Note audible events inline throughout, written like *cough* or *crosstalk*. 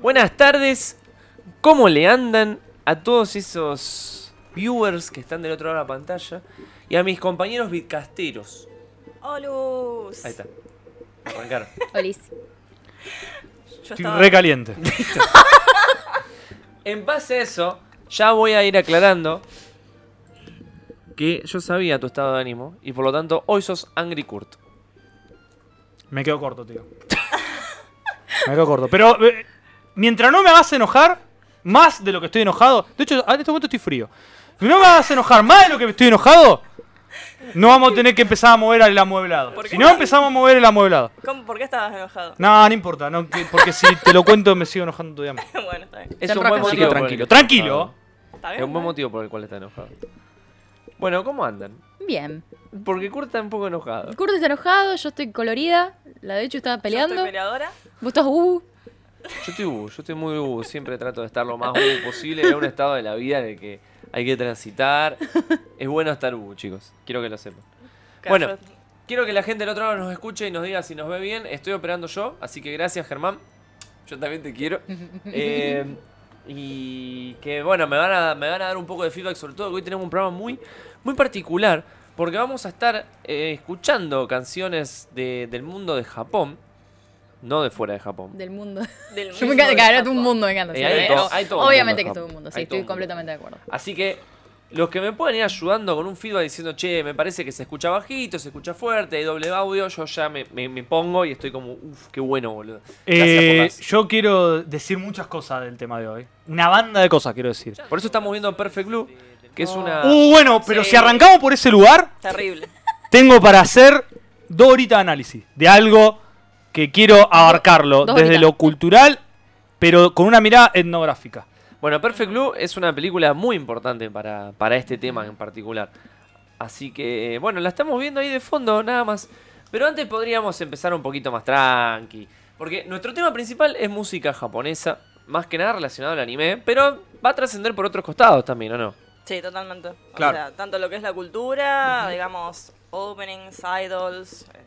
Buenas tardes. ¿Cómo le andan a todos esos viewers que están del otro lado de la pantalla? Y a mis compañeros vidcasteros. ¡Olus! Ahí está. Arrancaron. Olis. Yo Estoy estaba- recaliente. En base a eso, ya voy a ir aclarando que yo sabía tu estado de ánimo y por lo tanto hoy sos Angry Kurt. Me quedo corto, tío. Me quedo corto. Pero eh, mientras no me hagas enojar más de lo que estoy enojado. De hecho, en este momento estoy frío. Si no me hagas enojar más de lo que estoy enojado, no vamos a tener que empezar a mover el amueblado. ¿Por qué? Si no empezamos a mover el amueblado. ¿Cómo- ¿Por qué estabas enojado? *laughs* No, no importa, no, que- porque si te lo cuento me sigo enojando todavía más. bueno, está bien. Es Son un buen rocas, motivo. por tranquilo, el tranquilo, que está tranquilo. enojado. ¿Está bien? Es un buen motivo por el cual está enojado. Bueno, ¿cómo andan? Bien. Porque Kurt está un poco enojado. Kurt está enojado, yo estoy colorida. La de hecho estaba Yo estoy peleando. peleadora. Vos estás uh. Yo estoy uh, yo estoy muy uh, siempre trato de estar lo más uh posible. Es un estado de la vida en el que hay que transitar. Es bueno estar uh, chicos. Quiero que lo sepan. Claro, Bueno. yo- Quiero que la gente del otro lado nos escuche y nos diga si nos ve bien. Estoy operando yo, así que gracias, Germán. Yo también te quiero. Eh, y que bueno, me van, a, me van a dar un poco de feedback, sobre todo que hoy tenemos un programa muy, muy particular, porque vamos a estar eh, escuchando canciones de- del mundo de Japón, no de fuera de Japón. Del mundo. del Yo mismo me encanta, claro, sapo. es un mundo, me encanta. Eh, sí, hay pero todo- hay todo un obviamente que mundo, es todo un mundo, sí, hay todo un estoy mundo. completamente de acuerdo. Así que los que me pueden ir ayudando con un feedback diciendo, che, me parece que se escucha bajito, se escucha fuerte, hay doble audio, yo ya me, me- me pongo y estoy como, uff, qué bueno, boludo. Gracias Eh, por las- yo quiero decir muchas cosas del tema de hoy. Una banda de cosas quiero decir. Por eso estamos viendo Perfect Blue, que es una... Uh, bueno, pero Sí. si arrancamos por ese lugar, Terrible. tengo para hacer dos horitas de análisis de algo que quiero abarcarlo dos desde horitas. lo cultural, pero con una mirada etnográfica. Bueno, Perfect Blue es una película muy importante para, para este tema en particular. Así que, eh, bueno, la estamos viendo ahí de fondo, nada más. Pero antes podríamos empezar un poquito más tranqui. Porque nuestro tema principal es música japonesa, más que nada relacionado al anime, pero va a trascender por otros costados también, ¿o no? Sí, totalmente. O Claro. sea, tanto lo que es la cultura, digamos, openings, idols, eh,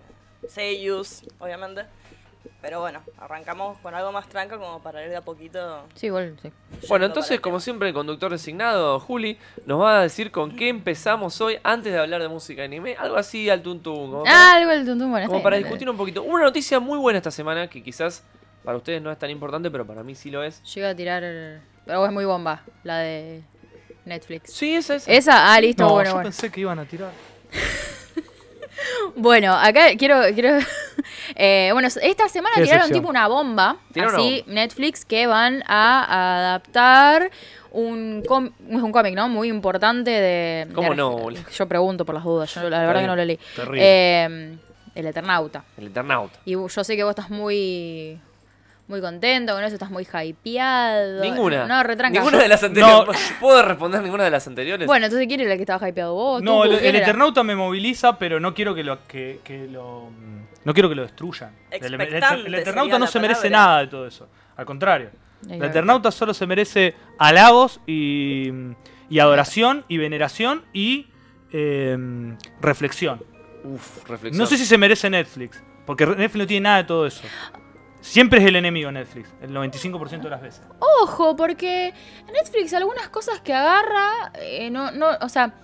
seiyus, obviamente. Pero bueno, arrancamos con algo más tranca como para ir de a poquito. Sí, igual, sí. Bueno, yendo para entonces, el como siempre, el conductor designado, Juli, nos va a decir con qué empezamos hoy antes de hablar de música anime. Algo así al tuntún. como para- Ah, algo del tuntum, bueno, Como está para bien, está discutir bien. un poquito. Una noticia muy buena esta semana que quizás para ustedes no es tan importante, pero para mí sí lo es. Yo iba a tirar. Pero es muy bomba, la de Netflix. Sí, esa es. Esa, ah, listo, No, bueno, yo bueno. pensé que iban a tirar. Bueno, acá quiero. quiero *laughs* eh, bueno, esta semana Qué tiraron decepción. tipo una bomba. Tiraron una así, Netflix, que van a adaptar un, com- es un cómic, ¿no? Muy importante de. ¿Cómo de- no, boludo? Yo pregunto por las dudas, yo la verdad que bien, no lo leí. terrible. Eh, el Eternauta. El Eternauta. Y yo sé que vos estás muy. Muy contento con eso, estás muy hypeado. Ninguna. No, retranca. Ninguna de las anteriores. No. *laughs* ¿Puedo responder ninguna de las anteriores? Bueno, entonces, ¿quién era el que estaba hypeado vos? No, ¿Tú? el, ¿Quién el era? Eternauta me moviliza, pero no quiero que lo, que, que lo, mm, no quiero que lo destruyan. El, el- el Expectante Eternauta sería no la se merece palabra. nada de todo eso. Al contrario. Ahí El va. Eternauta solo se merece halagos y, mm, y adoración y veneración y em, reflexión. Uf, reflexión. No sé si se merece Netflix, porque re- Netflix no tiene nada de todo eso. Siempre es el enemigo Netflix, el 95% de las veces. Ojo, porque Netflix algunas cosas que agarra, eh, no, no, o sea,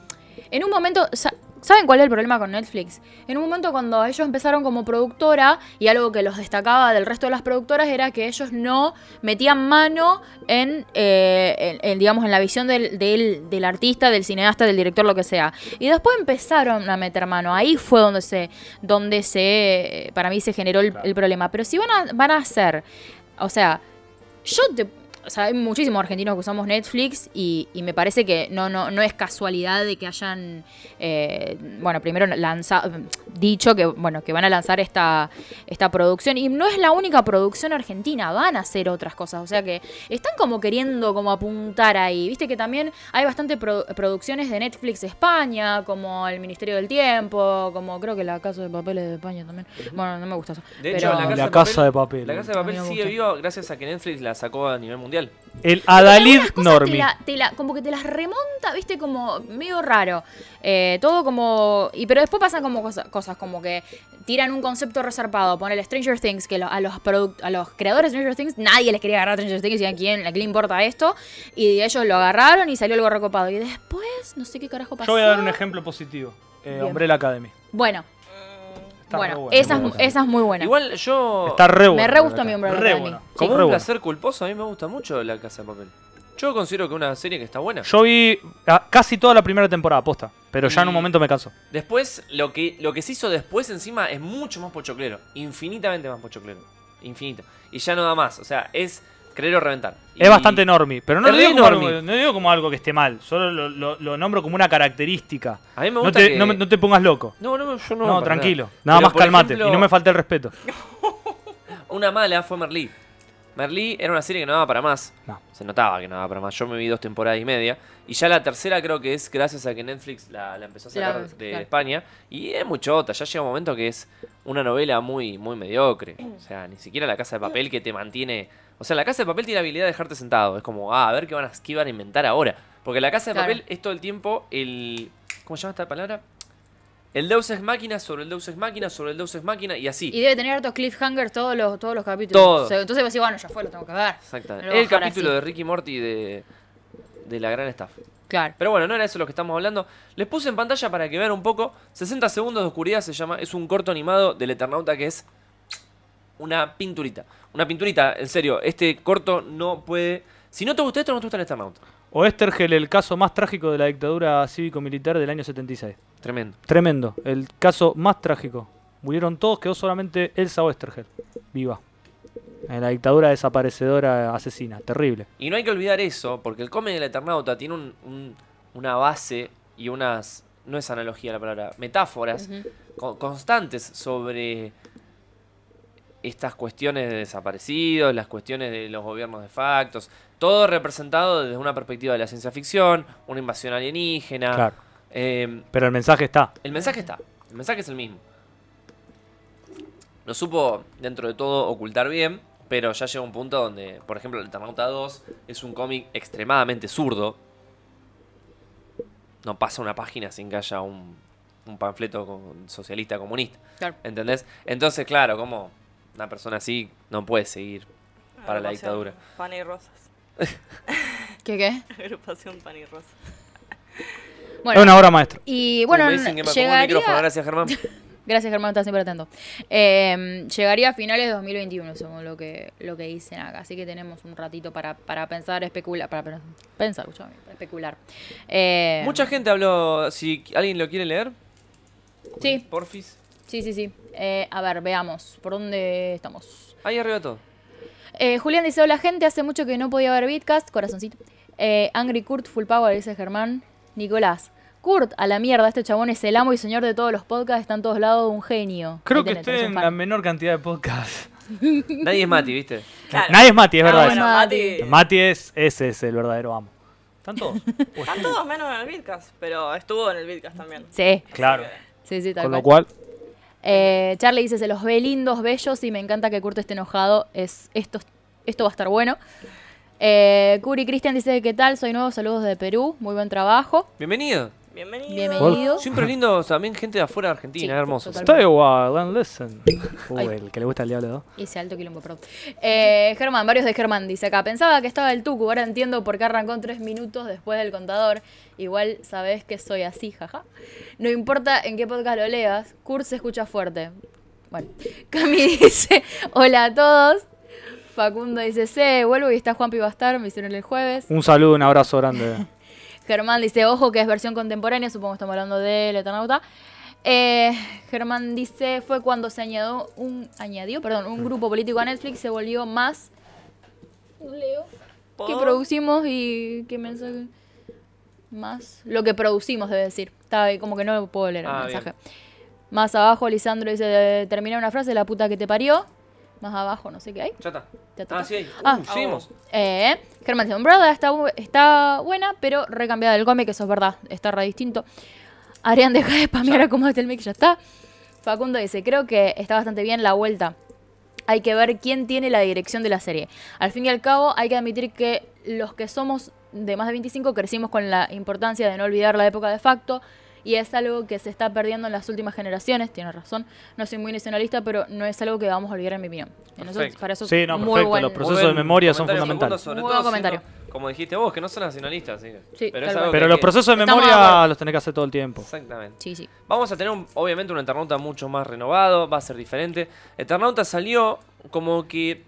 en un momento, sa- ¿saben cuál es el problema con Netflix? En un momento cuando ellos empezaron como productora y algo que los destacaba del resto de las productoras era que ellos no metían mano en, eh, en- en, digamos, en la visión del, del- del artista, del cineasta, del director, lo que sea. Y después empezaron a meter mano, ahí fue donde se, donde se, eh, para mí se generó el, el problema. Pero si van a, van a hacer, o sea, yo te. O sea, hay muchísimos argentinos que usamos Netflix y, y me parece que no, no, no es casualidad de que hayan, eh, bueno, primero lanzado, dicho que, bueno, que van a lanzar esta, esta producción. Y no es la única producción argentina, van a hacer otras cosas. O sea que están como queriendo como apuntar ahí. Viste que también hay bastante pro- producciones de Netflix España, como El Ministerio del Tiempo, como creo que La Casa de Papeles de España también. Bueno, no me gusta eso. De pero- hecho, la La casa, Casa de de papel, Papel. La casa de A mí papel me sigue gusta. viva gracias a que Netflix la sacó a nivel mundial. El Pero Adalid algunas cosas Te Normi. la- te la- como que te las remonta, viste, como medio raro. Eh, todo como. Y pero después pasan como cosa- cosas, como que tiran un concepto resarpado. Ponele Stranger Things, que lo- a, los produc- a los creadores de Stranger Things nadie les quería agarrar Stranger Things y a quién, a quién le importa esto. Y ellos lo agarraron y salió algo recopado. Y después, no sé qué carajo pasó. Yo voy a dar un ejemplo positivo. Eh, Bien. Umbrella Academy. Bueno, Mm, Eh, Está bueno, re bueno. esa, es, esa es muy buena. Igual yo. Está re bueno. Me re gustó mi Umbrella Re Academy. bueno. Oh, como re un bueno. placer culposo, a mí me gusta mucho La Casa de Papel. Yo considero que es una serie que está buena. Yo vi ah, casi toda la primera temporada, posta. Pero ya en un Y- momento me canso. Después, lo que, lo que se hizo después encima es mucho más pochoclero. Infinitamente más pochoclero. Infinito. Y ya no da más. O sea, es creer o reventar. Y- Es bastante normie, pero no Es lo re digo como algo, normie. no digo como algo que esté mal, solo lo, lo- lo nombro como una característica. A mí me No gusta te, que- no me- no te pongas loco. No, no, yo no. No, para tranquilo. nada. Nada Pero, más por calmate ejemplo, y no me falte el respeto. Una mala fue Merlí. Merlí era una serie que no daba para más. No. Se notaba que no daba para más. Yo me vi dos temporadas y media. Y ya la tercera creo que es gracias a que Netflix la, la empezó a sacar Claro, de claro. España. Y es muy chota. Ya llega un momento que es una novela muy, muy mediocre. O sea, ni siquiera La Casa de Papel que te mantiene... O sea, La Casa de Papel tiene la habilidad de dejarte sentado. Es como, ah, a ver qué van a, qué van a inventar ahora. Porque La Casa de Claro. Papel es todo el tiempo el... ¿Cómo se llama esta palabra? El Deus Ex Máquina sobre el Deus Ex Máquina sobre el Deus Ex Máquina y así. Y debe tener hartos cliffhangers todos los, todos los capítulos. Todo. O sea, entonces vos decís, bueno, ya fue, lo tengo que ver. Exactamente. Me lo El bajará capítulo así. de Ricky Morty de, de la gran estafa. Claro. Pero bueno, no era eso lo que estamos hablando. Les puse en pantalla para que vean un poco. 60 segundos de oscuridad se llama. Es un corto animado del Eternauta que es una pinturita. Una pinturita, en serio. Este corto no puede... Si no te gusta esto, no te gusta el Eternauta. Oestergel, el caso más trágico de la dictadura cívico-militar del año 76. Tremendo. Tremendo, el caso más trágico. Murieron todos, quedó solamente Elsa Oestergel, viva. En la dictadura desaparecedora asesina, terrible. Y no hay que olvidar eso, porque el cómic del Eternauta tiene un- un- una base y unas... No es analogía la palabra. Metáforas co- constantes sobre estas cuestiones de desaparecidos, las cuestiones de los gobiernos de factos, todo representado desde una perspectiva de la ciencia ficción, una invasión alienígena. Claro. Eh, Pero el mensaje está. el mensaje está, el mensaje es el mismo. Lo supo dentro de todo ocultar bien, pero ya llega un punto donde, por ejemplo, el Eternauta 2 es un cómic extremadamente zurdo. No pasa una página sin que haya un, un panfleto con- socialista comunista. Claro. ¿Entendés? Entonces, claro, como una persona así no puede seguir para la agrupación dictadura. Pan y rosas. *laughs* ¿Qué qué? Agrupación pan y rosas. Bueno, es una obra maestra. y bueno, Me dicen que me acomodó el micrófono, llegaría... gracias *laughs* Germán. Gracias, Germán, estás siempre atento. Eh, llegaría a finales de 2021, según lo que, lo que dicen acá. Así que tenemos un ratito para, para pensar, especular, para para pensar, escuchame, para especular. Eh, Mucha gente habló, si alguien lo quiere leer, Sí, porfis, sí, sí, sí. Eh, a ver, veamos, ¿por dónde estamos? ahí arriba todo. Eh, Julián dice, hola gente, hace mucho que no podía ver Bitcast, corazoncito. Eh, Angry Kurt, full power, dice Germán. Nicolás, Kurt, a la mierda, este chabón es el amo y señor de todos los podcasts, está en todos lados, un genio. Creo Ahí que tenés, estoy tenés un en fan. la menor cantidad de podcasts. Nadie es Mati, ¿viste? Claro. Nadie es Mati, es Ah, verdad. bueno, eso. Mati. Mati es, ese es el verdadero amo. ¿Están todos? Pues Uy, Están todos menos en el Vidcast, pero estuvo en el Vidcast también. Sí, claro. sí, sí, tal Con lo cual. cual, Eh, Charlie dice, se los ve lindos, bellos y me encanta que Kurt esté enojado. Es, esto, esto va a estar bueno. Eh, Curi Cristian dice, ¿qué tal? Soy nuevo, saludos de Perú, muy buen trabajo. Bienvenido. Bienvenido. Bienvenido. Siempre lindo también gente de afuera de Argentina, Oh. Sí, hermoso. total. stay a while and listen. Uy, Ay. el que le gusta el diablo ¿no? Ese alto quilombo, perdón. Eh, Germán, varios de Germán, dice acá. Pensaba que estaba el tucu, ahora entiendo por qué arrancó en tres minutos después del contador. Igual sabés que soy así, jaja. No importa en qué podcast lo leas, Kurt se escucha fuerte. Bueno, *laughs* Cami dice, hola a todos. Facundo dice, se, vuelvo y está Juan Pibastar, me hicieron el jueves. Un saludo, un abrazo grande. Germán dice, ojo que es versión contemporánea, supongo que estamos hablando del Eternauta. Eh, Germán dice, fue cuando se añadió un, añadió, perdón, un grupo político a Netflix, se volvió más... Leo. Que Por- producimos y qué mensaje... Más... Lo que producimos, debe decir. Está ahí, como que no lo puedo leer el Ah, mensaje. Más abajo, Lisandro dice, termina una frase, la puta que te parió. Más abajo, no sé qué hay. Ya está. Ya está. Ah, sí, ahí. Uh, Ah. seguimos. Eh, Germán dice, Umbrella está, bu- está buena, pero recambiada del cómic, eso es verdad, está re distinto. Arián, deja de spamear, acomódate el mic, ya está. Facundo dice, creo que está bastante bien la vuelta. hay que ver quién tiene la dirección de la serie. Al fin y al cabo, hay que admitir que los que somos de más de 25 crecimos con la importancia de no olvidar la época de facto. Y es algo que se está perdiendo en las últimas generaciones, tienes razón. No soy muy nacionalista, pero no es algo que vamos a olvidar en mi opinión. En eso- Perfecto. para eso Sí, no, muy perfecto, buen- los procesos de memoria son comentario fundamentales. fecundo, sobre Muy todo buen comentario. siendo, como dijiste vos, que no son nacionalistas. Sí, Sí, pero tal es algo cual. que Pero hay los que- procesos de Estamos de memoria acuerdo. los tenés que hacer todo el tiempo. Exactamente. Sí, sí. Vamos a tener, un- obviamente, un Eternauta mucho más renovado, va a ser diferente. Eternauta salió como que...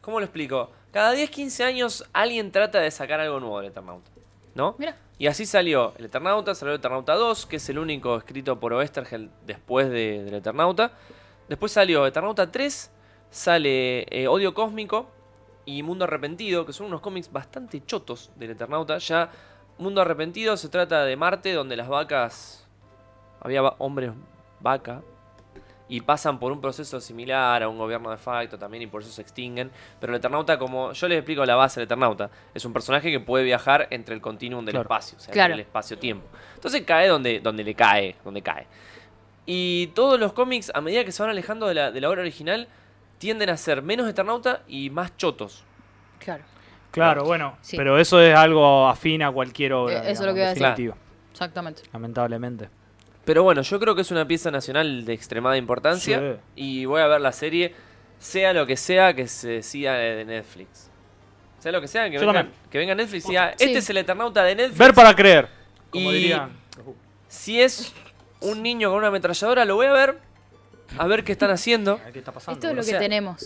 ¿Cómo lo explico? Cada 10, 15 años alguien trata de sacar algo nuevo del Eternauta, ¿no? Mira. Y así salió el Eternauta, salió el Eternauta 2, que es el único escrito por Oesterheld después de- del Eternauta. Después salió Eternauta 3, sale eh, Odio Cósmico y Mundo Arrepentido, que son unos cómics bastante chotos del Eternauta. Ya Mundo Arrepentido se trata de Marte, donde las vacas... Había va- hombres vaca. Y pasan por un proceso similar a un gobierno de facto también y por eso se extinguen. Pero el Eternauta, como yo les explico la base del Eternauta, es un personaje que puede viajar entre el continuum del Claro. espacio, o sea, Claro. entre el espacio-tiempo. Entonces cae donde, donde le cae, donde cae. Y todos los cómics, a medida que se van alejando de la, de la obra original, tienden a ser menos Eternauta y más chotos. Claro. Claro, bueno, Sí. pero eso es algo afín a cualquier obra. Eh, eso es lo que iba a digamos, decir. definitiva, Exactamente. Lamentablemente. Pero bueno, yo creo que es una pieza nacional de extremada importancia. Y voy a ver la serie, sea lo que sea que se decida de Netflix. Sea lo que sea, que, Yo venga, también. que venga Netflix y diga, Sí. este es el Eternauta de Netflix. Ver para creer. Como uh, Y- dirían. Si es un niño con una ametralladora, lo voy a ver. A ver qué están *laughs* haciendo. ¿Qué está pasando? Esto es lo o que sea- *laughs* tenemos.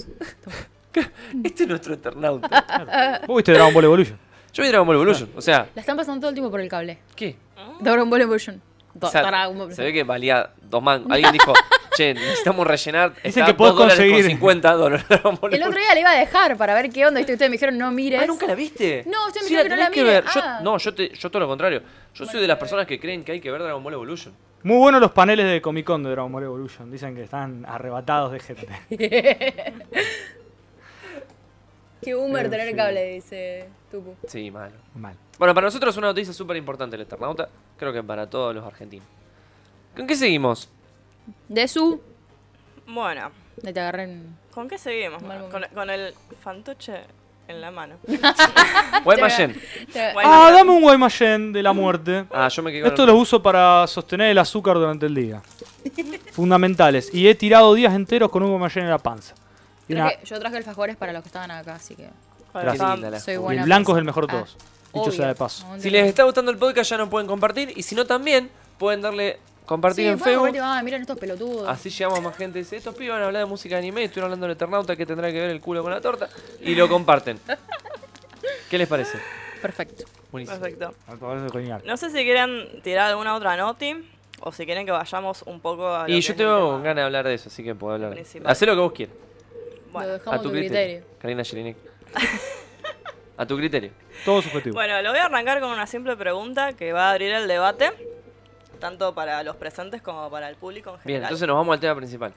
Este es nuestro Eternauta. Vos viste Dragon Ball Evolution. Yo vi Dragon Ball Evolution. O sea, La están pasando todo el tiempo por el cable. Ah. ¿qué? Dragon Ball Evolution. Do- Ah. O sea, Dragon Ball se ve que valía dos mangos. *laughs* Alguien dijo, che, necesitamos rellenar. Dicen está que podés dos dólares conseguir. Con 50 dólares. Dragon Ball El otro Evolution. día le iba a dejar para ver qué onda. ¿viste? Ustedes me dijeron, no mires. Ah, ¿nunca la viste? No, usted me Sí, dijo que no tenés la que mire. ver. Yo- Ah. no, yo, te- yo todo lo contrario. Yo soy de las personas que creen que hay que ver Dragon Ball Evolution. Muy buenos los paneles de Comic Con de Dragon Ball Evolution. Dicen que están arrebatados *laughs* de gente. Qué boomer Pero tener sí. cable, dice Tuku. Sí, malo. Mal. Bueno, para nosotros es una noticia súper importante el Eternauta. Creo que para todos los argentinos. ¿Con qué seguimos? De su. Bueno, Ahí Te agarré en- ¿con qué seguimos? Mal Con, con el fantoche en la *laughs* mano. Guaymallén. Ah, te- Guay- Ah, dame un Guaymallén de *laughs* la muerte. Ah, yo me quedé con Esto el- lo uso para sostener el azúcar durante *laughs* el día. Fundamentales. Y he tirado días enteros con un Guaymallén en la panza. Y, una- traje- yo traje alfajores para los que estaban acá, así que. Qué Gracias. linda la Soy foto. y buena el blanco persona. es el mejor de todos. Ah, Dicho obvio. sea de paso. No, no, Si no. les está gustando el podcast ya no pueden compartir. Y si no también, pueden darle compartir Sí, en bueno, Facebook. aparte, ah, miren estos pelotudos. Así llegamos a más gente. Dice, estos pibes van a hablar de música de anime. Estuvieron hablando del Eternauta que tendrá que ver el culo con la torta. Y lo comparten. ¿Qué les parece? Perfecto. Buenísimo. Perfecto. Me parece genial. No sé si quieren tirar alguna otra noti o si quieren que vayamos un poco a. Y lo que yo es el tengo tema. ganas de hablar de eso, así que puedo hablar. Principal. Hacé lo que vos quieras. lo Bueno. dejamos a tu criterio. Karina *laughs* Jelinek. a tu criterio. Todo subjetivo. bueno, lo voy a arrancar con una simple pregunta que va a abrir el debate, tanto para los presentes como para el público en general. Bien, entonces nos vamos al tema principal.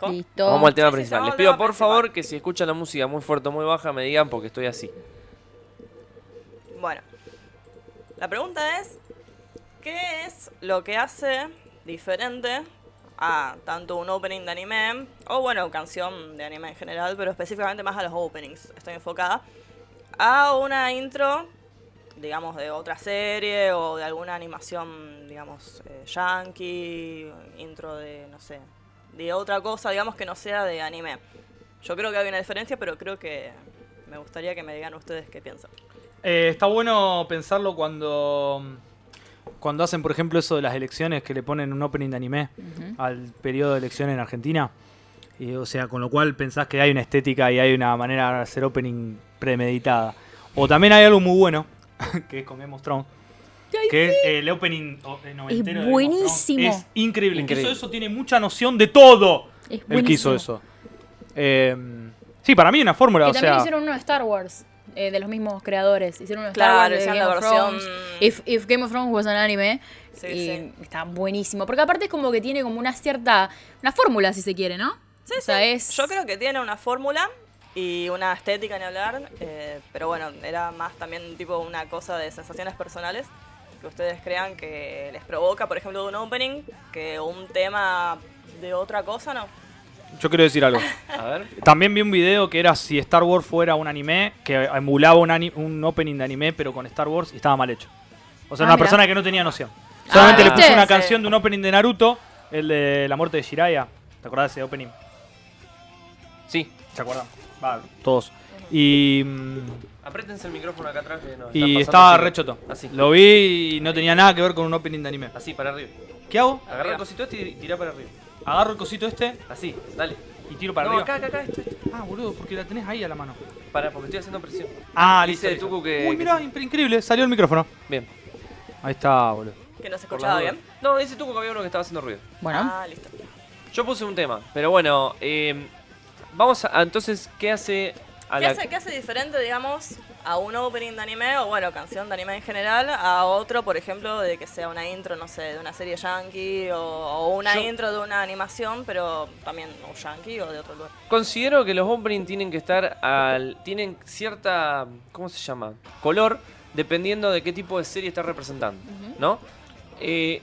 ¿Cómo? Listo. Vamos al tema Sí, sí, principal. vamos Les al pido tema por principal. favor que si escuchan la música muy fuerte o muy baja me digan porque estoy así. Bueno, la pregunta es, ¿qué es lo que hace diferente a tanto un opening de anime, o bueno, canción de anime en general, pero específicamente más a los openings, estoy enfocada, a una intro, digamos, de otra serie o de alguna animación, digamos, eh, yankee, intro de, no sé, de otra cosa, digamos, que no sea de anime? Yo creo que hay una diferencia, pero creo que me gustaría que me digan ustedes qué piensan. Eh, está bueno pensarlo cuando. Cuando hacen, por ejemplo, eso de las elecciones que le ponen un opening de anime al periodo de elección en Argentina. Y, o sea, con lo cual pensás que hay una estética y hay una manera de hacer opening premeditada. O también hay algo muy bueno, *laughs* que es con Game of Thrones. Que es el opening o- eh, noventero de Game of Thrones. buenísimo. Es increíble. que Increíble. Eso, eso tiene mucha noción de todo. Es Él que hizo buenísimo. eso. Eh, sí, para mí es una fórmula. Y o también sea, hicieron uno de Star Wars, eh, de los mismos creadores. Hicieron uno de Star Claro, Wars de hicieron Game la of versión- Thrones. If, if Game of Thrones was an anime. Sí, y sí. está buenísimo. Porque aparte es como que tiene como una cierta. Una fórmula, si se quiere, ¿no? Sí, o sea, sí. es. Yo creo que tiene una fórmula y una estética ni hablar, eh, pero bueno, era más también tipo una cosa de sensaciones personales que ustedes crean que les provoca, por ejemplo, de un opening, que un tema de otra cosa, ¿no? yo quiero decir algo. A ver. También vi un video que era si Star Wars fuera un anime, que emulaba un, ani- un opening de anime, pero con Star Wars y estaba mal hecho. O sea, Ah, una mirá. persona que no tenía noción. Solamente le ¿viste? puso una Sí. canción de un opening de Naruto, el de la muerte de Jiraiya. ¿Te acordás de ese opening? Sí. ¿Se acuerdan? Va, todos. Y, mm, Apriétense el micrófono acá atrás que nos están y pasando estaba así. re choto. Así. Lo vi y no tenía nada que ver con un opening de anime. Así, para arriba. ¿Qué hago? Agarra el cosito este y tirá para arriba. Agarro el cosito este Así, dale. y tiro para no, arriba. acá, acá, acá, esto, esto. Ah, boludo, porque la tenés ahí a la mano. Pará, porque estoy haciendo presión. Ah, Dice listo. listo. Tucu que- Uy, que mirá, imp- increíble, salió el micrófono. Bien. Ahí está, boludo. Que no se por las escuchaba dudas. bien. No, dice Tucu que había uno que estaba haciendo ruido. Bueno. Ah, listo. Yo puse un tema, pero bueno, eh, vamos a, entonces, ¿qué hace a ¿Qué la- hace, qué hace diferente, digamos, a un opening de anime o, bueno, canción de anime en general, a otro, por ejemplo, de que sea una intro, no sé, de una serie yankee o, o una Yo- intro de una animación, pero también o yankee o de otro lugar? Considero que los opening tienen que estar al. tienen cierta. ¿cómo se llama? color, dependiendo de qué tipo de serie está representando, ¿no? Eh,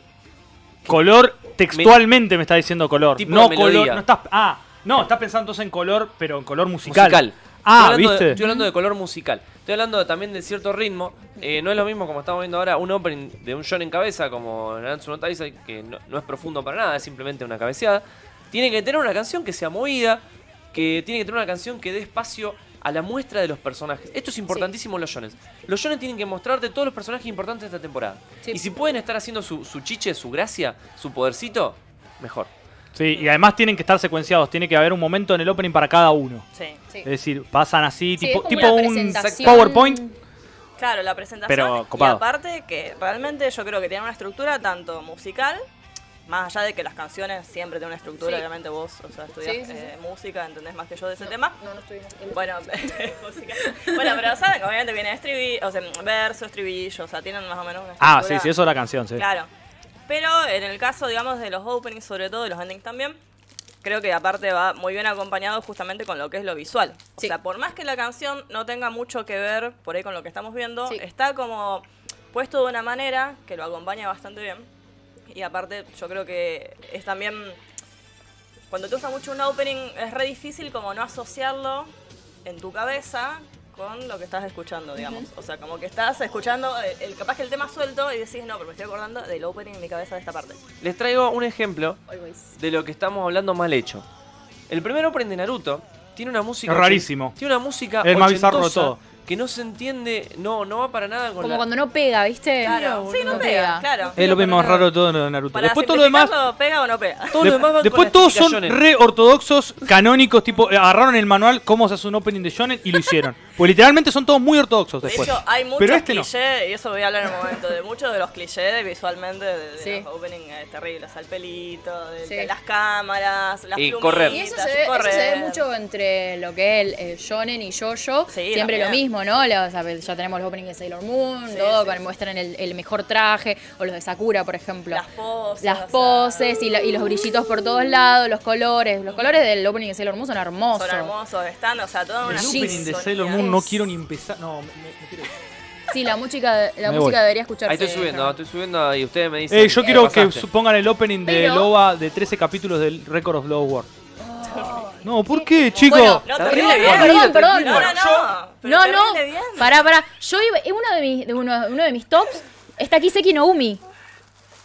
Color, textualmente me, está diciendo color. Tipo no de color, melodía. no estás. Ah, no, estás pensando entonces en color, pero en color musical. musical. Ah, Estoy hablando ¿viste? de- estoy hablando de color musical. Estoy hablando de- también de cierto ritmo. Eh, no es lo mismo como estamos viendo ahora un opening de un John en cabeza como Nanzu no Taizai, que no, no es profundo para nada, es simplemente una cabeceada. Tiene que tener una canción que sea movida, que tiene que tener una canción que dé espacio a la muestra de los personajes. Esto es importantísimo en los shonen. Los shonen tienen que mostrarte todos los personajes importantes de esta temporada. Sí. Y si pueden estar haciendo su, su chiche, su gracia, su podercito, mejor. Sí, y además tienen que estar secuenciados. Tiene que haber un momento en el opening para cada uno. Sí. Sí. Es decir, pasan así, Sí, tipo, es como tipo una un presentación. PowerPoint. Claro, la presentación. Pero copado. Y aparte que realmente yo creo que tiene una estructura tanto musical, más allá de que las canciones siempre tienen una estructura, Sí. obviamente vos, o sea, estudias Sí, sí, eh, música, entendés más que yo de ese tema. No, no estuvimos. Bueno, *laughs* música. bueno, pero saben que obviamente viene estribillo, o sea, verso, estribillo, o sea, tienen más o menos una Ah, sí, estructura. sí, eso es la canción, sí. Claro. Pero en el caso, digamos, de los openings, sobre todo, de los endings también, creo que aparte va muy bien acompañado justamente con lo que es lo visual. O Sí. sea, por más que la canción no tenga mucho que ver por ahí con lo que estamos viendo, Sí. está como puesto de una manera que lo acompaña bastante bien. Y aparte, yo creo que es también. Cuando te gusta mucho un opening, es re difícil como no asociarlo en tu cabeza con lo que estás escuchando, digamos. O sea, como que estás escuchando eh, el, el- capaz que el tema suelto y decís, no, pero me estoy acordando del opening en mi cabeza de esta parte. Les traigo un ejemplo Always. de lo que estamos hablando mal hecho. El primer opening de Naruto tiene una música. Es rarísimo. Tiene una música. Es el más bizarro de ochentosa todo. Que no se entiende. No, no va para nada con Como la- cuando no pega, ¿viste? sí, no pega, claro. Es lo mismo raro de todo lo de Naruto. Para Después todo lo demás. simplificarlo, ¿Pega o no pega? Todo de- lo demás van después con las todos son explicaciones. re ortodoxos, canónicos, tipo, eh, agarraron el manual cómo se hace un opening de shonen y lo hicieron. Pues literalmente son todos muy ortodoxos después. De hecho, hay muchos Pero este no. clichés, y eso voy a hablar en un momento, de muchos de los clichés de visualmente de, de Sí. los openings eh, terribles. O sea, el pelito, de, Sí. de las cámaras, las Y plumitas, correr. Y eso se, ve, eso se ve correr. mucho entre lo que es el Shonen y Jojo. Sí, Siempre lo también. mismo, ¿no? La- o sea, pues, ya tenemos los openings de Sailor Moon, Sí, todo, sí, con, sí. muestran el, el mejor traje, o los de Sakura, por ejemplo. Las poses. Las o sea, poses y, la- y los brillitos por todos lados, los colores. Los colores del opening de Sailor Moon son hermosos. Son hermosos, están, o sea, toda el una opening de sinfonía. Sailor Moon no quiero ni empezar. No, me, me quiero ir. Sí, la música, la Me música voy. debería escucharse. Ahí estoy subiendo, Germán. estoy subiendo y ustedes me dicen. Eh, yo ¿qué quiero que pasaste? supongan el opening de Pero- Loba de 13 capítulos del Record of Low War. No, ¿por qué, chico? Bueno, No, Está terrible horrible, bien. horrible, perdón, perdón. tranquilo. No, no, no. *laughs* pero No, no, terrible bien. pará, pará. Yo iba, en uno de mis, de uno, uno de mis tops está Kiseki no Umi.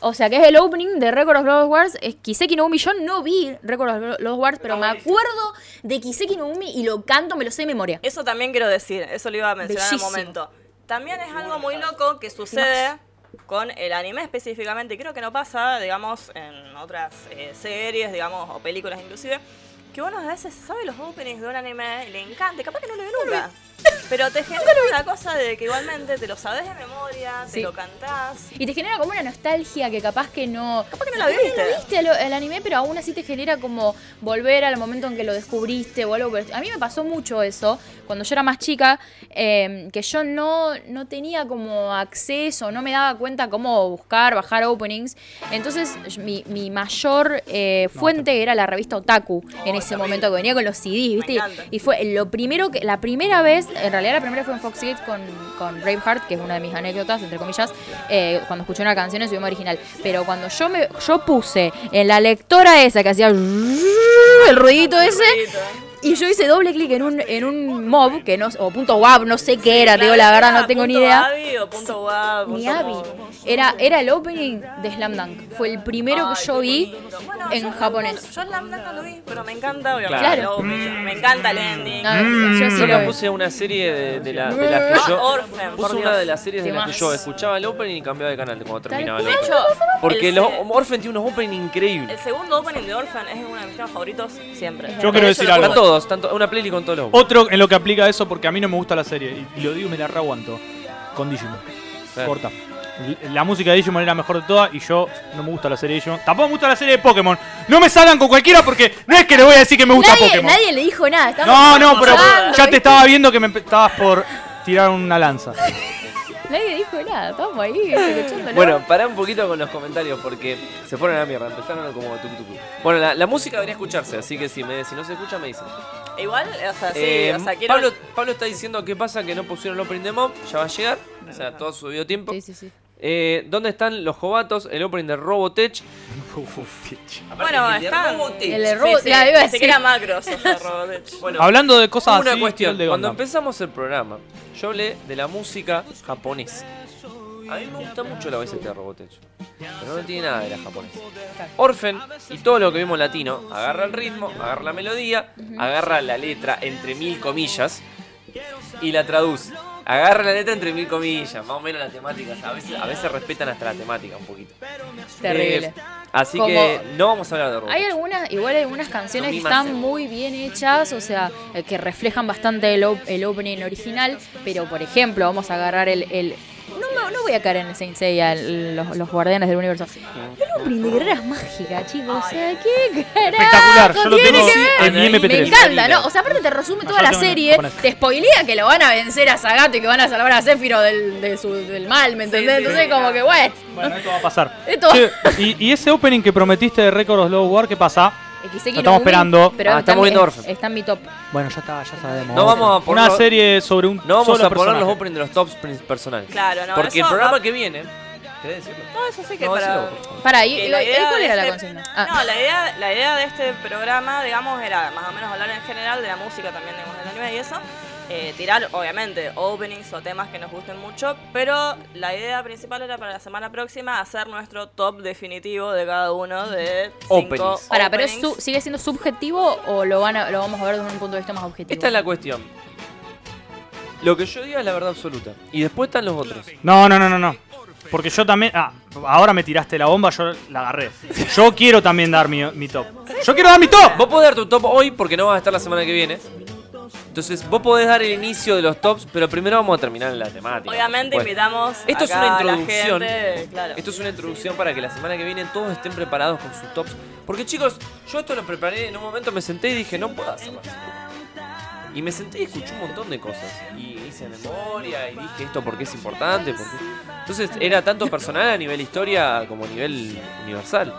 O sea, que es el opening de Record of Lost Wars. Es Kiseki no Umi. Yo no vi Record of Lost Wars, pero me acuerdo de Kiseki no Umi y lo canto, me lo sé de memoria. Eso también quiero decir, eso lo iba a mencionar Bellísimo. en un momento. También es algo muy loco que sucede con el anime específicamente, y creo que no pasa, digamos, en otras eh, series, digamos, o películas inclusive, que uno a veces sabe los openings de un anime y le encanta, y capaz que no lo ve nunca. Pero te genera una cosa de que igualmente te lo sabes de memoria, Sí. te lo cantás. Y te genera como una nostalgia que capaz que no. Capaz que no la viste. no viste el, el anime, pero aún así te genera como volver al momento en que lo descubriste o algo. por el- A mí me pasó mucho eso cuando yo era más chica, eh, que yo no, no tenía como acceso, no me daba cuenta cómo buscar, bajar openings. Entonces, mi, mi mayor eh, fuente era la revista Otaku en ese ese momento que venía con los CDs, ¿viste? Y- encanta. Y fue lo primero que, la primera vez, en realidad la primera fue en Fox Kids con, con Braveheart, que es una de mis anécdotas, entre comillas, eh, cuando escuché una canción en su idioma original. Pero cuando yo me, yo puse en la lectora esa que hacía el ruidito ese, y yo hice doble clic en un, en un mob, que no, o punto wab, no sé qué era, te digo la verdad, no tengo ni idea. Abby o punto guapo, Ni punto Abby. guapo. Era, era el opening de Slam Dunk. Fue el primero que Ay, yo qué vi bonito. Bueno, en yo- japonés. Yo la verdad no lo vi, pero me encanta, obviamente. Claro. la opening. Me encanta el ending. No, yo sí Yo lo la vi. puse una serie de, de la- de las que yo. Ah, Orphan, por puse una Dios. de las series de las que Temazos. yo escuchaba el opening y cambiaba de canal cuando terminaba el cual. De opening. hecho, Porque el, los, se- Orphan tiene unos openings increíbles. el segundo opening de Orphan es uno de mis temas favoritos siempre. Yo quiero decir Están algo. todos, están to- una playlist con todos los openings. Otro en lo que aplica eso, porque a mí no me gusta la serie. Y, y lo digo, y me la reaguanto. Con Digimon. Claro. Corta. L- La música de Digimon es la mejor de todas y yo no me gusta la serie de Digimon. Tampoco me gusta la serie de Pokémon. No me salgan con cualquiera porque no es que le voy a decir que me gusta Nadie, Pokémon. nadie le dijo nada. estamos No, no, pero jugando, ya te ¿viste? estaba viendo que me empe- estabas por tirar una *laughs* lanza. Nadie dijo nada, estamos *laughs* ahí escuchándolo. Bueno, pará un poquito con los comentarios porque se fueron a la mierda, empezaron como tuc, tuc, tuc. Bueno, la, la música debería escucharse, así que si, me, si no se escucha me dicen. Igual, o sea, Ah, sí, Eh, o sea, quiero... Pablo, Pablo está diciendo qué pasa que no pusieron el opening de Mob, ya va a llegar, o sea, todo su video tiempo. Sí, sí, sí. Eh, ¿Dónde están los jovatos? El opening de Robotech. bueno, el de está... Robotech. El de Robo- Sí, la iba a sí, que decir. era *laughs* macro, sos de Robotech. Bueno, Hablando de cosas una así, cuestión. el de Cuando Gundam. empezamos el programa, yo hablé de la música japonesa. A mí me gusta mucho la OST de Robotech, pero no tiene nada de la japonesa. Orphan y todo lo que vimos latino agarra el ritmo, agarra la melodía, agarra la letra entre mil comillas y la traduce. Agarra la letra entre mil comillas, más o menos la temática. A veces, a veces respetan hasta la temática un poquito. Terrible. Eh, así Como- que no vamos a hablar de Robotech. Hay algunas, igual hay algunas canciones que Dormí están Marcel. muy bien hechas, o sea, eh, que reflejan bastante el, op- el opening original, pero por ejemplo, vamos a agarrar el... el- no, me- no voy a caer en el Saint Seiya, el- los, los guardianes del universo. El opening de guerreras mágica, chicos, o sea, qué carajo Ah, Espectacular, yo lo tiene tengo que ver? en mi Anaí, MP3. Me encanta, ¿no? O sea, aparte te resume No, toda yo la tengo en serie, japonés. te spoilea que lo van a vencer a Zagato y que van a salvar a Zephyro del, de su- del mal, ¿me entendés? sí, Entonces sí. como que, bueno, Bueno, esto va a pasar. esto... Che, y, y ese opening que prometiste de Record of Love War, ¿qué pasa? XXX Lo no estamos Gumi, esperando. pero Ah, está estamos en- viendo Orphan. Está en mi top. Bueno, ya está, ya sabemos. No vamos a poner Una los- serie sobre un No vamos a solo poner personaje. los openings de los tops prin- personales. Claro, no, Porque el eso programa va- que viene. ¿Querés decirlo? No, eso sí que No, para... decilo, por favor. Para, ¿y, que y- la ¿y idea cuál de era la este- consigna? Ah, No, la idea, la idea de este programa, digamos, era más o menos hablar en general de la música también, digamos, del anime y eso. Eh, tirar, obviamente, openings o temas que nos gusten mucho, pero la idea principal era para la semana próxima hacer nuestro top definitivo de cada uno de cinco Openings. para, pero es openings. su- ¿sigue siendo subjetivo o lo, van a- lo vamos a ver desde un punto de vista más objetivo? Esta es la cuestión. Lo que yo diga es la verdad absoluta. Y después están los otros. No, no, no, no, no. Porque yo también. Ah, ahora me tiraste la bomba, yo la agarré. Yo quiero también dar mi, mi top. ¡Yo quiero dar mi top! Vos podés dar tu top hoy porque no vas a estar la semana que viene. Entonces, vos podés dar el inicio de los tops, pero primero vamos a terminar en la temática. Obviamente por supuesto. invitamos Esto es acá una a la introducción. gente, claro. Esto es una introducción para que la semana que viene todos estén preparados con sus tops. Porque chicos, yo esto lo preparé en un momento, me senté y dije, no puedo hacer más. Y me senté y escuché un montón de cosas. Y hice memoria y dije esto porque es importante. Porque... Entonces era tanto personal a nivel historia como a nivel universal.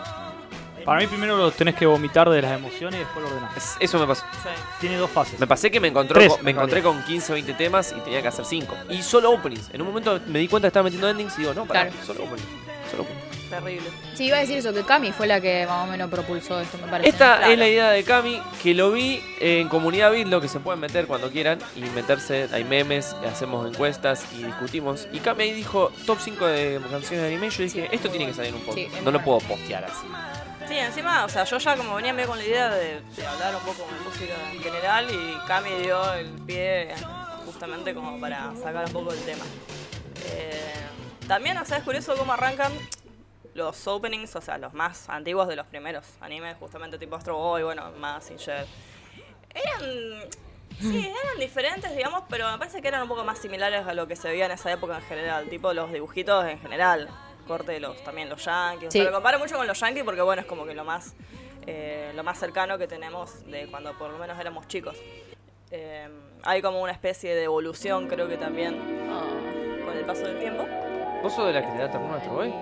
Para mí, primero lo tenés que vomitar de las emociones y después lo ordenás. Es- Eso me pasó. Sí. Tiene dos fases. Me pasé que me, encontró Tres, con- me en encontré con 15 o 20 temas y tenía que hacer 5. Y solo openings. En un momento me di cuenta que estaba metiendo endings y digo, no, para, Claro. solo openings. Solo openings. Terrible. Sí, iba a decir eso, que Cami fue la que más o menos propulsó esto, me parece. Esta Claro. es la idea de Cami, que lo vi en comunidad Bitlo, que se pueden meter cuando quieran y meterse. Hay memes, hacemos encuestas y discutimos. Y Cami ahí dijo top 5 de canciones de anime. y Yo dije, Sí, esto muy tiene que bueno. salir en un Sí, podcast. es no muy lo puedo postear así. Sí, encima, o sea, yo ya como venía medio con la idea de, de hablar un poco de música en general y Cami dio el pie justamente como para sacar un poco el tema. Eh, también, o sea, es curioso cómo arrancan los openings, o sea, los más antiguos de los primeros animes, justamente tipo Astro Boy, bueno, más Singer. Eran... Mm. Sí, eran diferentes, digamos, pero me parece que eran un poco más similares a lo que se veía en esa época en general, tipo los dibujitos en general, corte de los, también los yankees, Sí. o sea, lo comparo mucho con los yankees porque bueno, es como que lo más, eh, lo más cercano que tenemos de cuando por lo menos éramos chicos. Eh, hay como una especie de evolución, creo que también, Ah, con el paso del tiempo. ¿Vos sos de la que te da ternura hasta hoy?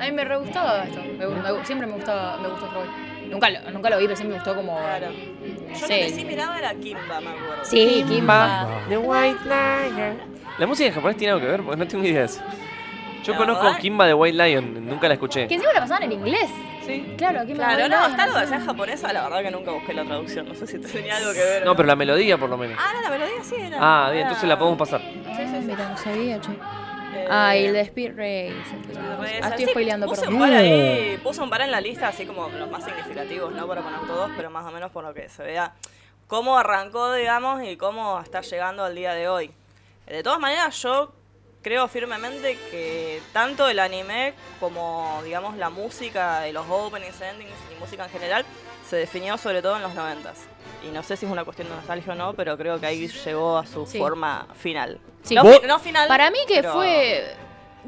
A mí me re gustaba esto, me gu- me gu- siempre me gustaba, me gustó Troy. Nunca lo, nunca lo vi, pero siempre me gustó como. Claro. Yo Sí. lo que sí miraba era Kimba, me acuerdo. Sí, Kimba. The White Lion. La música en japonés tiene algo que ver, porque no tengo ni idea de eso. Yo La conozco verdad- Kimba de White Lion, nunca la escuché. Que encima la pasaban en inglés. Sí. Claro, Kimba. Claro, Boy no, Lion, está lo de sí. ser japonesa, la verdad que nunca busqué la traducción. No sé si tenía algo que ver. o No, pero la melodía por lo menos. Ah, no, la melodía sí era. Ah, bien, Era- entonces la podemos pasar. Ah, mira, no sabía, che. eh, Ah, y el de Speed Race. Reza. Ah, estoy Sí, spoileando, puse perdón. Un par ahí, puse un par en la lista, así como los más significativos, no para poner todos, pero más o menos por lo que se vea cómo arrancó, digamos, y cómo está llegando al día de hoy. De todas maneras, yo creo firmemente que tanto el anime como, digamos, la música de los openings, endings y música en general se definió sobre todo en los noventas. Y no sé si es una cuestión de nostalgia o no, pero creo que ahí llegó a su Sí. forma final. Sí. No, Vos- fi- no final. Para mí que pero- fue.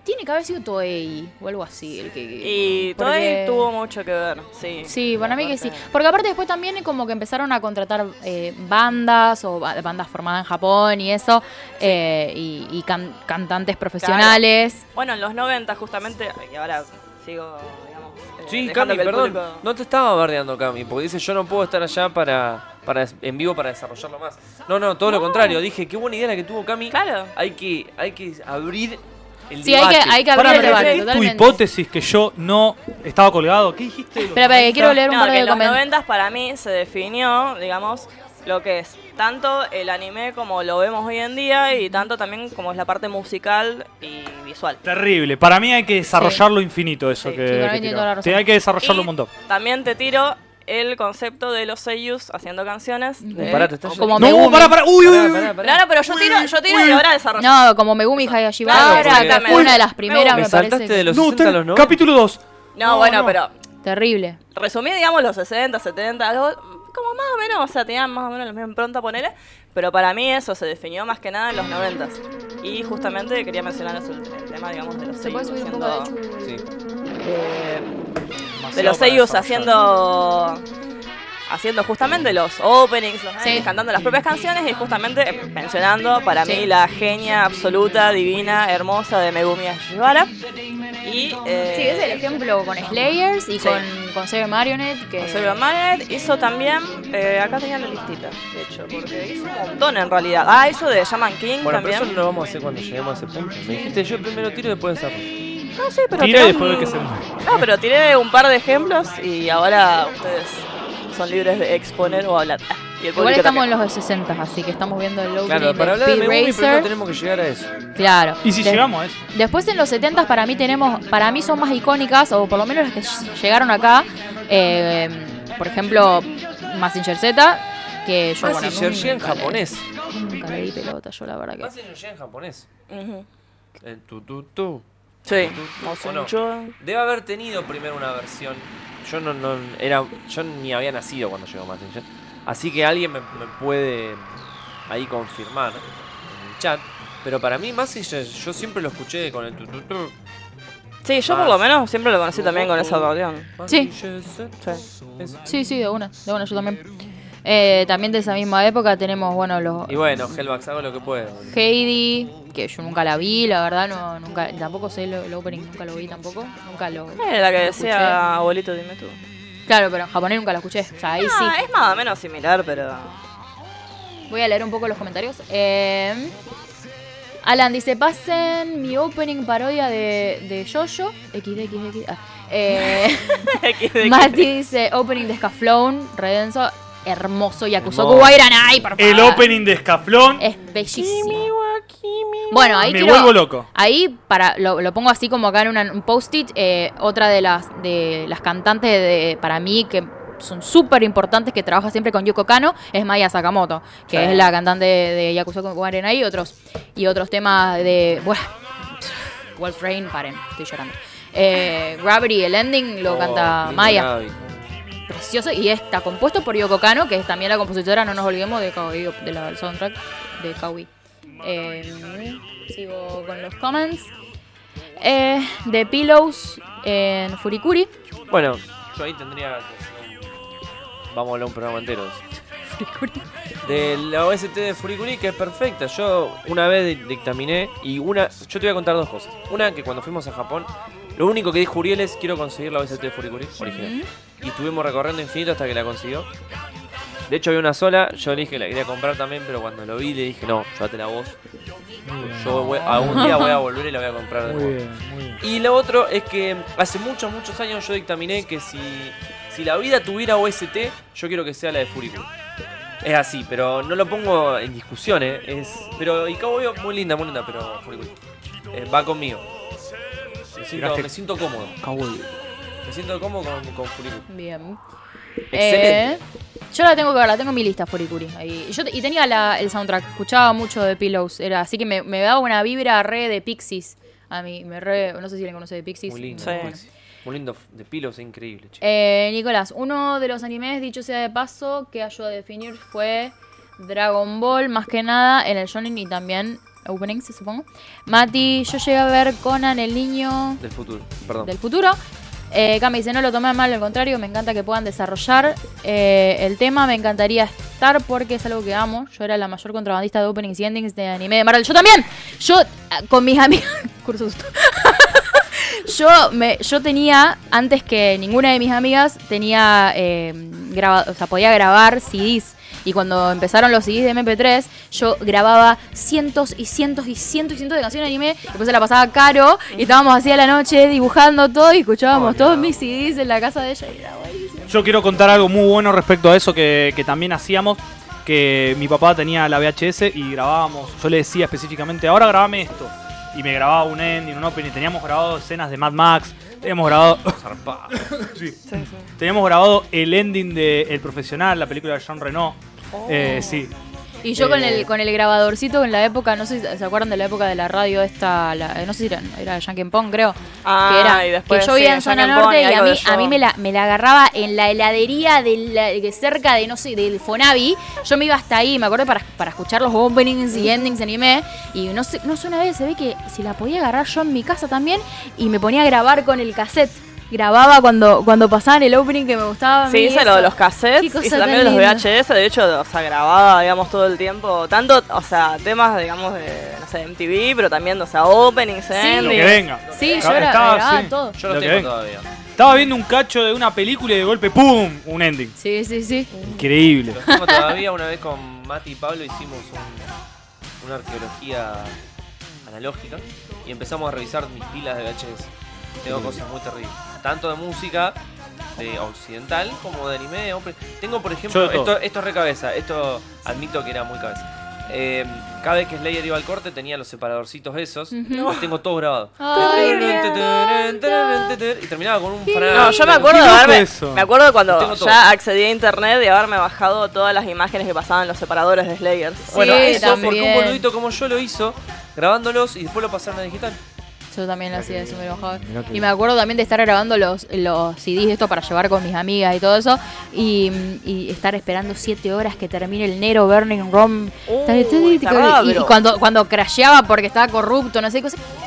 Tiene que haber sido Toei o algo así. El que, Y todo porque- tuvo mucho que ver, sí. Sí, para mí que sí. Aparte- Porque aparte después también como que empezaron a contratar eh, bandas o ba- bandas formadas en Japón y eso, eh, y, y can- cantantes profesionales. Bueno, en los 90 justamente, y ahora sigo, digamos... eh, Sí, dejando Cami, que el perdón. público- No te estaba bardeando, Cami, porque dice yo no puedo estar allá para, para en vivo para desarrollarlo más. No, no, todo lo contrario. Dije, qué buena idea la que tuvo Cami. Claro. Hay que, hay que abrir el Sí, hay debate. que, hay que Pará, abrir el pero debate, ¿qué es tu totalmente. hipótesis que yo no estaba colgado? ¿Qué dijiste? Espera, espera, que quiero leer un No, par que de en los comentarios. 90 para mí se definió, digamos, lo que es tanto el anime como lo vemos hoy en día y tanto también como es la parte musical y visual. Terrible. Para mí hay que desarrollarlo infinito eso Sí, que, sí, para que mí tiene tiró. toda la razón. Te- Hay que desarrollarlo Y un montón. También te tiro el concepto de los seiyus haciendo canciones. de- Eh, Pará, te estás Como yendo. me No, Megumi. para, para. Uy, uy, Pará, uy. pará, No, pará. no, pero yo tiro, yo tiro y ahora desarrollo. No, como Megumi Hayashibara, Claro, que fue exactamente. una de las primeras, Me me, saltaste parece. de los No, 60 a los ten- 90. capítulo 2. No, bueno, no. pero Terrible. resumí, digamos, los 60, 70, algo como más o menos, o sea, tenían más o menos la misma impronta, ponele, pero para mí eso se definió más que nada en los 90. Y justamente quería mencionar eso, el tema, digamos, de los ¿Se puede subir seiyus un poco de haciendo- Sí. eh, de los seiyus haciendo... Haciendo justamente los openings, los endings, cantando las propias canciones y justamente eh, mencionando para Sí. mí la genia absoluta, divina, hermosa de Megumi Ashibara. Y, eh, Sí, ese es el ejemplo con Slayers y Sí. con, con Seven Marionette. Que... Conserva Magnet hizo también, eh, acá tenía la listita, de hecho, porque hizo un montón en realidad. Ah, hizo de Shaman King Bueno, pero también. eso no lo vamos a hacer cuando lleguemos a ese punto. Me dijiste, yo primero tiro y después desarrollo. No sé, pero tiré Tira y después un- ve que se No, pero tiré un par de ejemplos y ahora ustedes son libres de exponer o hablar. Ah, Y el Igual público estamos también. en los de 60, así que estamos viendo el opening Claro, de para hablar de Speed Megumi Racer. primero tenemos que llegar a eso. Claro. Y si De- llegamos a eso. Después en los 70 para mí tenemos, para mí son más icónicas, o por lo menos las que ll- llegaron acá, eh, por ejemplo, Massinger Z, que yo bueno, Massinger nunca G en le- japonés. Nunca le di pelota, yo la verdad que. Massinger G en japonés. Ujú. El tu tu tu. Sí, ¿O Mosun no? Chun. Debe haber tenido primero una versión. Yo no, no era, yo ni había nacido cuando llegó Massinger. Así que alguien me, me puede ahí confirmar en el chat. Pero para mí Massinger, yo siempre lo escuché con el tu tu tu. Sí, yo por lo menos siempre lo conocí también con esa acordeón. Sí. Mazinger Z. Eso. Sí, sí, de una, de una, yo también. Eh, también de esa misma época tenemos, bueno, los Y bueno, Hellbax, hago lo que puedo. boludo. Heidi, que yo nunca la vi, la verdad, no, nunca, tampoco sé lo- el opening, nunca lo vi tampoco, nunca lo. Eh, la que lo decía abuelito, dime tú. escuché. Claro, pero en japonés nunca lo escuché, o sea, ahí sí. Ah, es más o menos similar, pero. *laughs* Voy a leer un poco los comentarios. Eh, Alan dice, pasen mi opening parodia de, de Jojo. XDXX. Ah. Eh, Mati dice, opening de Scaflown, Redenso, hermoso. Y acusó Hermoso. Kuwairanai, por favor. El opening de Escaflón. Ah. Es bellísimo. Bueno, ahí Ah, Me quiero- vuelvo loco. Ahí para, lo, lo pongo así como acá en una- un post-it. eh, otra de las, de las cantantes de, para mí que son súper importantes, que trabaja siempre con Yoko Kano, es Maya Sakamoto, que Sí. es la cantante de, de Yakuza con Arena y otros, y otros temas de. Bueno, Wolf Rain, paren, estoy llorando. Eh, Gravity, el ending, lo Oh, canta lindo Maya. Gaby. Precioso, y está compuesto por Yoko Kano, que es también la compositora, no nos olvidemos, de Kawi, de la, del soundtrack de Kawi. Eh, sigo con los comments. Eh, de Pillows en Furikuri. Bueno, yo ahí tendría que hacer un- Vamos a hablar un programa entero. de eso. De la OST de Furikuri, que es perfecta. Yo una vez di- dictaminé y una. Yo te voy a contar dos cosas. Una, que cuando fuimos a Japón, lo único que dijo Uriel es: Quiero conseguir la OST de Furikuri original. y estuvimos recorriendo infinito hasta que la consiguió. De hecho, había una sola, yo le dije que la quería comprar también, pero cuando lo vi le dije, no, llévatela vos. Yo voy- algún día voy a volver y la voy a comprar de Muy nuevo. bien, muy bien. Y lo otro es que hace muchos, muchos años yo dictaminé que si, si la vida tuviera OST, yo quiero que sea la de Furiku. Es así, pero no lo pongo en discusión, ¿eh? Es, pero y Cowboy, muy linda, muy linda, pero Furiku. eh, va conmigo. Me siento, Tiraste- me siento cómodo. Me siento cómodo con, con Furiku. Bien. Excelente. Eh, yo la tengo que ver, la tengo en mi lista, Furikuri. Ahí. Y, yo, te- y tenía la- el soundtrack, escuchaba mucho de Pillows, era, así que me, me daba una vibra re de Pixies. A mí, me re, no sé si la conoce de Pixies. Muy lindo. Sí. muy- Muy lindo. De pilos, increíble, che. Eh, Nicolás, uno de los animes, dicho sea de paso, que ayudó a definir fue Dragon Ball, más que nada en el shonen y también openings, supongo. Mati, yo llegué a ver Conan el niño Del futuro, perdón. del futuro. Eh, Cami dice, no lo tomé mal, al contrario, me encanta que puedan desarrollar eh, el tema, me encantaría estar porque es algo que amo. Yo era la mayor contrabandista de openings y endings de anime de Marvel. Yo también, yo ah, con mis amigos... *laughs* Curso susto. yo, me, yo tenía, antes que ninguna de mis amigas, tenía eh, graba- o sea, podía grabar CDs. Y cuando empezaron los CDs de MP3, yo grababa cientos y cientos y cientos y cientos de canciones de anime. Después se la pasaba caro y estábamos así a la noche dibujando todo y escuchábamos todos mis CDs en la casa de ella. Y era buenísimo. Yo quiero contar algo muy bueno respecto a eso que, que también hacíamos. Que mi papá tenía la VHS y grabábamos. Yo le decía específicamente, ahora grabame esto. Y me grababa un ending, un opening. Teníamos grabado escenas de Mad Max. Teníamos grabado. *laughs* Zarpado. Sí. Sí, sí. Teníamos grabado el ending de El Profesional, la película de Jean Reno. Oh. Eh, sí. Y yo con Eh. el con el grabadorcito en la época, no sé si se acuerdan de la época de la radio esta, la- eh, no sé si era, era Yankee Pong, creo. Ah, que era y después, que yo sí, vivía en Jack zona and Bonnie, norte y a algo mí, de a mí yo. me, la, me la agarraba en la heladería de la- de cerca de, no sé, del Fonavi. Yo me iba hasta ahí, me acuerdo, para, para escuchar los openings y endings de anime. Y no sé, no sé, una vez se ve que si la podía agarrar yo en mi casa también y me ponía a grabar con el cassette. Grababa cuando, cuando pasaban el opening que me gustaba. a Sí, mí, hice lo de eso. los cassettes, Qué hice cosa también tan los linda. VHS, de hecho, o sea, grababa, digamos, todo el tiempo, tanto, o sea, temas, digamos, de, no sé, MTV, pero también, o sea, openings, ¿eh? Lo endings. que venga. Sí, yo Gra- era- estaba, grababa sí. todo. Yo lo, Lo que tengo ven. todavía. Estaba viendo un cacho de una película y de golpe, ¡pum! Un ending. Sí, sí, sí. Increíble. Lo tengo todavía. Una vez con Mati y Pablo hicimos un- una arqueología analógica y empezamos a revisar mis pilas de VHS. Tengo cosas muy terribles. Tanto de música de occidental como de anime. de hombre. Tengo, por Yo ejemplo, de todo. esto, esto es recabeza. Esto admito que era muy cabeza. Eh, cada vez que Slayer iba al corte tenía los separadorcitos esos. Ujú. Los tengo todos grabados. Ay, Y terminaba con un fran. No, yo me acuerdo de loco haberme, eso. me acuerdo de cuando Tengo todo. ya accedí a internet y haberme bajado todas las imágenes que pasaban en los separadores de Slayers. Bueno, Sí, eso porque un también. boludito como yo lo hizo, grabándolos y después lo pasaron a digital. Yo también lo hacía, eso me enojaba. Y me acuerdo también de estar grabando los, los CDs de esto para llevar con mis amigas y todo eso. Y, y estar esperando siete horas que termine el Nero Burning Rom. Uh, Tal- tal- y- y, macabro. cuando, cuando crasheaba porque estaba corrupto, no sé, cosas. Ah.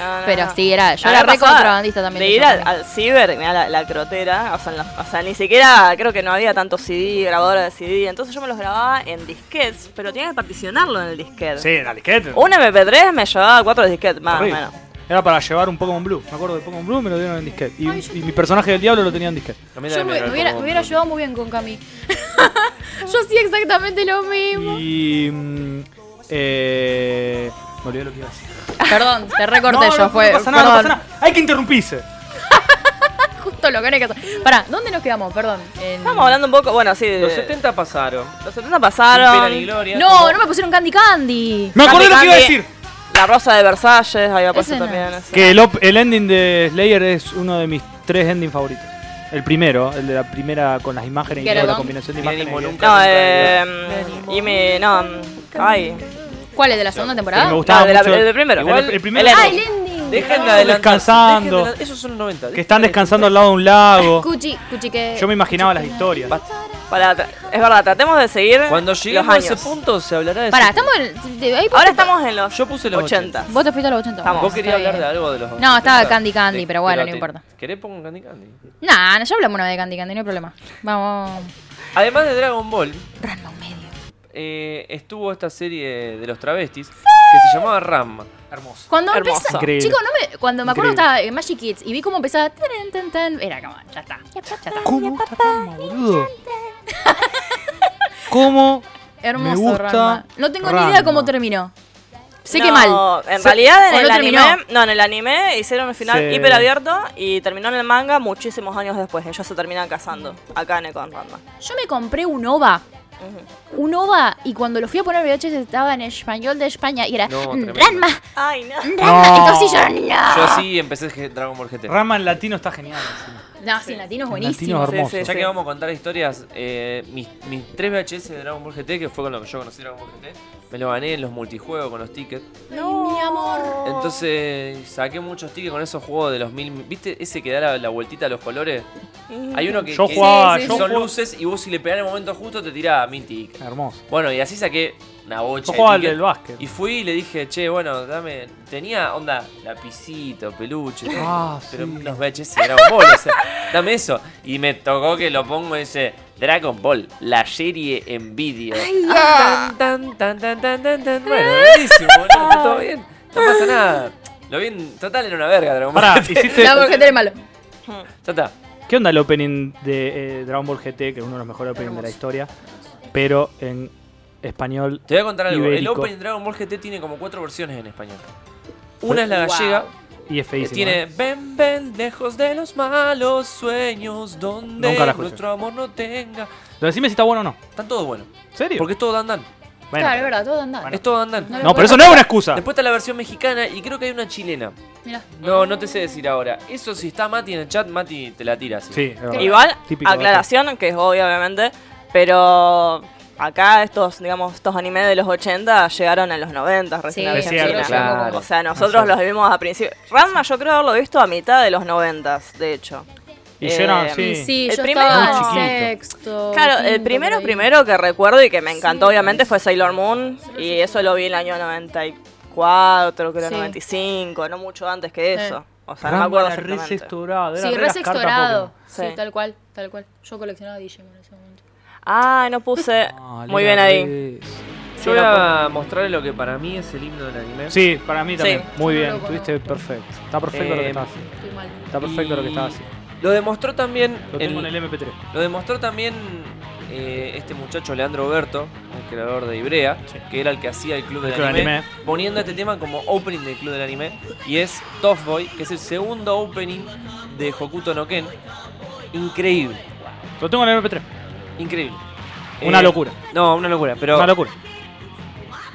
No, no, Pero no. sí, era, yo A mí era me re pasaba contrabandista también. De de ir eso al, también. al ciber, mirá, la, la crotera, o sea, en la- o sea, ni siquiera creo que no había tanto CD, grabadora de CD, entonces yo me los grababa en disquets, pero tenía que particionarlo en el disquete. Sí, dale, ¿qué? Un MP3 me llevaba cuatro disquets, más o Horrible. Ah, menos. Era para llevar un Pokémon Blue. Me acuerdo de Pokémon Blue, me lo dieron en disquete. Y, y mi personaje del diablo lo tenía en disquete. A mí Yo también me, era me hubiera, como- me hubiera ayudado muy bien con Cami. *laughs* yo hacía exactamente lo *laughs* mismo. Y. mm, eh, me olvidé lo que iba a decir. Perdón, te recorté no, yo. no, fue, no pasa nada, no perdón. pasa nada. Hay que interrumpirse. Justo lo que era que hacer. Pará, ¿dónde nos quedamos? Perdón. en- Estábamos hablando un poco, bueno, sí, de- Los 70 pasaron. los 70 Sin pena pasaron, ni gloria. No, no me pusieron Candy Candy. Me acordé Candy, lo que iba a Candy. decir. La Rosa de Versalles, había puesto Ese no. también. ese. Que el, op- el ending de Slayer es uno de mis tres endings favoritos. El primero, el de la primera con las imágenes y Get toda la along. combinación de Bien, imágenes. Imo, y- nunca, No, nunca, eh. Y me. No, mm, ay. ¿Cuál es de la segunda Pero temporada? me gustaba No, de Ah, la- mucho el de primero. Igual Igual- el primero. el Ah, ending. el ending. Dejen de Están adelantarse, descansando. dejen de adela- Esos son 90. Que están descansando al lado de un lago. Cuchi, cuchi que. Yo me imaginaba las historias. Para, tra- es verdad, tratemos de seguir. Cuando lleguemos los a años. ese punto se hablará de Pará, ese estamos en. de- ahí Ahora vos- estamos en los Yo puse los 80. Vos te fuiste a los 80. Estamos. Vos querías está hablar de bien. algo de los No, estaba 70. Candy Candy, pero bueno, no te- importa. ¿Querés pongo Candy Candy? Nah, ya hablamos una vez de Candy Candy, no hay problema. Vamos. Además de Dragon Ball, Random medio. eh, estuvo esta serie de los travestis. que se llamaba Ram. Hermoso. Cuando Hermoso. empezó, Increíble. chico, no me, cuando me acuerdo Increíble. estaba en Magic Kids y vi cómo empezaba, tan, tan, tan, era como, ya está, ya está, ya está. ¿Cómo me gusta Ranma, boludo? ¿Cómo? Hermoso, gusta Ranma. No tengo ni idea Ranma. cómo terminó. Sé que No, mal. En Sé- realidad o en el no anime, terminó. no, en el anime hicieron un final Sí. hiper abierto y terminó en el manga muchísimos años después. Ellos se terminan casando acá en Econ Ranma. Yo me compré un OVA. Un OVA y cuando lo fui a poner VHS estaba en español de España y era *laughs* "Mm, No, tremendo. Ranma, Ay, no. Ranma. No. Entonces yo no. Yo así empecé G- Dragon Ball GT. Rama en latino está genial. encima. No, sí, en latino es En latino buenísimo. es hermoso. Sí, sí, Ya que vamos a contar historias, eh, mis, mis tres VHS de Dragon Ball GT, que fue con lo que yo conocí Dragon Ball GT, me lo gané en los multijuegos con los tickets. Ay, mi Oh. amor. Entonces saqué muchos tickets con esos juegos de los mil. ¿Viste ese que da la, la vueltita a los colores? Mm. Hay uno que, Yo que- jugaba, Sí, sí, que yo son jugaba- luces y vos si le pegás en el momento justo te tiraba mil tickets. Hermoso. Bueno, y así saqué una bocha. Yo de jugaba al tickets. del básquet. Y fui y le dije, che, bueno, dame. Tenía onda, lapicito, peluche, Ah, pero sí. unos VHS de Dragon Ball, o sea, dame eso. Y me tocó que lo pongo ese Dragon Ball, la serie en vídeo. Tan, tan, tan, tan, tan, tan, tan. Bueno, buenísimo, ¿no? está todo bien, no pasa nada. Lo vi en total era una verga, Dragon Ball. Pará, *laughs* No, hiciste. porque tenés malo. Mm. Ya está. ¿Qué onda el opening de eh, Dragon Ball GT, que es uno de los mejores openings de la historia? Pero en español. Te voy a contar algo. Ibérico. El Open Dragon Ball GT tiene como cuatro versiones en español. Una es la gallega, Y es que feísimo. tiene ¿eh? Ven, ven, lejos de los malos sueños, donde Nunca la escuché. nuestro amor no tenga. Pero Decime si está bueno o no. Están todos buenos. ¿En serio? Porque es todo Dan Dan. Bueno, claro, es verdad, todo andando. Es todo Dan Dan. No No, pero eso no es una excusa. Después está la versión mexicana y creo que hay una chilena. Mirá. No, no te sé decir ahora. Eso si está Mati en el chat, Mati te la tira así. Sí, es verdad. Igual, Típico, aclaración, que es obvio, obviamente, pero acá estos, digamos, estos animes de los 80 llegaron en los 90 recién Sí, a Es cierto, Argentina. claro. O sea, nosotros los vimos a principio. Ranma yo creo haberlo visto a mitad de los 90, de hecho. Y yo era- Eh, Y sí. sí, El yo primero- estaba en Muy sexto. Claro, el quinto, primero por ahí. primero que recuerdo y que me encantó obviamente fue Sailor Moon y eso lo vi en el año 94, creo Sí. 95, no mucho antes que eso. O sea, no me Ranma acuerdo era exactamente. resextorado, era Sí, re las re cartas sextorado. Pokémon. Sí, Sí. tal cual, tal cual. Yo coleccionaba Digimon en ese momento. Ay, no puse. Ah, Muy bien era ahí. re- Yo voy a mostrarles lo que para mí es el himno del anime. Sí, para mí también. Muy Yo no bien, lo conozco. estuviste perfecto. Está perfecto lo que Eh, estás haciendo. Estoy mal. Está perfecto lo que Y estás haciendo. Lo demostró también. Lo el- tengo en el MP3. Lo demostró también eh, este muchacho Leandro Berto, el creador de Ibrea, Sí. que era el que hacía el club del El club del anime, anime. poniendo este tema como opening del club del anime, y es Tough Boy, que es el segundo opening de Hokuto no Ken. Increíble, Lo tengo en el MP3. increíble. Una Eh, locura. No, una locura, pero Una locura.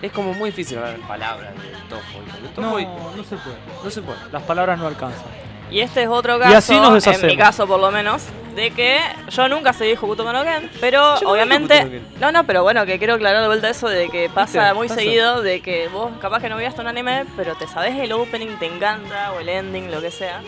es como muy difícil hablar en palabras de Tough Boy. porque Tough Boy no se puede. no se puede. Las palabras no alcanzan. Y este es otro Y caso, así nos deshacemos. en mi caso por lo menos, de que yo nunca seguí Hokuto no Ken, pero Yo no vi obviamente... Hokuto no No, no, pero bueno, que quiero aclarar de vuelta eso de que pasa ¿Viste? muy Pasa. seguido, de que vos capaz que no veías un anime, pero te sabes el opening, te encanta, o el ending, lo que sea.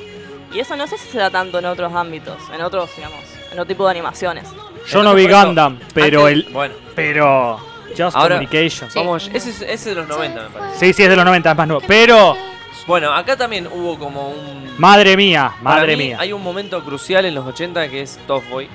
Y eso no sé si se da tanto en otros ámbitos, en otros, digamos, en otro tipo de animaciones. Yo no Entonces, vi por eso, Gundam, pero antes- el. Bueno, Pero. Just Ahora- Communication. Sí. vamos, ese es, ese es de los 90 me parece. Sí, sí, es de los 90, es más nuevo. Pero. Bueno, acá también hubo como un... Madre mía, Para madre mí, mía. Hay un momento crucial en los 80 que es Top Boy.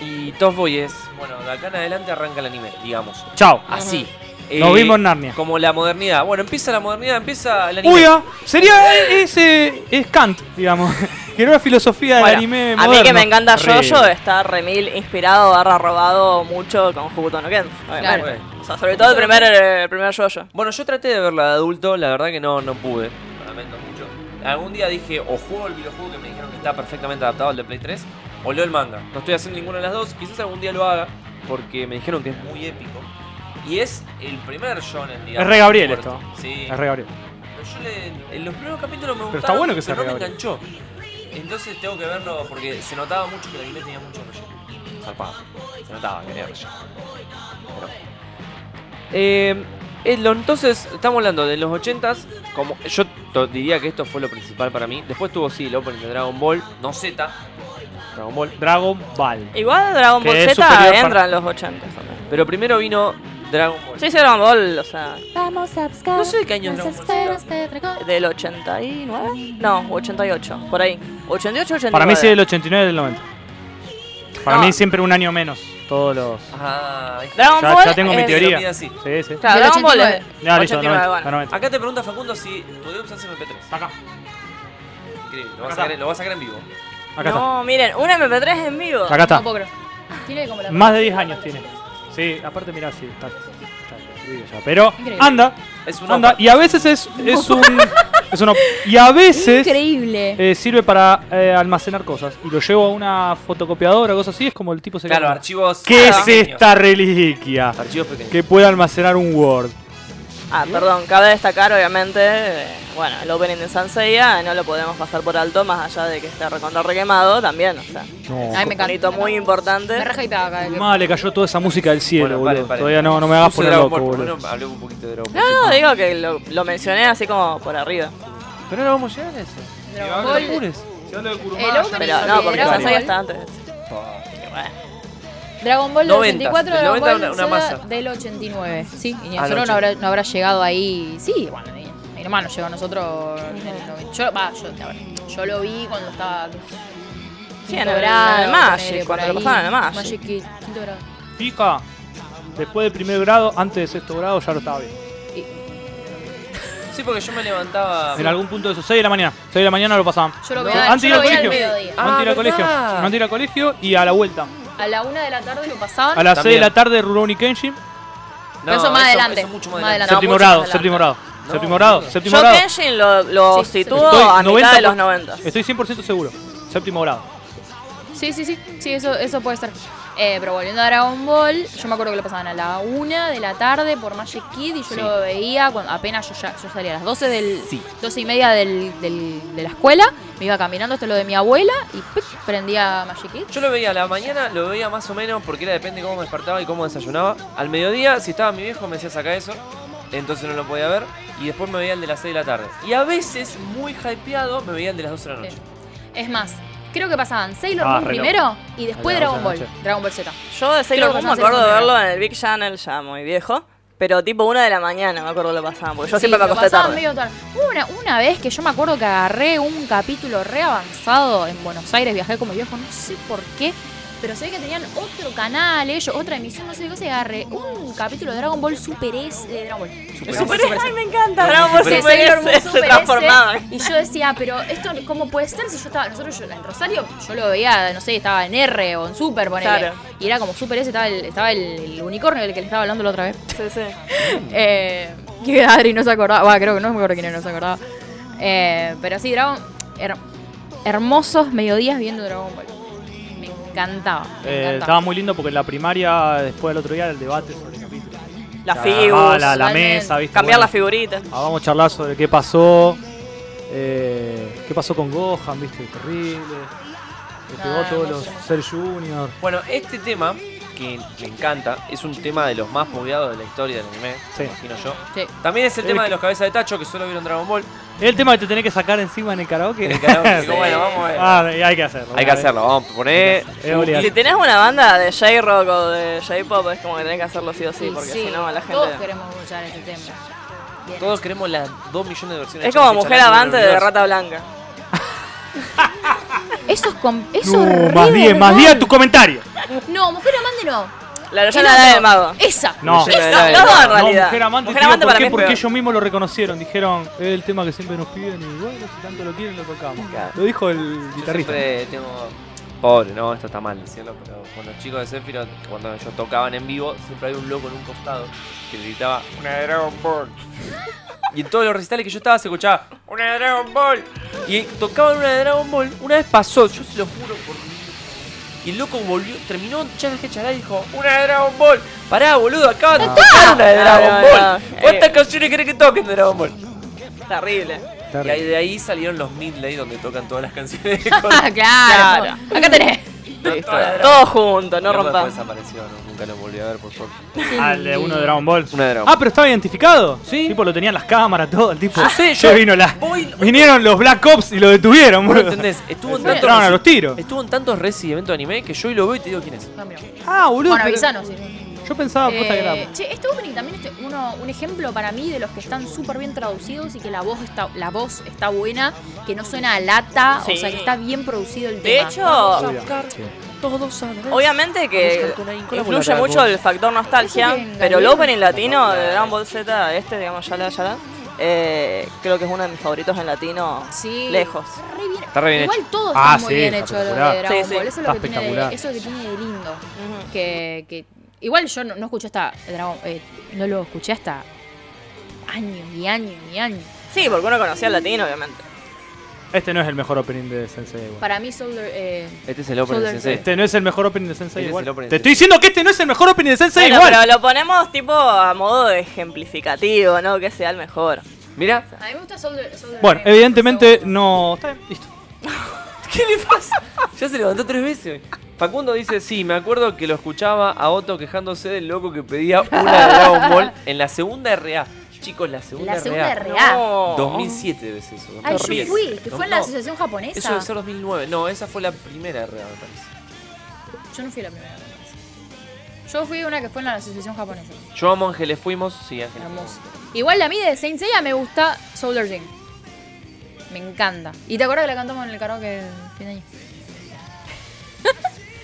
Y Top Boy es, bueno, de acá en adelante arranca el anime, digamos. Chao. Así. Eh, Nos vimos en Narnia. Como la modernidad. Bueno, empieza la modernidad, empieza el anime. Uy, ah, sería ese. Es Kant, digamos. *laughs* Que era una filosofía del Bueno, anime. a mí que me moderno. encanta Re- Jojo está remil inspirado, barra robado mucho con Hokuto no Ken. obviamente. Ah, Bueno. O sea, sobre todo el primer, el primer Jojo. Bueno, yo traté de verla de adulto, la verdad que no, no pude. Lo lamento mucho. Algún día dije, o juego el videojuego que me dijeron que está perfectamente adaptado al de Play 3, o leo el manga. No estoy haciendo ninguna de las dos, quizás algún día lo haga, porque me dijeron que es muy épico. Y es el primer shonen, digamos. re Gabriel fuerte. esto. Sí. Es re Gabriel. Pero yo le- en los primeros capítulos me gustaron, Pero pero, está bueno que sea no me reabierto. enganchó. Entonces tengo que verlo porque se notaba mucho que el anime tenía mucho relleno. Zarpado. Se notaba que tenía relleno. Pero... Eh, eh, lo- entonces, estamos hablando de los 80s. Como, yo to- diría que esto fue lo principal para mí. Después tuvo, sí, el opening de Dragon Ball. No Z. Dragon Ball. Dragon Ball. Igual Dragon Que Ball es Z superior entra para- en los 80 también. Pero primero vino Dragon Ball. Sí, sí, Dragon Ball, o sea, Vamos a buscar No sé de qué año es las Dragon Ball esferas Z. Ah. de dragón. del 89, no, 88, por ahí. 88, 89. Para mí sí, del 89 y del 90. Para No. mí siempre un año menos. Todos los. Ah, ahí está. Dragon Ya, Ball. ya tengo mi es- teoría. mira, sí. Sí, sí. Claro, Del Dragon Ball es 89. Ya, listo, 89, 90, bueno. 90. Acá te pregunta Facundo si tu dedo es MP3. Acá, Increíble, lo vas, a Acá. sacar, lo vas a sacar en vivo. acá no, miren, un MP3 en vivo. está. Acá está. No puedo creer. Tiene como la. Más de 10 años tiene. Sí, aparte mirá, sí, está. está destruido ya. Pero Increíble. anda, Es una anda. Y a veces es, *laughs* es un. Es una, y a veces Increíble. eh, sirve para eh, almacenar cosas. Y lo llevo a una fotocopiadora o cosas así. Es como el tipo se Claro, archivos. ¿Qué es pequeños. esta reliquia? Archivos pequeños. Que puede almacenar un Word. Ah, perdón, cabe destacar obviamente, eh, bueno, el opening de Sanseiya no lo podemos pasar por alto, más allá de que esté recontra requemado también, o sea, No. Ay, me un hito encanta. muy importante. Me raja y paga cada vez que- Mamá, le cayó toda esa música del cielo, Bueno, paren, boludo. paren. Todavía no, no me hagas Puse poner Dragon loco, Ball, por lo boludo. menos Hablemos un poquito de Dragon Ah. Ball. No, no, digo que lo, lo mencioné así como por arriba. Pero no vamos a llegar a eso. Dragon Ball. Ah, El opening Pero de no, porque Dragon Sanseiya Ball. está antes. Dragon Ball del 90, 84, del Dragon 90 Ball una- una Zelda masa. del 89. Sí, y Ah, del nosotros no, 80. habrá, no habrá llegado ahí. Sí, bueno, mi, mi hermano llegó a nosotros. en el 90. Yo, va, yo, a ver, yo lo vi cuando estaba. Sí, en quinto el- en el grado, Magic, ponele, por cuando lo ahí. pasaban en el Magic. Kids, quinto grado. Fija, después de primer grado, antes de sexto grado, ya lo estaba bien. Y- Sí, porque yo me levantaba. En algún punto de eso, 6 de la mañana. 6 de la mañana lo pasaban. Yo lo No, veía, antes yo ir lo al veía al colegio. mediodía. Ah, antes de ir al colegio. ¿verdad? Antes de ir al colegio y a la vuelta. A la una de la tarde lo pasaban. A las 6 de También. la tarde, Rurouni Kenshin. No, Eso más adelante, eso mucho más más adelante. adelante. séptimo mucho grado, más séptimo grado. No, séptimo grado, boludo. séptimo Yo grado. Kenshin lo, lo Sí, sí. sitúo Estoy a mitad de 90 los por- 90. Estoy 100% seguro. Séptimo grado. Sí, sí, sí, sí, eso, eso puede ser. Eh, pero volviendo a Dragon Ball, yo me acuerdo que lo pasaban a la una de la tarde por Magic Kid y yo Sí. lo veía cuando apenas yo, ya, yo salía a las 12 del Sí. 12 y media del, del- de la escuela, me iba caminando hasta lo de mi abuela y ¡pic! prendía Magic Kid. Yo lo veía a la mañana, lo veía más o menos porque era depende cómo me despertaba y cómo desayunaba. Al mediodía, si estaba mi viejo, me decía saca eso. Entonces no lo podía ver. Y después me veía el de las 6 de la tarde. Y a veces, muy hypeado, me veía el de las 12 de la noche. Sí. Es más, creo que pasaban Sailor Ah, Moon re loco. primero y después A la Dragon once de la Ball, Dragon Ball Z. Yo de Sailor Creo que Moon me Sailor acuerdo de Moon era. verlo en el Big Channel ya muy viejo, pero tipo una de la mañana me acuerdo lo pasaban, porque yo Sí, siempre me lo acosté pasaban tarde. medio tarde. Hubo Una, una vez que yo me acuerdo que agarré un capítulo re avanzado en Buenos Aires, viajé como viejo, no sé por qué, pero sé que tenían otro canal ellos, otra emisión, no sé qué cosa, y agarré un capítulo de Dragon Ball Super S, de Dragon Ball. Super S. Ay, me encanta, Dragon *laughs* Ball de Super Sailor Moon S, se Super S, transformaba. Y yo decía, pero esto, ¿cómo puede ser si yo estaba, nosotros yo- en Rosario, yo lo veía, no sé, estaba en R o en Super, ponele. Claro. Y era como Super S, estaba el, estaba el, el unicornio del que le estaba hablando la otra vez. Sí, sí. Mm. Eh, *laughs* que Adri no se acordaba. Va, creo que no me acuerdo quién era, no se acordaba. Eh, pero sí, Dragon. her- hermosos mediodías viendo Dragon Ball. Me encantaba. Me Eh, encantaba. estaba muy lindo porque en la primaria, después del otro día, era el debate sobre el capítulo. Las Ah, figuras. la, la totalmente. mesa, ¿viste? Cambiar Bueno, las figuritas. Ah, vamos a charlar sobre qué pasó. eh, qué pasó con Gohan, viste, terrible. Le pegó a Ah, todos no los sé. Ser Junior. Bueno, este tema, que me encanta, es un tema de los más bugueados de la historia del anime, Sí. me imagino yo. Sí. También es el Eh, tema de que- los cabezas de tacho que solo vieron Dragon *laughs* Ball. El tema que te tenés que sacar encima en el karaoke. En el *laughs* karaoke, Sí. digo, bueno, vamos a ver. Ah, y hay que hacerlo. Hay que hacerlo, vamos a poner. Es Y si obligatorio. tenés una banda de J-Rock o de J-Pop, es como que tenés que hacerlo sí o sí, Y porque sí, si no, la Todos gente. queremos escuchar este tema. Todos queremos las 2 millones de versiones. Es como hechas mujer en el avante de universo. Rata Blanca. Eso es. con- eso es No, re más 10, más Dragon 10 tu comentario. Ball. No, mujer amante no. La Esa Loyola de del Mago. Esa. No. Esa Esa, era de- los dos en No, realidad. mujer amante, Mujer tío, amante ¿por para qué? mí es Porque peor. ellos mismos lo reconocieron. Dijeron, es el tema que siempre nos piden y bueno, si tanto lo quieren, lo tocamos. Claro. Lo dijo el Yo guitarrista. siempre tengo. Pobre, no, esto está mal decirlo, pero con los chicos de Sephiroth, cuando ellos tocaban en vivo, siempre había un loco en un costado que gritaba ¡Una de Dragon Ball! Y en todos los recitales que yo estaba se escuchaba ¡Una de Dragon Ball! Y tocaban una de Dragon Ball. Una vez pasó, yo se lo juro por mi vida. Y el loco volvió, terminó Channel que y dijo ¡Una de Dragon Ball! Pará, boludo, acaban de tocar una de Ah. No, Dragon no, Ball. no. ¿Cuántas Eh. canciones querés que toquen de Dragon Ball? Terrible. Y ahí, de ahí salieron los Midley donde tocan todas las canciones *laughs* de Ah, claro. Claro. Acá tenés. Listo. Todo junto, no Mi hermano rompamos. desapareció, no, nunca lo volví a ver, por favor. Al Ah, de uno de Dragon Ball. Una de Dragon Ah, pero estaba identificado. Sí. Tipo, lo tenían las cámaras, todo. El tipo. Yo sé, "Che, yo vino la- Ah, voy- Vinieron los Black Ops y lo detuvieron, ¿Vos lo boludo. entendés? *laughs* Estuvo en Se entraron a los tantos. tiros. Estuvo en tantos resi eventos de anime que yo hoy lo veo y te digo quién es. No, mira. Ah, boludo. Bueno, pero- avisanos. sí. Yo pensaba posta que era. Eh, che, este opening también es uno, un ejemplo para mí de los que están súper bien traducidos y que la voz está la voz está buena, que no suena a lata, o Sí. sea que está bien producido el De tema. hecho, Obvio. Sí. Todos a la vez. Obviamente que Busca con ahí, con la influye bola, mucho Dragon. el factor nostalgia, Eso que en pero el Gabriel- opening latino de Dragon Ball Z, este, digamos, ya la, ya la, eh, creo que es uno de mis favoritos en latino, Sí. lejos. Está re bien- Está re bien Igual hecho. todo Ah, está muy sí, bien está hecho lo de espectacular. Dragon Sí, sí. Ball. Eso es Está lo que tiene espectacular. de, eso es lo que tiene de lindo. Ujú. Que, que igual yo no, no escuché hasta Dragon eh, no lo escuché hasta años y años y años. Sí, porque uno conocía el latino, obviamente. Este no es el mejor opening de Sensei igual. Para mí Soldier eh, Este es el opening Shoulder sensei. Este no es el mejor opening de Este Sensei es igual. el opening Te de estoy diciendo que este no es el mejor opening de Sensei Bueno, igual. pero lo ponemos tipo a modo de ejemplificativo, ¿no? Que sea el mejor. Mira, a mí me gusta Soldier, Soldier Bueno, Ring, evidentemente segundo. no. Está bien, listo. ¿Qué le pasa? Ya se levantó tres veces. Facundo dice, sí, me acuerdo que lo escuchaba a Otto quejándose del loco que pedía una de Dragon Ball en la segunda RA. Chicos, la segunda La segunda RA. RA. No. 2007 debe ser eso. Ay, 2010. yo fui, que fue en la No, asociación Eso japonesa. debe ser 2009. No, esa fue la primera RA, me parece. Yo no fui la primera. vez. Yo fui una que fue en la asociación japonesa. Yo amo Ángeles fuimos, sí, Ángeles. Hermoso. Igual a mí de Saint Seiya me gusta Solar Ring. Me encanta. ¿Y te acuerdas que la cantamos en el karaoke de fin de año? *laughs*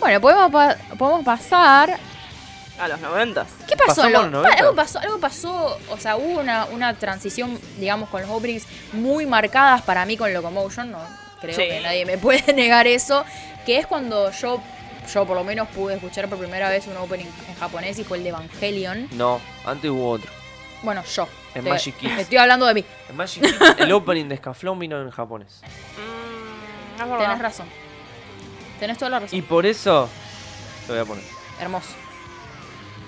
bueno, podemos, pa- podemos pasar. A los 90. ¿Qué pasó? Pasamos Lo- los pa- 90. algo, pasó algo pasó, o sea, hubo una, una transición, digamos, con los openings muy marcadas para mí con Locomotion, no creo Sí. que nadie me *laughs* puede negar eso, que es cuando yo, yo por lo menos pude escuchar por primera vez un opening en japonés y fue el de Evangelion. No, antes hubo otro. Bueno, yo. En Te- Magic Kids. Estoy hablando de mí. En Magic Kids, el opening de Scaflón vino en japonés. Mm, es Tenés verdad. razón. Tenés toda la razón. Y por eso lo voy a poner. Hermoso.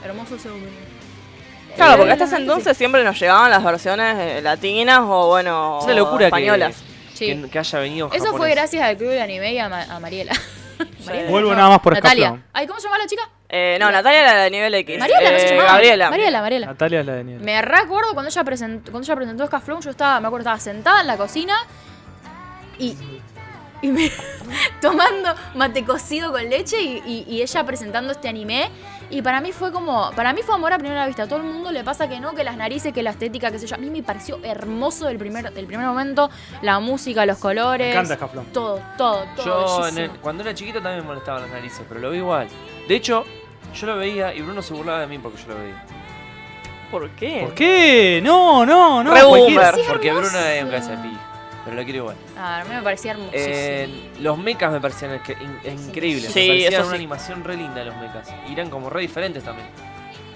Hermoso ese opening. Claro, porque Eh, hasta ese entonces siempre nos llegaban las versiones eh, latinas o, bueno, Es una locura que- Oh, españolas. Sí. que, que haya venido en Eso fue japonés. gracias al club de anime y a, Ma- a Mariela. Mariela, Vuelvo nada más por Natalia. escaflón. Ay, ¿cómo se llama la chica? Eh, no, Natalia era de nivel X. Mariela, no Eh, se llamaba. Gabriela. Mariela, Mariela. Natalia es la de Niel. Me recuerdo cuando ella presentó, cuando ella presentó Scaflón, yo estaba, me acuerdo, estaba sentada en la cocina y, y me- *laughs* tomando mate cocido con leche y, y- y ella presentando este anime. Y para mí fue como, para mí fue amor a primera vista. A todo el mundo le pasa que no, que las narices, que la estética, que sé yo. A mí me pareció hermoso del primer, del primer momento, la música, los colores. Me encanta Escaflón. Todo, todo, todo. Yo en bellísimo. el- cuando era chiquito también me molestaban las narices, pero lo vi igual. De hecho, yo lo veía y Bruno se burlaba de mí porque yo lo veía. ¿Por qué? ¿Por qué? No, no, Ah, no. Re cualquiera. boomer. Sí, porque hermoso. Bruno es un cazapí, pero lo quiero igual. Ah, a mí me parecía hermosísimo. Eh, los mechas me parecían que- in- increíbles, Sí, me parecían eso una sí. animación re linda los mechas. Y eran como re diferentes también.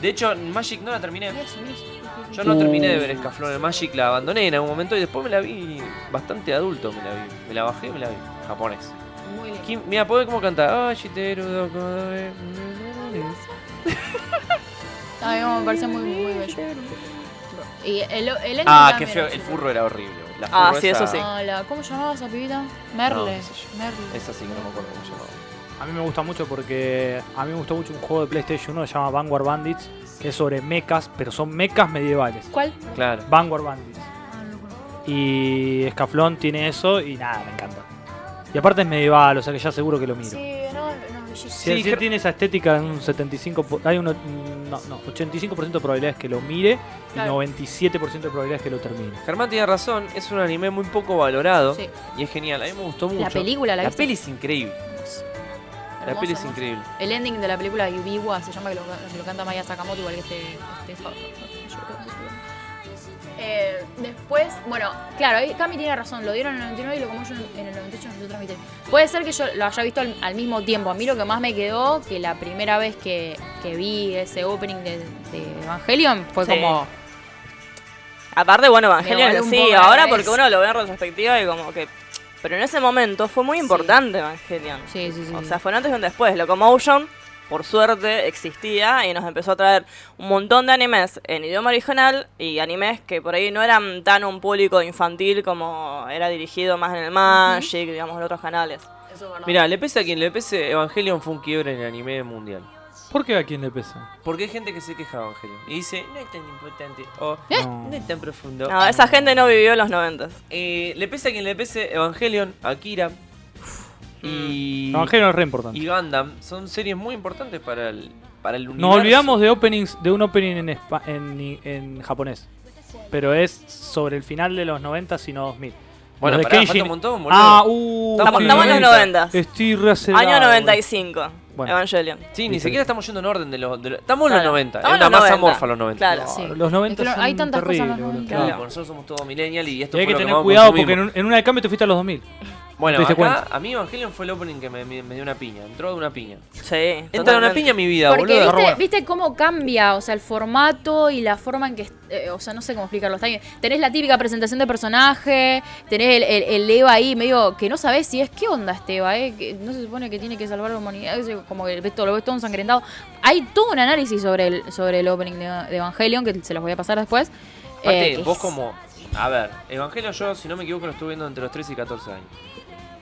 De hecho, en Magic no la terminé. Eso, eso. Yo no terminé de ver Escaflón en Magic, la abandoné en algún momento y después me la vi bastante adulto, me la vi. Me la bajé y me la vi. Japonés. Muy lindo. Kim- Mira, puedo ver cómo canta. Ah, Shiteru Dokodoe. A mí me parece muy, muy bello. Y el, el Ah, qué feo. El furro era horrible. La furro Ah, sí, esa- eso sí. Hola, ¿cómo llamaba esa pibita? Merle. No, qué sé yo. Merle. Esa sí que no me acuerdo cómo se llamaba. A mí me gusta mucho porque a mí me gustó mucho un juego de PlayStation 1 que se llama Vanguard Bandits, que es sobre mechas, pero son mechas medievales. ¿Cuál? Claro. Vanguard Bandits. Y Escaflón tiene eso y nada, me encanta. Y aparte es medieval, o sea que ya seguro que lo miro. Sí, no, no, bellísimo. Si Sí, sí, creo- tiene esa estética en un 75, po- hay un o- no, no, 85% de probabilidades que lo mire Claro. y 97% de probabilidades que lo termine. Germán tiene razón, es un anime muy poco valorado Sí. y es genial. A mí me gustó mucho. La película, la, La viste? peli es increíble. La Hermosa, peli es hermosa. increíble. El ending de la película Yubiwa se llama que lo, que lo canta Maya Sakamoto, igual que este. este- Eh, después, bueno, claro, ahí Cami tiene razón, lo dieron en el 99 y lo como yo en el 98 no lo transmití. Puede ser que yo lo haya visto al, al mismo tiempo. A mí lo que más me quedó, que la primera vez que, que vi ese opening de, de Evangelion fue Sí. como. Aparte, bueno, Me voló Evangelion un sí, poco la ahora cabeza. porque uno lo ve en retrospectiva y como que... Pero en ese momento fue muy importante Evangelion. Sí, sí, sí. O Mm. sí. sea, fue un antes y un después. Locomotion, por suerte, existía y nos empezó a traer un montón de animes en idioma original y animes que por ahí no eran tan un público infantil como era dirigido más en el Magic, digamos, en otros canales. Mira, le pese a quien le pese, Evangelion fue un quiebre en el anime mundial. ¿Por qué a quién le pesa? Porque hay gente que se queja de Evangelion y dice, no es tan importante o No. no es tan profundo. ¿Eh? No, esa gente no vivió los 90. Eh, le pese a quien le pese, Evangelion, Akira Mm. y, Evangelion es re importante. y Gundam son series muy importantes para el, para el universo. Nos olvidamos de openings, de un opening en, espa- en, en japonés. Pero es sobre el final de los 90, sino 2000. Bueno, Los de pará, Kenshin. falta un montón, boludo. Ah, uh. Estamos- sí. estamos en los 90. Estoy reacelado. Año 95. Bueno. Evangelion. sí, ni Diferente. siquiera estamos yendo en orden de los. de los- estamos en Claro. los 90. Estamos Es en una los masa 90. morfa los 90. Claro. Sí. Los 90 Es que lo- son hay tantas cosas en los terribles, boludo. 90. Claro, Claro. nosotros somos todos millennial y esto Y hay fue que lo tener más cuidado consumimos. porque en un, en una de cambio te fuiste a los 2000. Bueno, te diste acá, cuenta. a mí Evangelion fue el opening que me, me- me dio una piña. Entró de una piña. Sí. Entra de una totalmente. piña en mi vida, Porque boludo. viste, viste cómo cambia, o sea, el formato y la forma en que. est- eh, o sea, no sé cómo explicarlo. Está bien. Tenés la típica presentación de personaje, tenés el, el- el Eva ahí medio que no sabés si es qué onda este Eva, eh? que no se supone que tiene que salvar la humanidad, que se- como que ves todo, lo ves todo ensangrentado. Hay todo un análisis sobre el, sobre el opening de, de Evangelion, que se los voy a pasar después. Aparte, eh, que vos es- como. A ver, Evangelio yo, si no me equivoco, lo estuve viendo entre los 13 y 14 años.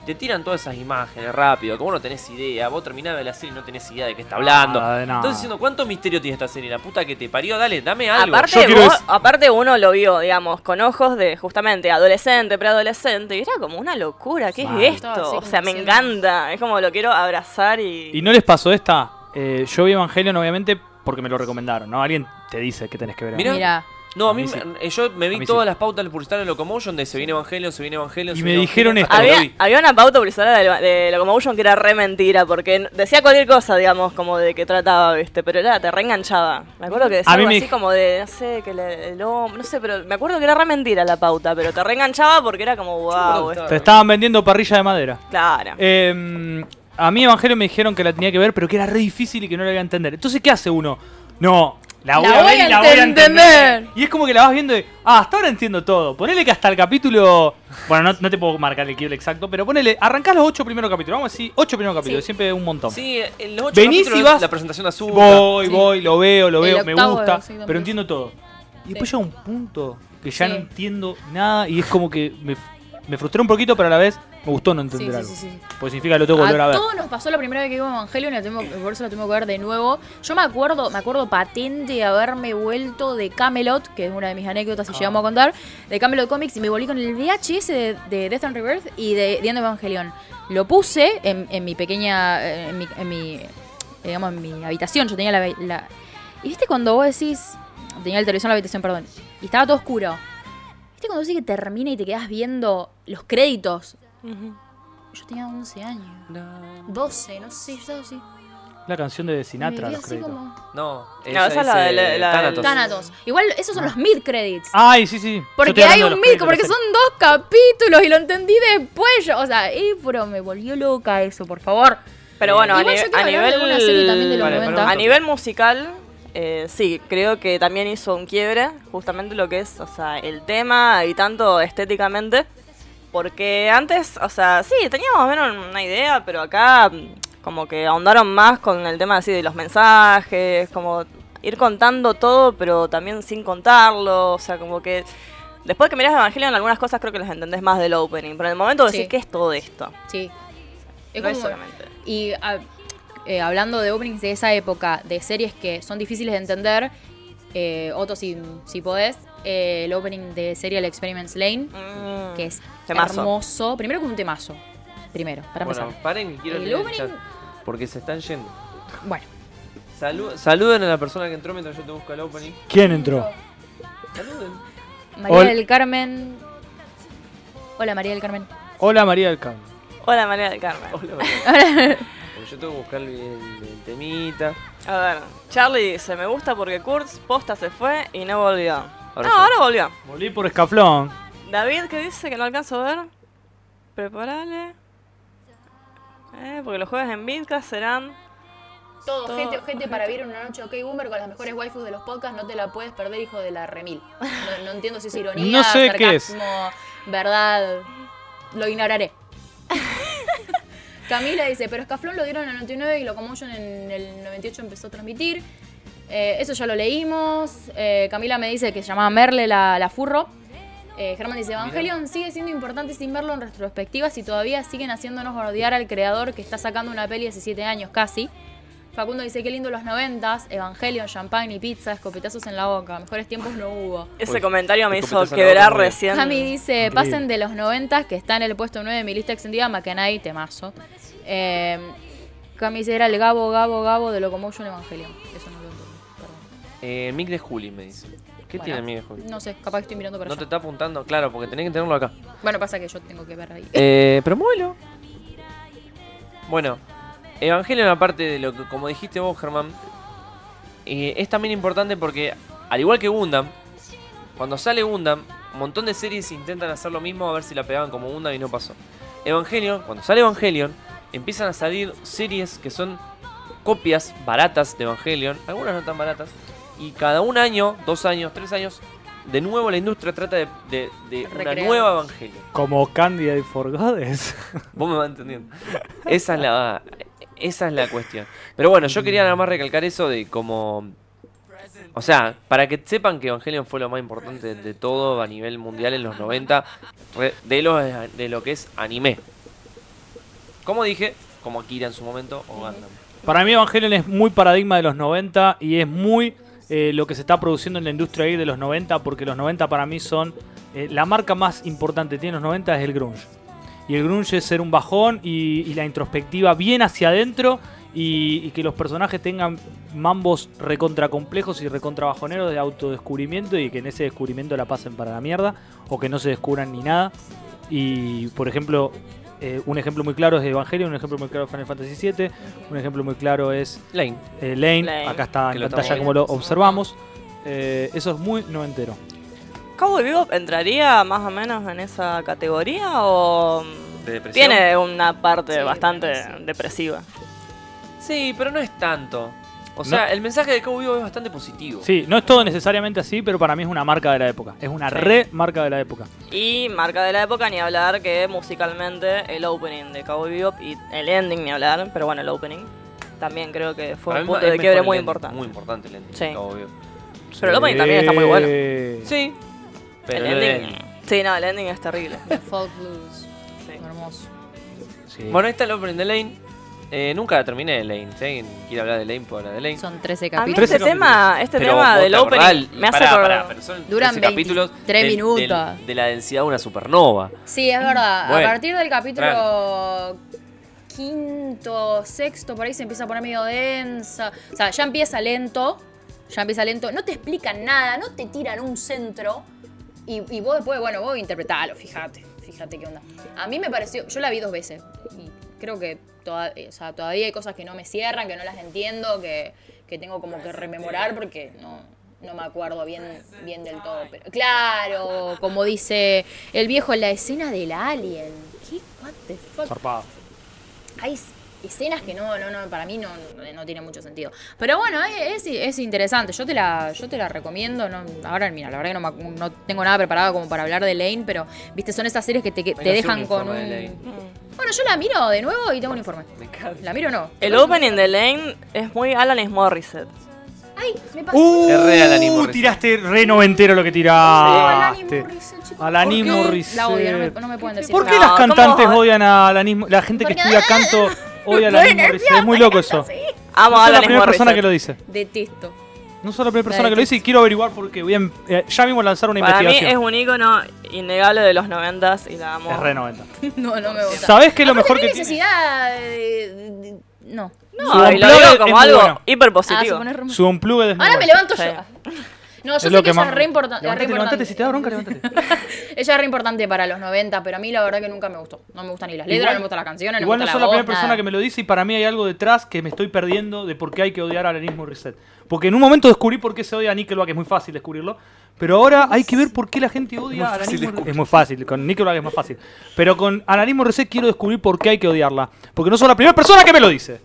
Te tiran todas esas imágenes rápido, como no tenés idea, vos terminás de la serie y no tenés idea de qué está hablando. Nada, Ah, de nada. Entonces diciendo, ¿cuánto misterio tiene esta serie? La puta que te parió, dale, dame algo. Yo Aparte, quiero vos- es- aparte uno lo vio, digamos, con ojos de justamente adolescente, preadolescente, y era como una locura, ¿qué Mal. es Estaba así esto? O como sea, me diciendo- encanta, es como lo quiero abrazar y... ¿Y no les pasó esta? Eh, yo vi Evangelion, obviamente, porque me lo recomendaron, ¿no? Alguien te dice que tenés que ver. Mirá. Mirá. No, a A mí, mí sí. me- eh, yo me vi A mí todas sí. las pautas del publicitario de Locomotion de se viene Evangelion, se viene Evangelion. Y se me viene dijeron Evangelion, hasta que Había, lo vi. había una pauta publicitaria de, de Locomotion que era re mentira, porque n- decía cualquier cosa, digamos, como de que trataba, ¿viste? Pero era, te reenganchaba. Me acuerdo que decía A mí algo me así dij- como de, no sé, que le- el hombre, no sé, pero me acuerdo que era re mentira la pauta, pero te reenganchaba porque era como, wow, estaba- Te estaban vendiendo parrilla de madera. claro. Eh, a mí Evangelio me dijeron que la tenía que ver, pero que era re difícil y que no la iba a entender. Entonces, ¿qué hace uno? No, la voy, La a voy ver a y la voy a entender. entender. Y es como que la vas viendo y, ah, hasta ahora entiendo todo. Ponele que hasta el capítulo... Bueno, no, no te puedo marcar el equilibrio exacto, pero ponele, arrancás los ocho primeros capítulos. Vamos a decir, ocho primeros capítulos, siempre un montón. Sí, en los ocho Venís y capítulos vas- la presentación de azul. Voy, voy, lo veo, lo El veo, me octavo, gusta, sí, también. pero entiendo todo. Y después Sí. llega un punto que ya no Sí. entiendo nada y es como que me, me frustré un poquito, pero a la vez me gustó no entender Sí, sí, algo. sí, sí. Porque significa que lo tengo que volver a a ver. todos nos pasó la primera vez que vimos Evangelion, y la tuvimos- por eso la tuvimos que ver de nuevo. Yo me acuerdo, me acuerdo patente de haberme vuelto de Camelot, que es una de mis anécdotas Ah. si llegamos a contar, de Camelot Comics y me volví con el VHS de, de Death and Rebirth y de The End of Evangelion. Lo puse en, en mi pequeña, eh, en mi, en mi, eh, digamos, en mi habitación. Yo tenía la, la- Y viste cuando vos decís... Tenía el televisor en la habitación, perdón. Y estaba todo oscuro. Viste cuando decís que termina y te quedás viendo los créditos. Ujú. Yo tenía 11 años. No, 12, no sé, yo estaba así. La canción de Me Sinatra, vi los así créditos. como no, esa es la dice de- la- Thanatos. Thanatos. Igual esos son los mid credits. Ay, sí, sí. Ah. Yo estoy porque hay hablando de un los mid, créditos de porque la son serie. dos capítulos y lo entendí después. yo, o sea, eh, pero me volvió loca eso, por favor. Pero bueno, a, Eh, Igual yo nive- quiero a hablar de nivel. alguna serie también de los Vale, 90. pará un a nivel musical, eh, sí, creo que también hizo un quiebre, justamente lo que es, o sea, el tema y tanto estéticamente. Porque antes, o sea, sí, teníamos menos una idea, pero acá mm, como que ahondaron más con el tema así de los mensajes, como ir contando todo, pero también sin contarlo, o sea, como que después que mirás Evangelion algunas cosas creo que las entendés más del opening, pero en el momento decís, Sí. ¿qué es todo esto? Sí. Es no es como- solamente. Y ah, eh, hablando de openings de esa época, de series que son difíciles de entender, eh, Otto, si, si podés, eh, el opening de Serial Experiments Lane, Mm. que es Temazo. hermoso. Primero que un temazo. Primero, para empezar. Bueno, paren que quiero El leer el opening- chat, Porque se están yendo. Bueno. Salu- saluden a la persona que entró mientras yo te busco el opening. *laughs* ¿Quién entró? Saluden. María Hola. del Carmen. Hola, María del Carmen. Hola María del Carmen. Hola María del Carmen. Hola, hola. Porque yo tengo que buscar el, el- el temita. A ver, Charlie dice, me gusta porque Kurtz posta se fue y no volvió. no, yo. ahora volvió. Volví por escaflón. David que dice que no alcanzo a ver. Preparale. Eh, porque los jueves en Vidcast serán... Todo, Todo. gente, gente para vivir una noche ok boomer con las mejores waifus de los podcasts, no te la puedes perder, hijo de la remil. No, no entiendo si es ironía, *laughs* No sé qué es. sarcasmo, verdad. Lo ignoraré. Camila dice, pero Escaflón lo dieron en el 99 y Locomotion en el 98 empezó a transmitir. Eh, eso ya lo leímos. Eh, Camila me dice que se llamaba Merle la, la furro. Eh, Germán dice, Evangelion sigue siendo importante sin verlo en retrospectivas y todavía siguen haciéndonos odiar al creador que está sacando una peli hace 7 años casi. Facundo dice, qué lindo los noventas, Evangelion, champagne y pizza, escopetazos en la boca, mejores tiempos no hubo. Ese Uy, comentario me te hizo competencia en la quebrar boca, recién. Jami dice, Increíble. pasen de los 90 que está en el puesto 9 de mi lista extendida, Macanay, temazo. Eh, Cami dice, era el Gabo, Gabo, Gabo de Locomotion Evangelion. Eso no lo entiendo, perdón. Eh, Mick de Juli me dice. ¿Qué Bueno. tiene mi viejo? No sé, capaz que estoy mirando para No te allá. está apuntando, claro, porque tenés que tenerlo acá. Bueno, pasa que yo tengo que ver ahí. Eh, pero muévelo. Bueno, Evangelion, aparte de lo que, como dijiste vos, Germán, eh, es también importante porque, al igual que Gundam, cuando sale Gundam, un montón de series intentan hacer lo mismo a ver si la pegaban como Gundam y no pasó. Evangelion, cuando sale Evangelion, empiezan a salir series que son copias baratas de Evangelion, algunas no tan baratas, y cada un año, dos años, tres años, de nuevo la industria trata de, de- de una Recrear. nueva Evangelion. Como Candidate for Goddess. Vos me vas entendiendo. Esa es la, esa es la cuestión. Pero bueno, yo quería nada más recalcar eso de como... O sea, para que sepan que Evangelion fue lo más importante de todo a nivel mundial en los 90 re- de lo, de lo que es anime. Como dije, como Akira en su momento o Gundam. Para mí Evangelion es muy paradigma de los 90 y es muy eh, lo que se está produciendo en la industria ahí de los 90 porque los 90 para mí son... eh, la marca más importante que tiene los 90 es el grunge. Y el grunge es ser un bajón y, y la introspectiva bien hacia adentro y, y que los personajes tengan mambos recontra complejos y recontra bajoneros de autodescubrimiento y que en ese descubrimiento la pasen para la mierda o que no se descubran ni nada. Y por ejemplo, eh, un ejemplo muy claro es Evangelion, un ejemplo muy claro es Final Fantasy VII, un ejemplo muy claro es Lane. eh, Lane. Lane. acá está Que en lo pantalla estamos como lo observamos. Eh, eso es muy noventero. ¿Cowboy Bebop entraría más o menos en esa categoría o...? De depresión. Tiene una parte Sí, bastante sí. depresiva. Sí, pero no es tanto. O sea, el mensaje de Cowboy Bebop es bastante positivo. Sí, no es todo necesariamente así, pero para mí es una marca de la época. Es una Sí. re marca de la época. Y marca de la época, ni hablar que musicalmente el opening de Cowboy Bebop y el ending, ni hablar, pero bueno, el opening también creo que fue Para un mí punto es de mejor quiebre el muy ending, importante. Muy importante el ending, Sí. de Cowboy Bebop. Pero el opening también está muy bueno. Sí. Sí, pero el el ending. ending. Sí, no, el ending es terrible. *laughs* Folk Blues. Sí. Hermoso. Bueno, ahí está el opening de Lane. Eh, nunca la terminé de Lane. Si alguien quiere hablar de Lane, puede hablar de Lane. Son 13 A mí capítulos. Trece este tema, este tema vos del te acordás, opening me hace pará, acordar- pará, pero son Duran 13 capítulos 23 del- minutos. del- de la densidad de una supernova. Sí, es verdad. Bueno, a partir del capítulo quinto, sexto, por ahí se empieza a poner medio densa. O sea, ya empieza lento. Ya empieza lento. No te explican nada, no te tiran un centro. Y, y vos después, bueno, vos interpretalo, fíjate. Fíjate qué onda. A mí me pareció. Yo la vi dos veces. Y creo que toda- eh, o sea, todavía hay cosas que no me cierran, que no las entiendo, que, que tengo como que rememorar porque no. No me acuerdo bien, bien del todo, pero claro, como dice el viejo en la escena del alien. ¿Qué? What the fuck? Zarpado. Hay s- escenas que no, no, no, para mí no, no, no tiene mucho sentido. Pero bueno, es, es- es interesante. Yo te la, yo te la recomiendo. No, ahora, mira, la verdad que no, me acu- no tengo nada preparado como para hablar de Lane, pero viste, son esas series que te, que que te hacer un dejan con un. informe de Bueno, yo la miro de nuevo y tengo un informe. Me encanta. ¿La miro o no? El opening de Lane es muy Alanis Morissette. ¡Ay! Me pasó. Uh, Es re Alanis Morissette. tiraste re noventero lo que Alanis tiraste. Morissette, chicos. Alanis ¿Por qué? Morissette. La odio, no me, no me pueden decir ah, este ¿Por qué nada. las No, ¿cómo cantantes vas? odian a Alanis Mo- La gente que Porque- estudia canto odia a Alanis Morissette. Es muy *laughs* loco eso. Amo No a soy la Alanis primera persona Morissette. que lo dice. Detesto. *laughs* No soy la primera persona que lo dice y quiero averiguar por qué. Voy a em- eh, ya mismo lanzar una Para mí es investigación. un icono innegable de los noventas y la amo. Es re 90. No, no me gusta. ¿Sabés qué es lo Aparte, mejor no que hay tiene? necesidad de- de- de- No. Su No, y lo unplugged digo es como muy algo bueno. hiper Ah, se positivo. pone re mal. Su unplug es muy Ahora me bueno. levanto Sí. yo. No, yo Es lo sé que que ella más- es re importante. Levantate, levantate. Si te da *laughs* bronca, levantate. Ella es re importante para los 90, pero a mí la verdad que nunca me gustó. No me gustan ni las letras, Igual- no me gustan las canciones, Igual no no me gusta soy la la primera voz, persona nada. que me lo dice y para mí hay algo detrás que me estoy perdiendo de por qué hay que odiar al Alanis Morissette. Porque en un momento descubrí por qué se odia a Nickelback, es muy fácil descubrirlo. Pero ahora hay que ver por qué la gente odia a Alanis Morissette. Es muy fácil, con Nickelback es más fácil. Pero con Alanis Morissette quiero descubrir por qué hay que odiarla. Porque no soy la primera persona que me lo dice.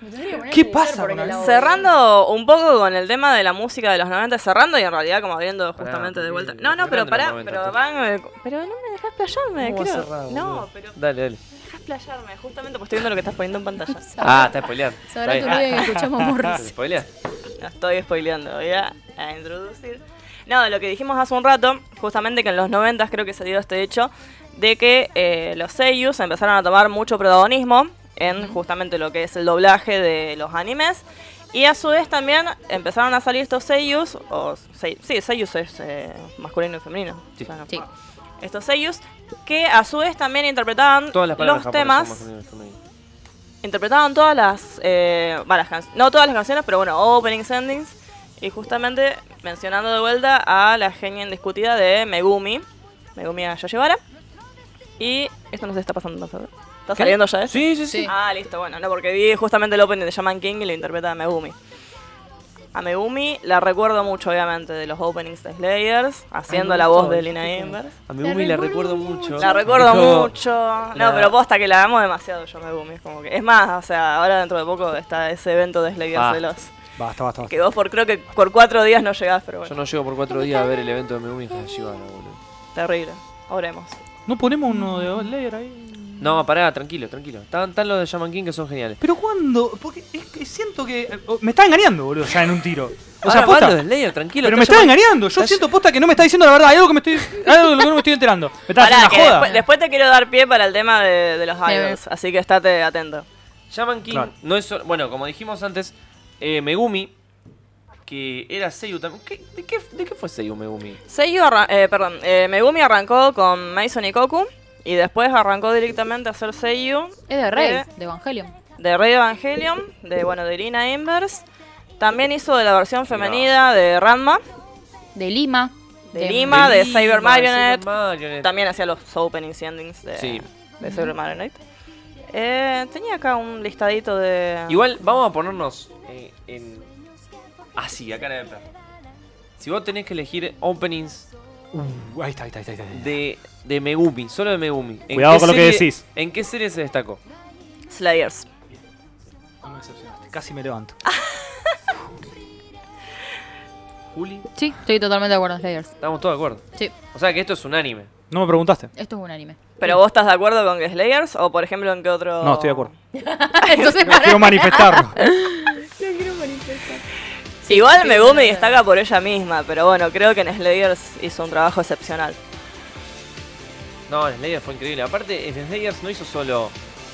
Me tendría que poner ¿Qué a analizar pasa por con qué la eso? odio. Cerrando un poco con el tema de la música de los 90, cerrando y en realidad como abriendo justamente de porque vuelta. No, no, grande pero los pará, 90, pero tú. van, eh, pero no me dejas playarme, ¿Cómo va creo. cerrado, no, boludo? pero me Dale, dale. dejas playarme, justamente porque estoy viendo lo que estás poniendo *laughs* en pantalla. Ah, está spoileando. Sabrá tu Está bien. novia que *laughs* escuchamos Ah, Morris. spoilea. *laughs* No estoy spoileando, voy a, a introducir. No, lo que dijimos hace un rato, justamente que en los 90 creo que se dio este hecho, de que eh, los seiyus empezaron a tomar mucho protagonismo en justamente lo que es el doblaje de los animes. Y a su vez también empezaron a salir estos seiyus, o sei- sí, seiyus es eh, masculino y femenino. Sí. o sea, no- Sí. Estos seiyus que a su vez también interpretaban Todas las palabras los japonesas temas son más o menos femenino. interpretaban todas las, eh, va, las can- no todas las canciones, pero bueno, openings, endings. Y justamente mencionando de vuelta a la genia indiscutida de Megumi, Megumi Yoshiwara. Y esto no se está pasando más ahora. ¿Está saliendo ya eso? Sí, sí, sí. Sí. Ah, listo, bueno, no, porque vi justamente el opening de Shaman King y lo interpreta a Megumi. A Megumi la recuerdo mucho, obviamente, de los openings de Slayers, haciendo Ay, la me voz gustó, de Lina Inverse. A Megumi la recuerdo mucho. La recuerdo Dijo- mucho. la- No, pero posta que la amo demasiado yo, Megumi. Es como que. Es más, o sea, ahora dentro de poco está ese evento de Slayers Ah. de los. Basta, basta, basta. Que vos por creo que por cuatro días no llegás, pero Yo bueno. no llego por cuatro días a ver el evento de Megumi Hashibara, boludo. Terrible. Oremos. No ponemos uno de Slayer ahí. No, pará, tranquilo, tranquilo. Están tan los de Shaman King que son geniales. Pero cuándo? Porque es que siento que. oh, Me está engañando, boludo, ya en un tiro. O Ahora Ah, sea, van posta. los de Slayer, tranquilo. Pero me está están engañando. Yo estás- siento posta que no me está diciendo la verdad. Hay algo que me estoy. hay algo que no me estoy enterando. Me está Pará, haciendo que una joda. después, después te quiero dar pie para el tema de, de los idols, así que estate atento. llam- Shaman King Claro. no es. so- Bueno, como dijimos antes, eh, Megumi, que era Seiyu también. ¿Qué- de, qué, de qué fue Seiyu Megumi? Seiyu arran- eh, perdón, eh, Megumi arrancó con Mason y Koku y después arrancó directamente a hacer Seiyu Es de Rey, Eh. de Evangelion. de Rey Evangelion, de bueno, de Irina Inverse. También hizo de la versión femenina de Ranma, De Lima. de Lima, de Lima, Cyber Marionette. Cyber Marionette. También hacía los openings y endings de, Sí. de Cyber Marionette. Eh, tenía acá un listadito de. Igual, vamos a ponernos eh, en. Ah, Así, a cara de perro. Si vos tenés que elegir openings Uh, ahí está, ahí está, ahí está. ahí está. de, de Megumi, solo de Megumi. ¿en Cuidado qué con lo que serie- decís. ¿En qué serie se destacó? Slayers. No me decepcionaste. Casi me levanto. Juli, Sí, estoy totalmente de acuerdo, Slayers. estamos todos de acuerdo. Sí, O sea que esto es un anime. No me preguntaste. esto es un *laughs* anime. *laughs* ¿Pero vos estás de acuerdo con que Slayers? ¿O por ejemplo en qué otro.? No, estoy de acuerdo. Entonces, No para. quiero manifestarlo. Igual Megumi destaca por ella misma, pero bueno, creo que en Slayers hizo un trabajo excepcional. No, Slayers fue increíble. Aparte, Slayers no hizo solo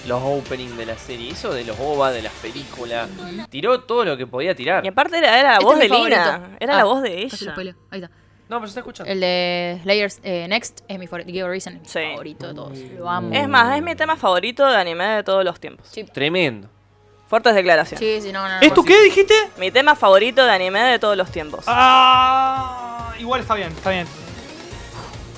los openings de la serie, hizo de los OVA, de las películas. Tiró todo lo que podía tirar. Y aparte era, era la Este voz de es mi favorito. Lina, era la Ah, voz de casi lo ella. spoileo. Ahí está. No, pero se está escuchando. El de Slayers eh, Next es mi favorito. Give a Reason. Sí. Favorito de todos. Lo amo. Es más, es mi tema favorito de anime de todos los tiempos. Sí. Tremendo. Fuertes declaraciones. Sí, sí, no, no. no. ¿Esto qué dijiste? Mi tema favorito de anime de todos los tiempos. Ah, igual está bien, está bien.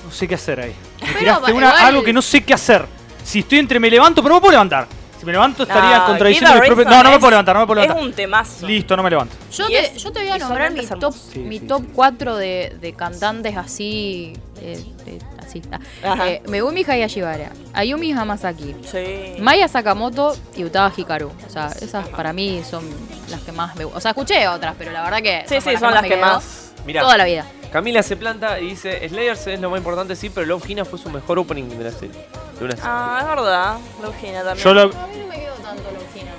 No sé qué hacer ahí. Me Pero tiraste va- una- igual- algo que no sé qué hacer. Si estoy entre me levanto, pero no me puedo levantar. Si me levanto estaría Ah, contradiciendo Give a mi propio. Reason No, no me es- puedo levantar, no me puedo levantar. Es un temazo. Listo, no me levanto. Yo Y te, es- yo te voy a y nombrar solamente mi es hermoso. top, Sí, mi sí, top sí, sí. 4 de, de cantantes así. eh, eh, así. ah. Ajá. Eh, Megumi Hayashibara, Ayumi Hamasaki, Sí. Maya Sakamoto y Utah Hikaru. O sea, esas para mí son las que más me gustan. O sea, escuché otras, pero la verdad que. Sí, sí, son me las que quedo más. Mirá, Toda la vida. Camila se planta y dice: Slayers es lo más importante, sí, pero Love Hina fue su mejor opening de la serie. De una serie. Ah, es verdad. Lugina también. Yo lo. A mí no me quedo tanto Longina.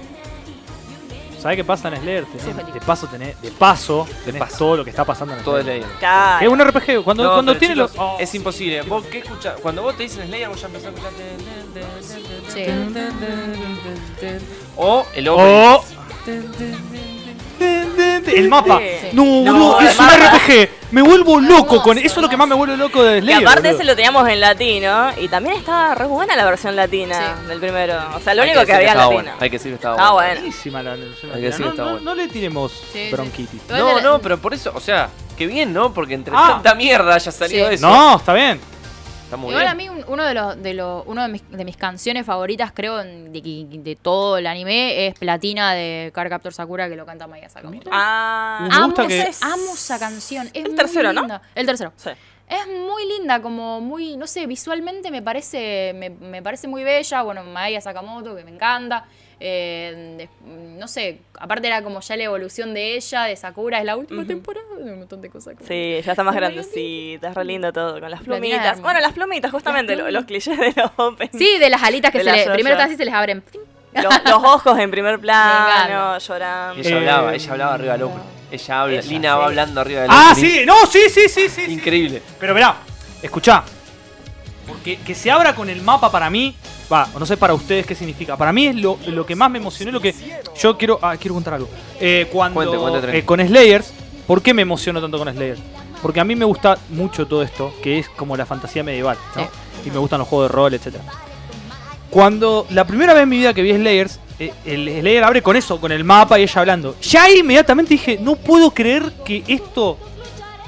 ¿Sabes qué pasa en Slayer? Tenés- de paso tenés, de paso, tenés todo lo que está pasando en Todo Slayer. Slayers. Claro. Es un RPG, cuando, No, cuando pero tiene los. Oh. chicos, Es imposible. Vos qué escuchás? Cuando vos te dicen Slayer, vos ya empezás a escuchar. Sí. O el opening. Oh. El mapa. Sí. No, boludo, el es un mapa. RPG. Me vuelvo loco con. hermoso, Eso es lo que más me vuelve loco de Que Slayer. aparte boludo. ese lo teníamos en latino y también estaba re buena la versión latina del primero. O sea, lo único que, había en estaba latino. bueno. Hay que decir que estaba Ah, bueno. bueno. Buenísima la- la- la- Hay que decir que no, está no- bueno. no le tiremos sí. bronquitis. No, no, pero por eso, o sea, qué bien, ¿no? Porque entre Ah. tanta mierda haya salido Sí. eso. No, está bien. Está muy Igual bien. a mí un- uno de los de los uno de mis, de mis canciones favoritas creo en- de, de todo el anime es Platina de Cardcaptor Sakura que lo canta Maya Sakamoto. Ah, Me gusta amo, que- esa- amo esa canción. Es El muy tercero, ¿no? linda. El tercero. sí. Es muy linda, como muy, no sé, visualmente me parece, me, me parece muy bella. Bueno, Maya Sakamoto, que me encanta. Eh, des- no sé, aparte era como ya la evolución de ella, de Sakura, es la última temporada, de un montón de cosas. como- Sí, ya está más grandecita, es re lindo todo, con las Platina plumitas. hermosa. Bueno, las plumitas, justamente, Las lo- los clichés de los *laughs* open. Sí, de las alitas que De se la le, Yo-Yo. primero están así se les abren. Los, los ojos en *laughs* primer plano, encanta. Y llorando. ella Eh, hablaba, ella hablaba arriba del opening. Ella habla, Ella, Lina sí. va hablando arriba del Ah, opening. sí, no, sí, sí, sí, sí. sí. Increíble. Pero verá, escuchá. Porque que se abra con el mapa para mí, va, no sé para ustedes qué significa. Para mí es lo, lo que más me emocionó, lo que yo quiero, ah, quiero contar algo. Eh, cuando Cuente, cuente, Trent. eh, con Slayers, ¿por qué me emociono tanto con Slayers? Porque a mí me gusta mucho todo esto, que es como la fantasía medieval, ¿no? Sí. Y me gustan los juegos de rol, etcétera. Cuando la primera vez en mi vida que vi Slayers, eh, el Slayer abre con eso, con el mapa y ella hablando. Ya ahí inmediatamente dije, no puedo creer que esto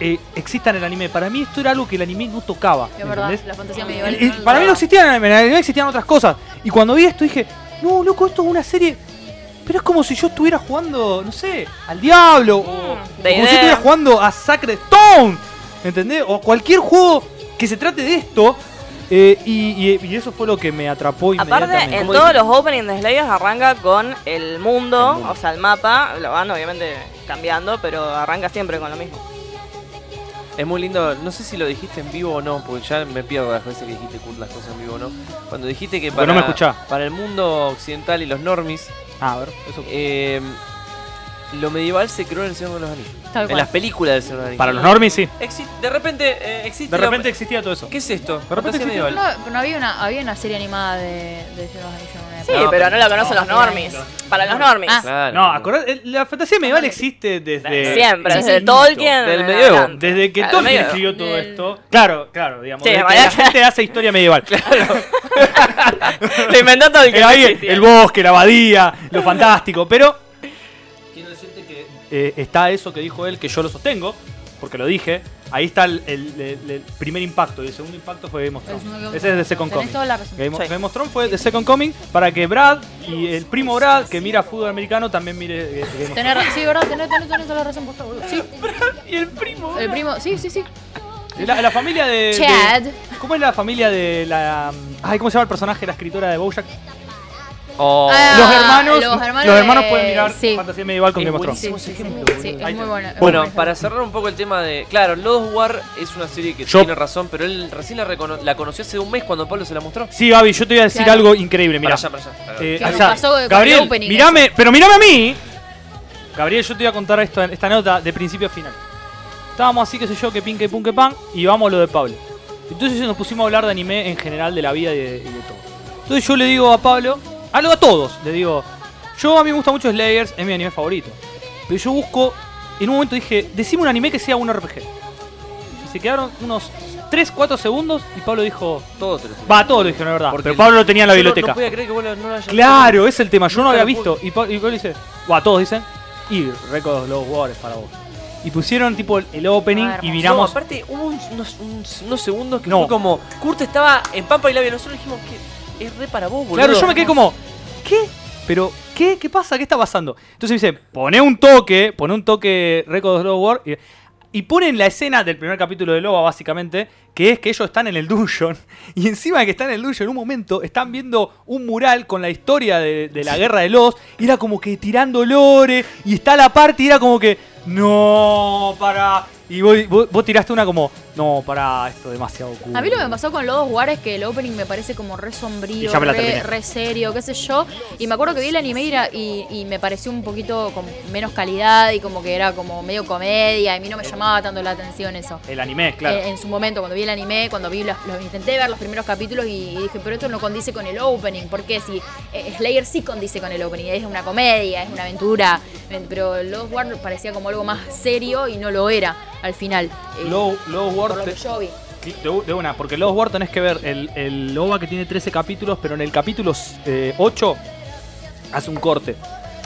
eh, exista en el anime. Para mí esto era algo que el anime no tocaba. Es verdad, ¿entendés? la fantasía Y- medieval. y para mí no existía en el anime, en el anime existían otras cosas. Y cuando vi esto dije, no, loco, esto es una serie... Pero es como si yo estuviera jugando, no sé, al diablo. O, o Hmm, de como si idea. estuviera jugando a Sacred Stone. ¿Entendés? O cualquier juego que se trate de esto. eh, y, y- y eso fue lo que me atrapó inmediatamente. Aparte, en Como todos dije- los openings de Slayers arranca con el mundo, o sea, el mapa. Lo van obviamente cambiando, pero arranca siempre con lo mismo. Es muy lindo, no sé si lo dijiste en vivo o no, porque ya me pierdo las veces que dijiste Kurt, las cosas en vivo o no. Cuando dijiste que Porque para, no me escuchá. para el mundo occidental y los normis, Ah, a ver, eso- eh, lo medieval se creó en el Señor de los Anillos. Tal En cual. las películas del Señor de los Anillos. Para los normies, sí. Exi- de repente eh, existe. De la- repente existía todo eso. ¿Qué es esto? repente Fantasía existe- medieval. No, no había una, había una serie animada de, de Señor de los Anillos en una Sí, época. No, pero pero- no lo conocen no, los normies. Para los normies. Ah. Claro. No, acordate, eh, la fantasía medieval existe desde... Siempre, Sí, desde sí. Tolkien. Del en medievo. adelante. Desde que Claro, Tolkien medio- escribió todo Del- esto. Claro, claro, digamos. Sí, desde que vaya- la gente hace *laughs* historia medieval. Lo inventó Tolkien. Eh, no ahí el, existía. el bosque, la abadía, lo fantástico. Pero Quiero decirte que eh, está eso que dijo él, que yo lo sostengo, porque lo dije. Ahí está el, el- el- el primer impacto. Y el segundo impacto fue Game of El segundo Thrones. Game Ese es de Second Tenés Coming. toda la razón. Game of, Sí. Game of Thrones fue de Second Coming para que Brad y el primo Brad, que mira fútbol americano, también mire eh, Game of Thrones. Tenés ra- sí, verdad, tenés, tenés- tenés toda la razón, posta, boludo. *laughs* Sí, Y el primo. el primo, sí, sí, sí. La, la familia de, Chad. de- ¿Cómo es la familia de la. Ay, ¿cómo se llama el personaje de la escritora de Bojack? Oh, Ah, los hermanos. los Los hermanos, hermanos de- pueden mirar sí. fantasía medieval con Es Game of Thrones. Sí, buenísimo sí, sí, ejemplo, sí, boludo. sí, es muy Ahí tenés. buena. Bueno, para cerrar un poco el tema de. Claro, Lord of War es una serie que Yo- tiene razón, pero él recién la, recono- la conoció hace un mes cuando Pablo se la mostró. Sí, Gaby, yo te voy a decir Claro. algo increíble, mira. Para allá, para allá. Para Eh, Que nos o sea, pasó con el Gabriel, opening mirame, pero mirame a mí. Gabriel, yo te voy a contar esto, esta anécdota de principio a final. Estábamos así, qué sé yo, que pin, que pun, que pan, y vamos a lo de Pablo. Entonces nos pusimos a hablar de anime en general, de la vida y de, y de todo. Entonces yo le digo a Pablo, a, lo- a todos, le digo, yo a mí me gusta mucho Slayers, es mi anime favorito. Pero yo busco, en un momento dije, decime un anime que sea un RPG. Y se quedaron unos 3, 4 seguntos y Pablo dijo, Todo te lo digo. va, todos lo dijeron, la verdad. Porque Pero Pablo lo tenía en Yo la no- biblioteca. No podía creer que vos lo- no lo hayas Claro, es el tema. Yo no Nunca había lo visto. Y Pa- y Pablo dice, va, todos dicen, y Record of los jugadores para vos. Y pusieron tipo el- el opening Ah, hermoso. y No, miramos. aparte hubo un- unos, un- unos segundos que No. fue como. Kurt estaba en Pampa y Labia. Nosotros dijimos que es re para vos, boludo. Claro, yo me quedé como, ¿qué? ¿Pero qué? ¿Qué pasa? ¿Qué está pasando? Entonces me dice, pone un toque, pone un toque Record of Love War. Y, y ponen la escena del primer capítulo de Loba, básicamente, que es que ellos están en el dungeon. *laughs* Y encima de que están en el dungeon, en un momento están viendo un mural con la historia de, de la guerra de los. Y era como que tirando lore. Y está la parte y era como que, no, para. Y vos, vos- vos tiraste una como, no, para, esto es demasiado cool. A mí lo que me pasó con los dos War es que el opening me parece como re sombrío, Y ya me la terminé. re, re serio, qué sé yo. Y me acuerdo que vi el anime y, era- y, y me pareció un poquito con menos calidad y como que era como medio comedia. Y a mí no me llamaba tanto la atención eso. El anime, claro. Eh, en su momento, cuando vi el anime, cuando vi los, los- intenté ver los primeros capítulos y, y dije, pero esto no condice con el opening, porque si eh, Slayer sí condice con el opening, es una comedia, es una aventura, eh, pero Lost War parecía como algo más serio y no lo era al final. eh, Low, Low War por lo te- que yo vi. Sí, De, u- de una, porque Lost War tenés que ver el, el OVA que tiene 13 capítulos, pero en el capítulo eh, 8 hace un corte.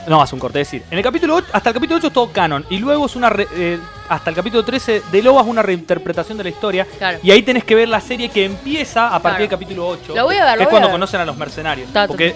No, hace un corte, es decir, en el capítulo ocho- hasta el capítulo 8 es todo canon, y luego es una re- eh, hasta el capítulo 13 del OVA es una reinterpretación de la historia, Claro. y ahí tenés que ver la serie que empieza a partir del Claro. capítulo 8, Lo voy a ver, que lo voy es a cuando ver. conocen a los mercenarios. Ta, ta, ta. porque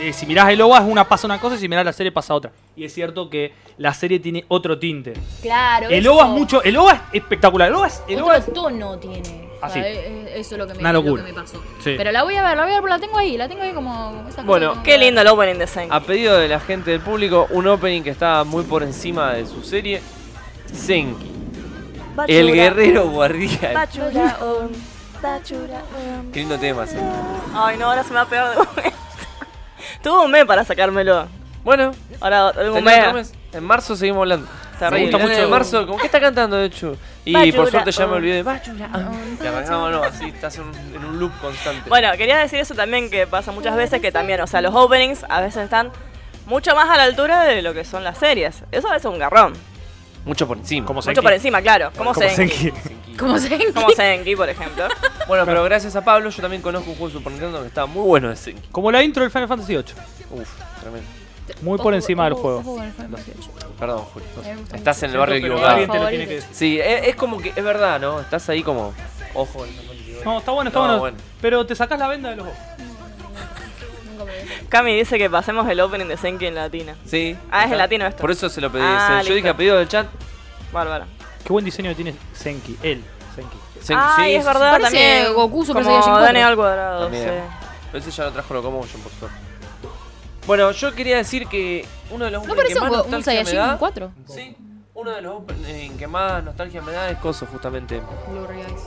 eh, si mirás el OVA es una pasa una cosa, y si mirás la serie pasa otra. Y es cierto que la serie tiene otro tinte. Claro. El eso. OVA es mucho, el OVA es espectacular, el OVA es... El Otro OVA es- tono tiene. O sea, Así. eh, eh, eso es lo que me, Una lo que locura. me pasó. Sí. Pero la voy a ver, la voy a ver, porque la tengo ahí, la tengo ahí como... esas cosas Bueno, como- Qué lindo el opening de Senki. A pedido de la gente del público, un opening que estaba muy por encima de su serie, Senki, el guerrero guardián. Bachuraon, Bachuraon. Qué lindo tema, Senki. Ay, no, ahora se me va a pegar de momento. *laughs* Tuve un mes para sacármelo. Bueno, Ahora, un tenés otro mes. mes. en marzo seguimos hablando. Terrible. Me gusta mucho de marzo, ¿cómo que está cantando, de hecho? Y por Bachuraon. suerte ya me olvidé de Bachuraon. Y arrancamos, no, así estás en un, en un loop constante. Bueno, quería decir eso también que pasa muchas veces, que también, o sea, los openings a veces están mucho más a la altura de lo que son las series. Eso a veces es un garrón. Mucho por encima. Como Mucho Senki. por encima, claro. Como, Como Senki. Senki. Senki. Como se Como Senki, por ejemplo. Bueno, pero gracias a Pablo yo también conozco un juego de Super Nintendo que estaba muy bueno de Senki. Como la intro del Final Fantasy VIII. Uf, tremendo. Muy por encima del juego. Perdón, Julio. Estás en el barrio Pero equivocado. alguien te lo tiene que decir. Sí, e, es, es como que es verdad, ¿no? Estás ahí como. Ojo, el zapato que voy. No, está bueno, está No, bueno. bueno. Pero te sacás la venda de los ojos. Cami dice que pasemos el opening de Senki en latina. Sí. Ah, es está. el latino esto. Por eso se lo pedí. Ah, Se- yo dije listo. a pedido del chat. Bárbara. Qué buen diseño tiene Senki. Él, Senki. Se- Ay, sí, es sí, verdad Parece también. Goku Super como Saiyajin cuatro. Daniel al cuadrado, También. sí. sí. Pero ese ya lo trajo Locomotion, por suerte. Bueno, yo quería decir que uno de los ¿No openings parece que más un, un nostalgia me Saiyajin da. 4? Sí, uno de los openings que más nostalgia me da es Coso, justamente. Blurry Eyes.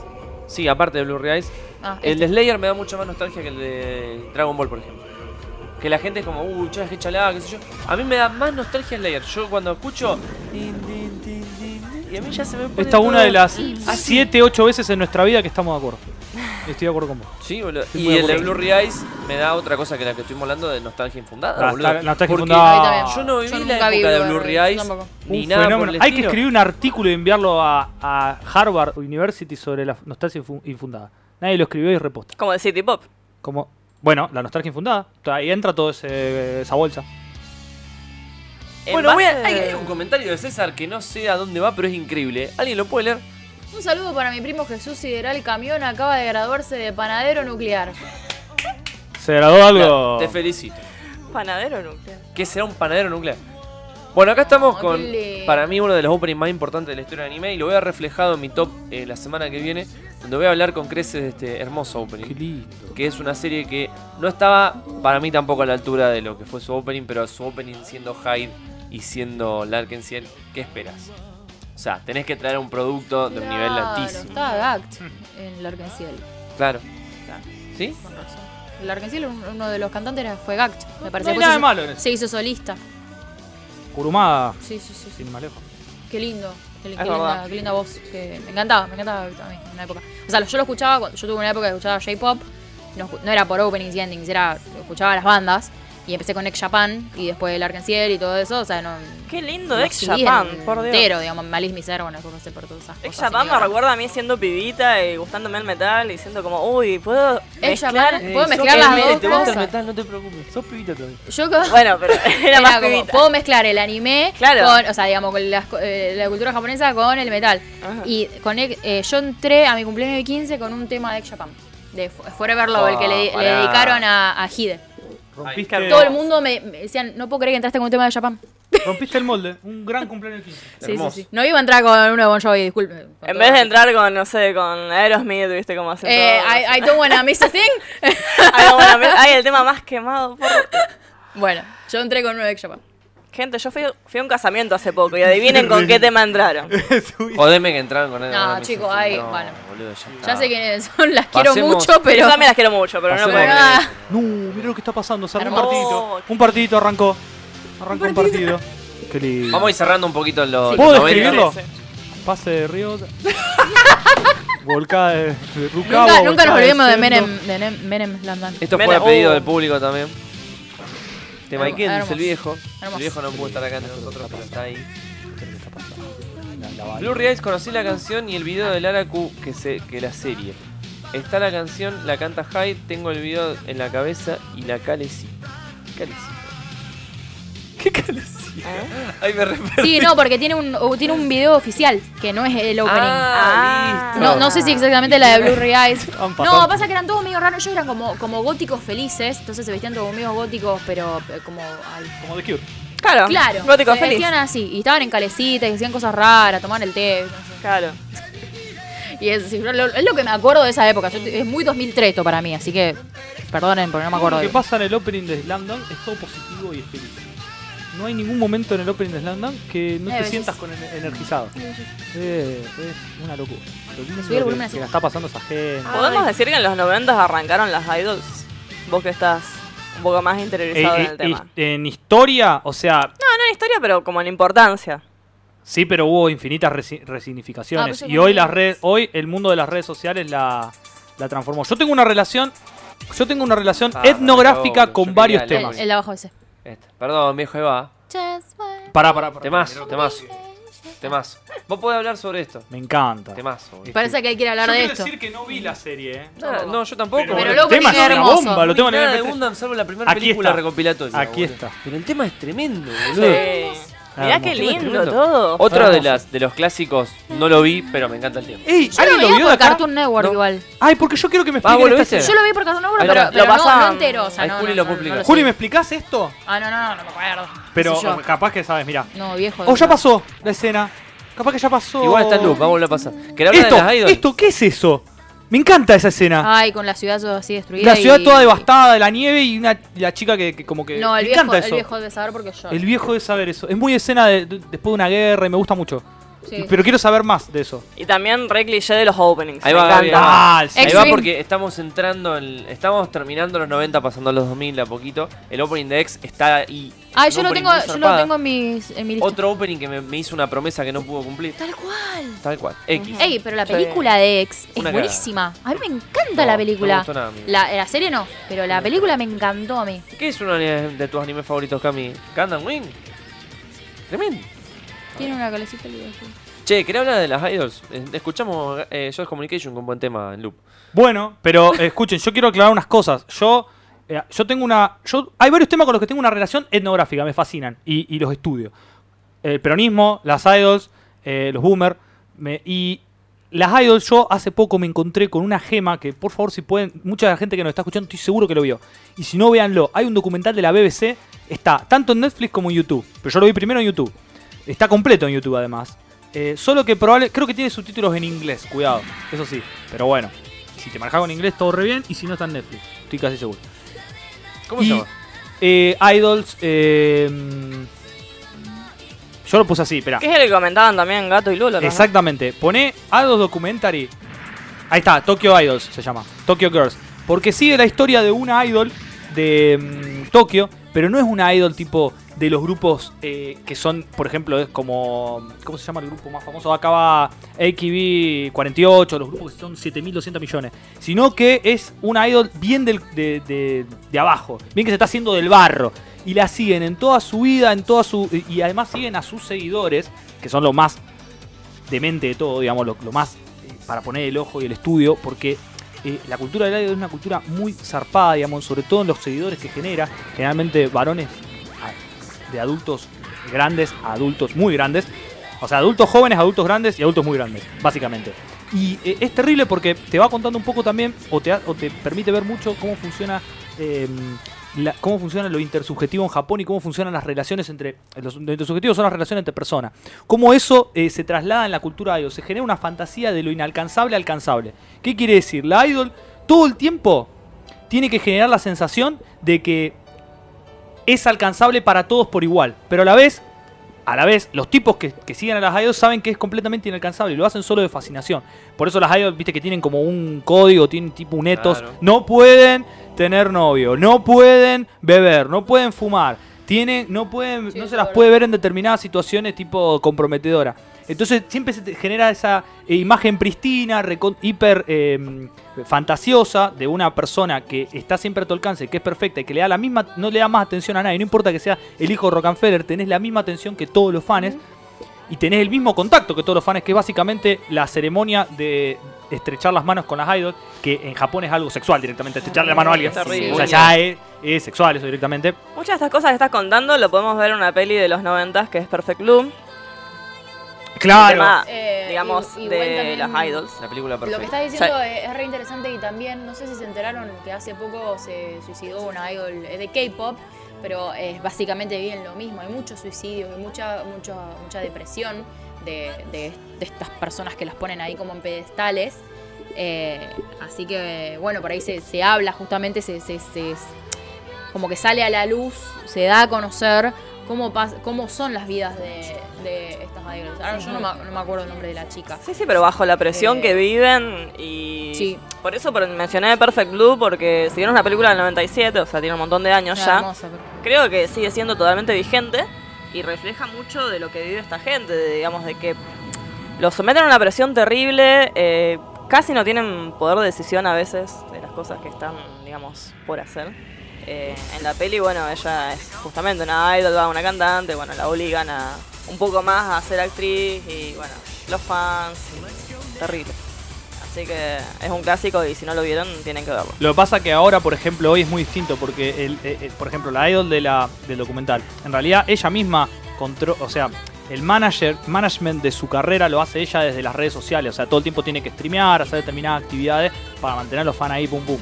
Sí, aparte de Blue Eyes. Ah, El este. de Slayer me da mucho más nostalgia que el de Dragon Ball, por ejemplo. Que la gente es como, uy, chas, qué chalada, qué sé yo. A mí me da más nostalgia Slayer. Yo cuando escucho. tin, tin, tin, tin, tin, Y a mí ya se me pone Esta es todo- una de las Así. 7, 8 veces en nuestra vida que estamos de acuerdo. Estoy de acuerdo con vos. Sí, boludo. Estoy Y muy el de aburrido. Blue Eyes me da otra cosa que la que estuvimos hablando de nostalgia infundada, La- boludo. Ah, la- la nostalgia Porque infundada. Ahí también. Yo no viví la nunca época vi de Blur- Blue Eyes tampoco. ni Un nada por fenómeno. el Hay que estilo. escribir un artículo y enviarlo a, a Harvard University sobre la nostalgia infu- infundada. Nadie lo escribió y reposta. Como el City Pop. Como, bueno, la nostalgia infundada. Ahí entra toda esa bolsa. En Bueno, voy a- base- hay, hay un comentario de César que no sé a dónde va, pero es increíble. ¿Alguien lo puede leer? Un saludo para mi primo Jesús Sideral Camión, acaba de graduarse de panadero nuclear. Se graduó algo. Te felicito. Panadero nuclear. que será un panadero nuclear. Bueno, acá estamos con, Ole. para mí, uno de los openings más importantes de la historia del anime y lo voy a reflejado en mi top eh, la semana que viene, donde voy a hablar con creces de este hermoso Qué opening, lindo. que es una serie que no estaba para mí tampoco a la altura de lo que fue su opening, pero su opening siendo Hyde y siendo Larkensiel, ¿qué esperas? O sea, tenés que traer un producto de un nivel Claro, altísimo. Estaba Gact en Larkenciel. Claro. ¿Sí? Con razón. El Arkenciel, un- uno de los cantantes era- fue Gact, me No parece. Después hay nada se- de malo en eso. Se hizo solista. Kurumada, Sí, sí, sí. sí. sin más lejos. Qué lindo. Qué, li- Es qué verdad. linda, qué linda voz. que- me encantaba, me encantaba Gact a mí en una época. O sea, yo lo escuchaba, cuando- yo tuve una época que escuchaba J-pop. No, escu- no era por openings y endings, era escuchaba las bandas. Y empecé con Ex Japan y después el Arkenciel y todo eso. O sea, no. Qué lindo no Ex seguí Japan, en- por Dios. Entero, digamos, Malice Miservo, no puedo hacer por todas esas Ex cosas, Japan me señora. recuerda a mí siendo pibita y gustándome el metal y siendo como, uy, puedo mezclar. Eh, Japan- Puedo mezclar las dos te gusta el cosas. *laughs* metal, no te preocupes. Sos pibita todavía. Yo co- Bueno, *laughs* pero era más Era como, pibita. puedo mezclar el anime Claro. con, o sea, digamos, con las co- eh, la, cultura japonesa con el metal. Ajá. Y con el- eh, yo entré a mi cumpleaños de 15 con un tema de Ex Japan, de Fu- Forever Love, el que le, Ah, le pará. dedicaron a, a Hide. Rompiste, Ay, Todo el mundo me, me decían, no puedo creer que entraste con un tema de Japan. rompiste el molde. Un gran cumpleaños 15. Sí, sí, Hermoso. sí. No iba a entrar con uno de Bon Jovi, disculpe. con En vez todo de eso. entrar con, no sé, con Aerosmith, viste cómo hacen Eh, todo. *laughs* I, I don't wanna miss a thing. Ay, no, bueno, me- ay, el tema más quemado. por- bueno, yo entré con uno de Ex Japan. Gente, yo fui, fui a un casamiento hace poco y adivinen con qué tema entraron. *laughs* Jodeme que entraron con él. No, ahora me chicos, dicen, ay, no, bueno. boludo, ya, Ya Ah. está. sé quiénes son, las quiero Pasemos- mucho, pero... Yo *laughs* también las quiero mucho, pero no Pasemos puedo de Bueno, creer. nivel. nada. No, mirá lo que está pasando. Se armó un Hermoso. partidito. Un partidito arrancó. Arrancó un partido. Qué lindo. Vamos a ir cerrando un poquito los. ¿Puedo los 90. describirlo? Sí, Pase *laughs* de río. Volcada de, de Rucabo, Nunca, nunca nos volcada olvidemos de centro. Menem, de Nem- Menem Landán. Esto Mira, fue a pedido oh. del público también. Tema Hermo- Iken, dice uh. hermoso. el viejo. Hermoso. El viejo no pudo estar acá entre nosotros, pero está ahí. Blue Eyes conocí la canción y el video del Araku que, se, que la serie. Está la canción, la canta Hyde, tengo el video en la cabeza y la calecita. Calecita. *laughs* ¿Qué calecita? ¿Eh? Ay, me repetí. Sí, no, porque tiene un, o tiene un video oficial que no es el opening. Ah, listo. no, no sé si exactamente la de Blue Eyes. *laughs* Han pasado. No, pasa que eran todos medio raros. Ellos eran como, como góticos felices, entonces se vestían todos medio góticos, pero eh, como. ay, Como de Cure. Claro, Claro, Gótico se feliz. vestían así. Y estaban en calecitas y hacían cosas raras, tomaban el té. no Claro. sé. Y es, es lo- es lo que me acuerdo de esa época. Yo te- es muy 2003 esto para mí, así que. Perdonen, porque no me acuerdo. Lo que de- pasa en el opening de Slam Dunk es todo positivo y es feliz. No hay ningún momento en el opening de Slam Dunk que no Ay, te belleza. sientas con ener- energizado. Eh, es una locura. Lo lindo subí el que- volumen así. que la está pasando esa gente. ¿Podemos decir que en los 90 arrancaron las idols? Vos que estás un poco más interiorizado Eh, en el eh, tema. his- en historia, o sea, No, no en historia, pero como en importancia. sí, pero hubo infinitas resi- resignificaciones. Ah, pero y yo hoy también. las redes, hoy el mundo de las redes sociales la, la transformó. Yo tengo una relación, yo tengo una relación Ah, etnográfica no, yo con quería varios leer. temas. El, el de abajo ese. Esta. Perdón, viejo Eva. Just one Pará, pará, pará. Temazo, temazo. Temazo. Vos podés hablar sobre esto. Me encanta. Temazo, boludo. Parece que él quiere hablar Yo de quiero esto. decir que no vi la serie, ¿eh? Nada, no, yo tampoco. Pero el loco, tema tiene es una hermoso. bomba, lo No tengo en vi el nada de MP3. Gundam salvo la primera Aquí película está. recopilatoria. Aquí boludo. está. Pero el tema es tremendo, boludo. Sí. Mirá Hermoso. qué El tema es lindo tremendo. todo. Otro Hermoso. de, las, de los clásicos, no lo vi, pero me encanta el tema. Ey, Yo lo ¿alguien lo veía vio por de acá? Cartoon Network No. igual. Ay, porque yo quiero que me Ah, expliquen ¿vos lo esta viste? serie. Yo lo vi por Cartoon Network, Ahí lo pero, pa- pero lo no, no pasan- entero. O sea, Ahí no, Juli no, lo no, no publica. lo sé. Juli, ¿me explicás esto? Ah, no, no, no, no me acuerdo. Qué sé Pero yo. capaz que sabes, mira. No, viejo. de Oh, ya verdad. pasó la escena. Capaz que ya pasó. Igual está en loop, vamos a pasar. ¿Querés hablar Oh. Esto, de las idols? esto, ¿qué es eso? Me encanta esa escena. Ay, con la ciudad toda así destruida. la ciudad y- toda devastada, la nieve y una, la chica que, que como que... No, el me viejo, encanta el eso. viejo debe saber porque yo. El viejo de saber eso. Es muy escena de- de- después de una guerra y me gusta mucho. Sí. Pero quiero saber más de eso. Y también re cliché de los openings. Ahí me va, Gaby, encanta. Ah, ahí va. el Ahí va Extreme. porque estamos entrando en- Estamos terminando los 90, pasando a los 2000 de a poquito. El opening de X está ahí. Un Ay, Ah, yo lo opening tengo, muy yo lo zarpada. tengo en, mis, en mi lista. Otro opening que me, me hizo una promesa que no pudo cumplir. Tal cual. Tal cual. X. Ey, pero la Sí. película de X es Una cagada. buenísima. A mí me encanta No, no la me película. gustó nada a mí. la, la serie no, pero la película me encantó a mí. ¿Qué es uno de tus animes favoritos, Cami? ¿Gundam Wing? Tremendo. Tiene una colecita de videojuegos. Che, quería hablar de las idols. Eh, Escuchamos eh, Joy's Communication con buen tema en loop. Bueno, pero eh, escuchen, yo quiero aclarar unas cosas. Yo, eh, yo tengo una. Yo, hay varios temas con los que tengo una relación etnográfica, me fascinan y, y los estudio. El peronismo, las idols, eh, los boomers. y las idols, yo hace poco me encontré con una gema que, por favor, si pueden, mucha de la gente que nos está escuchando, estoy seguro que lo vio. Y si no, véanlo. Hay un documental de la BBC, está tanto en Netflix como en YouTube. Pero yo lo vi primero en YouTube. Está completo en YouTube, además. Eh, solo que probable, creo que tiene subtítulos en inglés, cuidado, eso sí. Pero bueno, si te manejas con inglés todo re bien y si no está en Netflix, estoy casi seguro. ¿Cómo Y, se llama? eh, Idols, eh, mm, yo lo puse así, espera. Que es el que comentaban también Gato y Lula. ¿no? Exactamente, pone Idols Documentary. Ahí está, Tokyo Idols se llama, Tokyo Girls. Porque sigue la historia de una idol de mm, Tokio, pero no es una idol tipo de los grupos eh, que son, por ejemplo, es como. ¿Cómo se llama el grupo más famoso? Acá va AKB 48, los grupos que son 7.200 millones. Sino que es una idol bien del- de, de- de abajo, bien que se está haciendo del barro. Y la siguen en toda su vida, en toda su. Y y además siguen a sus seguidores, que son lo más demente de todo, digamos, lo, lo más eh, para poner el ojo y el estudio, porque eh, la cultura del idol es una cultura muy zarpada, digamos, sobre todo en los seguidores que genera, generalmente varones a- de adultos grandes a adultos muy grandes, o sea, adultos jóvenes, adultos grandes y adultos muy grandes, básicamente. Y eh, es terrible porque te va contando un poco también, o te, ha- o te permite ver mucho cómo funciona... eh, la- cómo funciona lo intersubjetivo en Japón y cómo funcionan las relaciones entre... Los, los intersubjetivos son las relaciones entre personas cómo eso eh, se traslada en la cultura idol. Se genera una fantasía de lo inalcanzable alcanzable. ¿Qué quiere decir? La idol todo el tiempo tiene que generar la sensación de que es alcanzable para todos por igual. Pero a la vez, a la vez, los tipos que, que siguen a las idols saben que es completamente inalcanzable. Lo hacen solo de fascinación. Por eso las idols, viste que tienen como un código, tienen tipo un ethos. Claro. No pueden tener novio, no pueden beber, no pueden fumar. Tienen, no pueden, Sí, no eso se las es puede ver en determinadas situaciones tipo comprometedora. Entonces siempre se te genera esa eh, imagen pristina, recon- hiper eh, fantasiosa de una persona que está siempre a tu alcance, que es perfecta y que le da la misma, no le da más atención a nadie, no importa que sea el hijo de Rockefeller, tenés la misma atención que todos los fans y tenés el mismo contacto que todos los fans, que es básicamente la ceremonia de estrechar las manos con las idols, que en Japón es algo sexual directamente, estrecharle la mano a alguien. Está Sí, O sea, ya es, es sexual eso directamente. Muchas de estas cosas que estás contando lo podemos ver en una peli de los noventas que es Perfect Blue. Claro. Tema, Eh, digamos, y- igual de también- las idols. La película Lo que perfecta. estás diciendo es, es re interesante y también, no sé si se enteraron que hace poco se suicidó una idol es de K-pop, pero es básicamente bien lo mismo. Hay muchos suicidios y mucha, mucha, mucha depresión de, de- de estas personas que las ponen ahí como en pedestales. Eh, así que, bueno, por ahí se, se habla justamente, se, se- se- como que sale a la luz, se da a conocer cómo, pas- cómo son las vidas de, de estas idols. Ahora yo no me, no me acuerdo el nombre de la chica. Sí, sí, pero bajo la presión Eh, que viven y... sí. Por eso por- mencioné Perfect Blue porque si bien es una película del 97, o sea, tiene un montón de años Era ya, hermosa, pero- creo que sigue siendo totalmente vigente y refleja mucho de lo que vive esta gente, de, digamos, de que los someten a una presión terrible, eh, casi no tienen poder de decisión a veces de las cosas que están, digamos, por hacer. Eh, en la peli, bueno, ella es justamente una idol, va una cantante, bueno, la obligan a un poco más a ser actriz y bueno, los fans, terrible. Así que es un clásico y si no lo vieron tienen que verlo. Lo que pasa que ahora, por ejemplo, hoy es muy distinto porque, el, eh, eh, por ejemplo, la idol de la, del documental, en realidad ella misma, contro o sea, el manager, management de su carrera lo hace ella desde las redes sociales, o sea, todo el tiempo tiene que streamear, hacer determinadas actividades para mantener a los fans ahí, pum, pum.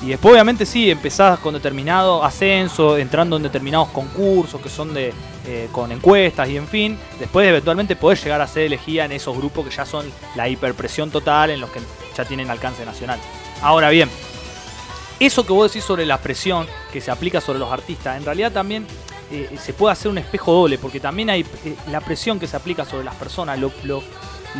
Y después, obviamente, sí, empezás con determinado ascenso, entrando en determinados concursos que son de eh, con encuestas y en fin. Después, eventualmente, podés llegar a ser elegida en esos grupos que ya son la hiperpresión total, en los que ya tienen alcance nacional. Ahora bien, eso que vos decís sobre la presión que se aplica sobre los artistas, en realidad también eh, se puede hacer un espejo doble, porque también hay eh, la presión que se aplica sobre las personas, lo, lo,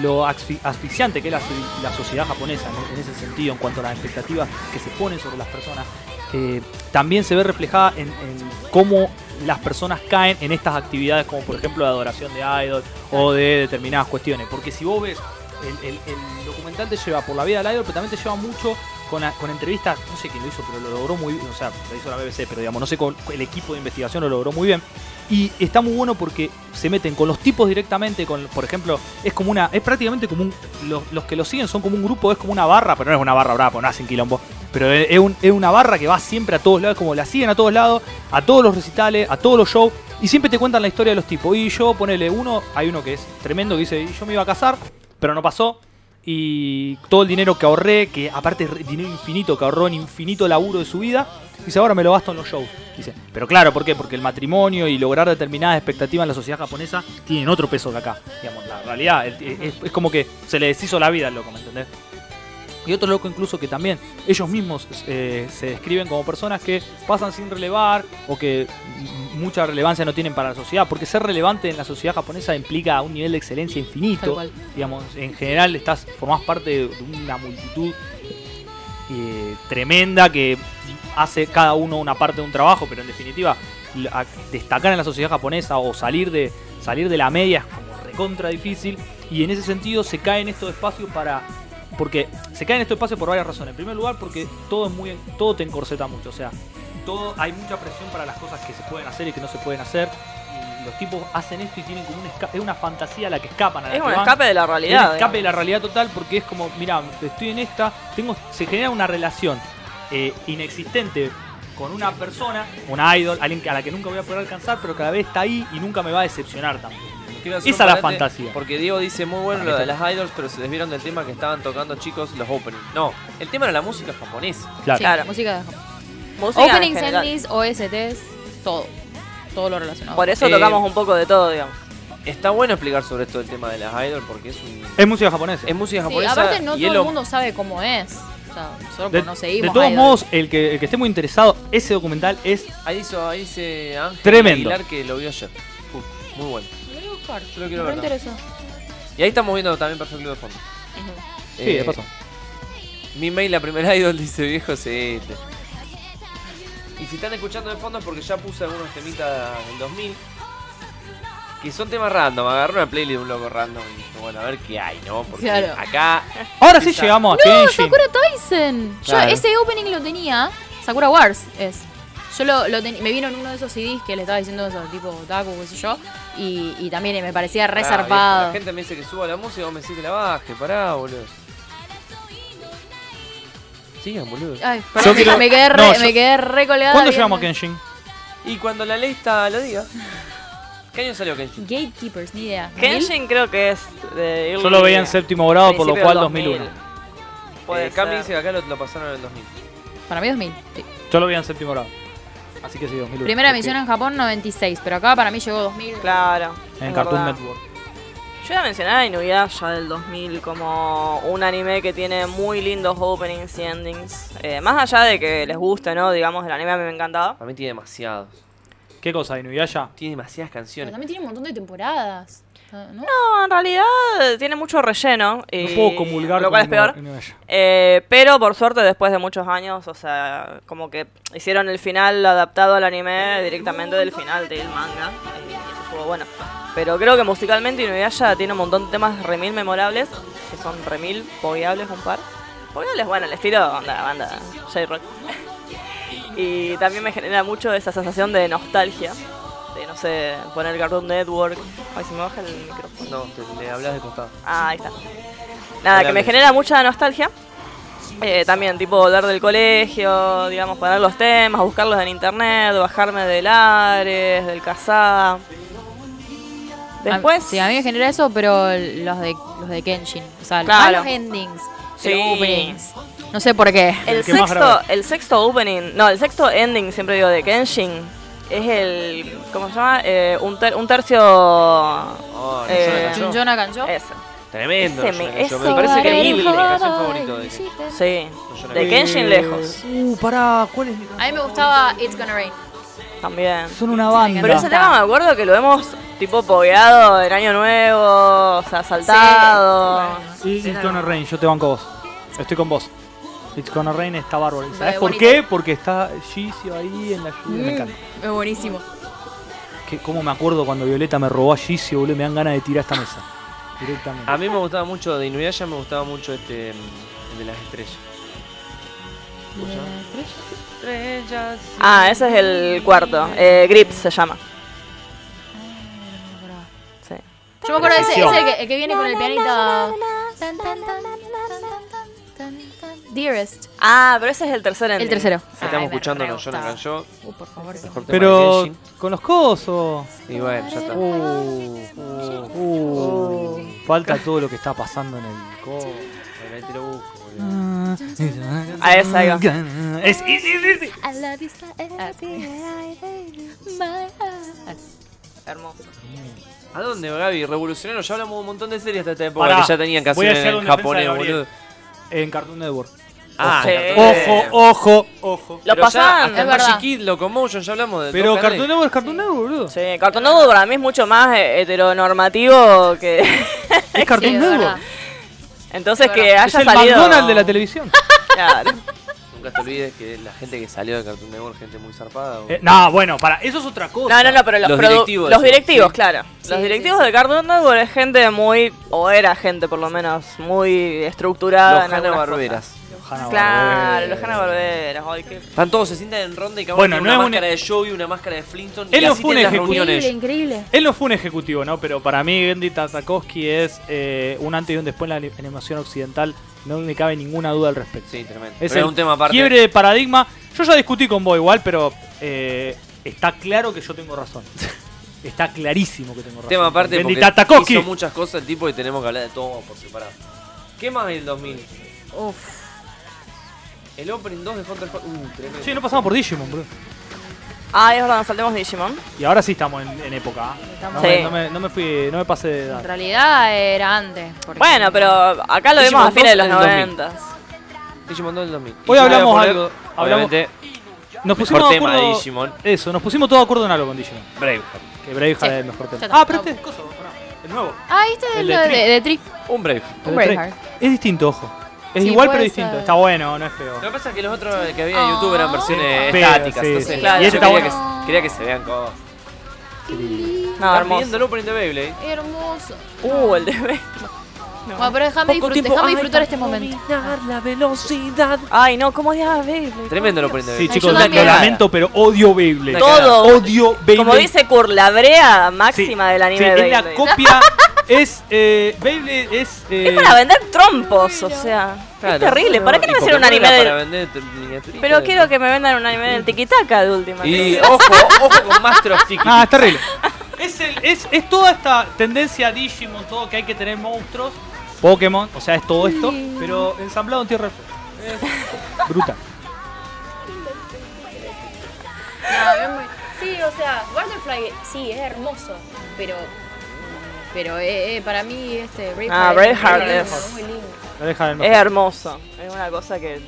lo asfi- asfixiante que es la, so- la sociedad japonesa ¿no? en ese sentido, en cuanto a las expectativas que se ponen sobre las personas, eh, también se ve reflejada en, en cómo las personas caen en estas actividades, como por ejemplo la adoración de idol o de determinadas cuestiones. Porque si vos ves, el, el- el documental te lleva por la vida del idol, pero también te lleva mucho con, la- con entrevistas, no sé quién lo hizo, pero lo logró muy bien, o sea, lo hizo la BBC, pero digamos, no sé, con- el equipo de investigación lo logró muy bien. Y está muy bueno porque se meten con los tipos directamente, con, por ejemplo, es como una, es prácticamente como un, los, los que lo siguen son como un grupo, es como una barra, pero no es una barra brava, pues no hacen quilombo, pero es, es un- es una barra que va siempre a todos lados, como la siguen a todos lados, a todos los recitales, a todos los shows, y siempre te cuentan la historia de los tipos. Y yo, ponele uno, hay uno que es tremendo, que dice, "Y yo me iba a casar, pero no pasó, y todo el dinero que ahorré, que aparte es re- dinero infinito, que ahorró en infinito laburo de su vida, dice, ahora me lo gasto en los shows. Dice, pero claro, ¿por qué? Porque el matrimonio y lograr determinadas expectativas en la sociedad japonesa tienen otro peso que acá. Digamos, la realidad el- es, es como que se le deshizo la vida al loco, ¿me entendés? Y otro loco incluso que también ellos mismos eh, se describen como personas que pasan sin relevar o que m- mucha relevancia no tienen para la sociedad, porque ser relevante en la sociedad japonesa implica un nivel de excelencia Tal infinito cual. digamos, en general estás, formás parte de una multitud eh, tremenda que hace cada uno una parte de un trabajo, pero en definitiva, la- a- destacar en la sociedad japonesa o salir de, salir de la media es como recontra difícil. Y en ese sentido se caen estos espacios para. Porque se caen estos espacios por varias razones. En primer lugar, porque todo es muy. todo te encorseta mucho. O sea, todo, hay mucha presión para las cosas que se pueden hacer y que no se pueden hacer. Y los tipos hacen esto y tienen como un esca- es una fantasía a la que escapan a la Es que un van. escape de la realidad. Es un escape de digamos. la realidad total porque es como, mira, estoy en esta, tengo, se genera una relación eh, inexistente con una persona, una idol, alguien que- a la que nunca voy a poder alcanzar, pero cada vez está ahí y nunca me va a decepcionar tampoco. Quiero hacer un Esa es la parate, fantasía. Porque Diego dice muy bueno Ahí lo de está. las idols, pero se desvieron del tema que estaban tocando chicos los openings. No, el tema era la música japonesa. Claro. Sí, Claro. música de Japón. Música en Openings, general. endings, OSTs, todo. Todo lo relacionado. Por eso Eh, tocamos un poco de todo, digamos. Está bueno explicar sobre todo el tema de las idols porque es un. Es música japonesa. Es música Sí, japonesa. aparte no todo y es el lo- mundo sabe cómo es. O sea, nosotros de, no seguimos. de todos idols. modos, el que, el que esté muy interesado, ese documental es Ahí dice, ahí dice Ángel Tremendo. Aguilar que lo vio ayer. Uf, muy bueno. Lo voy a buscar. Yo lo quiero Me ver también. interesa. Y ahí estamos viendo también Perfect Blue de fondo. Sí, Eh, de paso. Mi mail, la primera *laughs* idol, dice viejo celeste. Y si están escuchando de fondo es porque ya puse algunos temitas del 2000. Que son temas random. Agarré una playlist de un loco random y dije, bueno, a ver qué hay, ¿no? Porque Claro. *laughs* acá... Ahora sí Esa- llegamos a No, Kenshin. Sakura Tyson. Yo Claro. ese opening lo tenía. Sakura Wars es. Yo lo, lo teni- me vino en uno de esos CDs que le estaba diciendo eso, tipo Taku, qué sé yo. Y, y también me parecía Pará, Ah, viejo, reservado. La gente me dice que suba la música, vos me decís que la baje. Pará, boludo. Sigan, boludo. Ay, perdón, quiero- me quedé re, No, yo- me quedé re colgada. viendo- ¿Cuándo llegamos a Kenshin? Y cuando la ley está, lo diga. ¿Qué año salió Kenshin? Gatekeepers, ni idea. Kenshin creo que es de Yo lo veía en séptimo grado, por lo Principio cual del 2001. 2000. Puede Eh, Cami ser. dice que acá lo, lo pasaron en el 2000. Para mí 2000. Sí. Yo lo veía en séptimo grado. Así que sí, 2001. Primera Ok. emisión en Japón 96, pero acá para mí llegó 2000. Claro. En es Cartoon verdad. Network. Yo iba a mencionar a Inuyasha del 2000 como un anime que tiene muy lindos openings y endings. Eh, más allá de que les guste, ¿no? Digamos, el anime a mí me encantaba. Para mí tiene demasiados. ¿Qué cosa, Inuyasha? Tiene demasiadas canciones. Pero también tiene un montón de temporadas. Ah, ¿No? No, en realidad eh, tiene mucho relleno. Y, No puedo comulgar Eh, Lo cual es con peor. Inuyasha. Eh, pero por suerte, después de muchos años, o sea, como que hicieron el final adaptado al anime directamente del final del manga. eh, Y eso estuvo bueno. Pero creo que musicalmente Inuyasha tiene un montón de temas remil memorables, que son remil pogueables un par. Pogueables, bueno, el estilo onda, banda *laughs* J-Rock. y también me genera mucho esa sensación de nostalgia. de, no sé, poner Cartoon Network. Ay, se me baja el micrófono. No, te, le hablas de costado. Ah, ahí está. Nada, que Adelante. me genera mucha nostalgia. Eh, también, tipo, volver del colegio, digamos, poner los temas, buscarlos en internet, bajarme del Ares, del Casada. Después, A, Ah, sí, a mí me genera eso, pero los de, los de Kenshin. O sea, Claro. los endings, Sí. los openings. No sé por qué. el, El que más sexto, graba. el sexto opening, no, el sexto ending, siempre digo, de Kenshin, es el, ¿cómo se llama? Eh, un, ter- un tercio... Oh, no, Eh, yo no cayó. Chunjona Kancho. Ese. Tremendo. ese yo no me- cayó. eso me parece que era es mi horrible. canción favorita de Kenshin. Sí, No, yo no de cayó. Kenshin lejos, Uh, pará, ¿cuál es mi A mí me gustaba It's Gonna Rain. también. Son una banda. Pero ese Está. tema me acuerdo que lo hemos tipo pogueado en Año Nuevo, o sea, saltado. Ah. It's Gonna Rain, yo te banco a vos. Estoy con vos. It's Gonna Rain está bárbaro. ¿Y ¿Sabes Vale, por bonito. qué? Porque está Gizio ahí en la lluvia. Me encanta. Es buenísimo. Que, ¿Cómo me acuerdo cuando Violeta me robó a Gizio, boludo? Me dan ganas de tirar esta mesa. Directamente. A Ah, mí me gustaba mucho de Inuyasha, me gustaba mucho este mm, el de las estrellas. Estrellas. Ah, ese es el cuarto. Eh, Grip se llama. Sí. Yo me acuerdo de ese, Precisión. ese que, el que viene con el pianito. Dearest. Ah, pero ese es el tercer ending. El tercero. Estamos escuchando con Jonah Gancho. Uh, por favor. Mejor tema de Pero Kenshin. con los cosos. Y bueno, ya está. Uh, uh, falta todo lo que está pasando en el coso. Bueno, ahí te lo busco, boludo. Ah, esa, ahí Es easy, easy, easy. Ah, Hermoso. ¿A dónde, Gaby? Revolucionario. Ya hablamos un montón de series hasta esta época Pará, que ya tenían voy a canciones hacer en un defensa japonés, de Gabriel. boludo. En Cartoon Network. Ah, Sí. Cartoon Ojo, Network. ojo, ojo. Lo Pero ya pasaban. hasta Es verdad. Magic Kid, Locomotion, ya hablamos de Pero dos Cartoon canales. Network es Cartoon Network, *laughs* boludo. Sí, Cartoon Network para mí es mucho más eh, heteronormativo que. *laughs* Es Cartoon Sí, es Network. verdad. Entonces que haya Es el salido. McDonald's de la televisión. Claro. Nunca te olvides que la gente que salió de Cartoon Network, gente muy zarpada. boludo. Eh, no, bueno, para, eso es otra cosa. No, no, no, pero los, Los produ- directivos, Los decimos, directivos, sí. claro. Sí, los sí, directivos sí. de Cartoon Network es gente muy, o era gente por lo menos, muy estructurada. Los en algunas Hanna Barberas. cosas. Hanna-Barbera. Claro, los Hanna Barberas. Ay, qué. Están todos, se sientan en ronda y cada uno Bueno, tiene una no es un- máscara de Joey, una máscara de Flintstone. Él y no así fue un tienen las ejecutivo. reuniones. Increíble, increíble. Él no fue un ejecutivo, ¿no? Pero para mí Gendy Tartakovsky es eh, un antes y un después en la ani- animación occidental. No me cabe ninguna duda al respecto. Sí, tremendo. Es Pero el es un tema aparte. Quiebre de paradigma. Yo ya discutí con vos igual, pero eh, está claro que yo tengo razón. está clarísimo que tengo razón. Tema aparte Gendy porque Tartakovsky. hizo muchas cosas el tipo y tenemos que hablar de todo por separado. ¿Qué más del 2000? Uf. El Opening 2 de Hunter x Hunter. Uh, tremendo. Sí, no pasamos por Digimon, bro. Ay, es verdad, nos saltemos Digimon. Y ahora sí estamos en, en época. ¿ah? No, Estamos- me, Sí. no me- no me fui, no me pasé de En edad. realidad era antes. porque- Bueno, pero acá lo Digimon vimos a fines de los dos en el 90. Digimon 2 del 2000. Hoy Y yo voy a hablamos poner, algo, hablamos- Obviamente, Nos pusimos mejor de tema de acuerdo- Digimon. Eso, nos pusimos todos de acuerdo en algo con Digimon. Braveheart. Que Braveheart Sí. es el mejor tema. Ya está. Ah, pero este es coso, pará, el nuevo. Ah, este es El el de de, Tri. de, de Tri. Un Braveheart. El Un de Braveheart. Trek. Es distinto, ojo. Es Sí, igual puede pero distinto. ser. Está bueno, no es feo. Lo que pasa es que los otros que había en YouTube eran Ah. versiones Sí, estáticas. sí, entonces, sí. yo Y este quería, está que, bueno. se- quería que se vean cosas. No, Están pidiendo hermoso. el Opening de Beyblade. Hermoso. Uh, el de Bueno, pero déjame disfrutar, déjame disfrutar este momento. Ay, no, ¿cómo odiaba Beyblade? Tremendo el Opening de Sí, Beyblade. chicos, yo la- lo también. lamento, pero odio Beyblade. Todo. Cagada. Odio Beyblade. Como dice Kur, la brea Sí. máxima del anime Sí, de es la Beyblade. copia. es. Eh, Beyblade es. eh, Es para vender trompos, o sea. Claro. es terrible. ¿Para qué Y no hacer un Pokémon anime era del.? para vender t- miniaturitas. Pero quiero que me vendan un anime del tiquitaca de última. Y *laughs* ojo, ojo con Master of Tiki. Ah, es terrible. *laughs* es, el- es, es toda esta tendencia a Digimon, todo que hay que tener monstruos. Pokémon, o sea, es todo esto, pero ensamblado en tierra. del Fuego. Es brutal. Sí, o sea, Butterfly, sí, es hermoso, pero. Pero eh, eh, para mí, este. Ah, Braveheart es- muy lindo. La dejan en el Es hermoso. Es una cosa que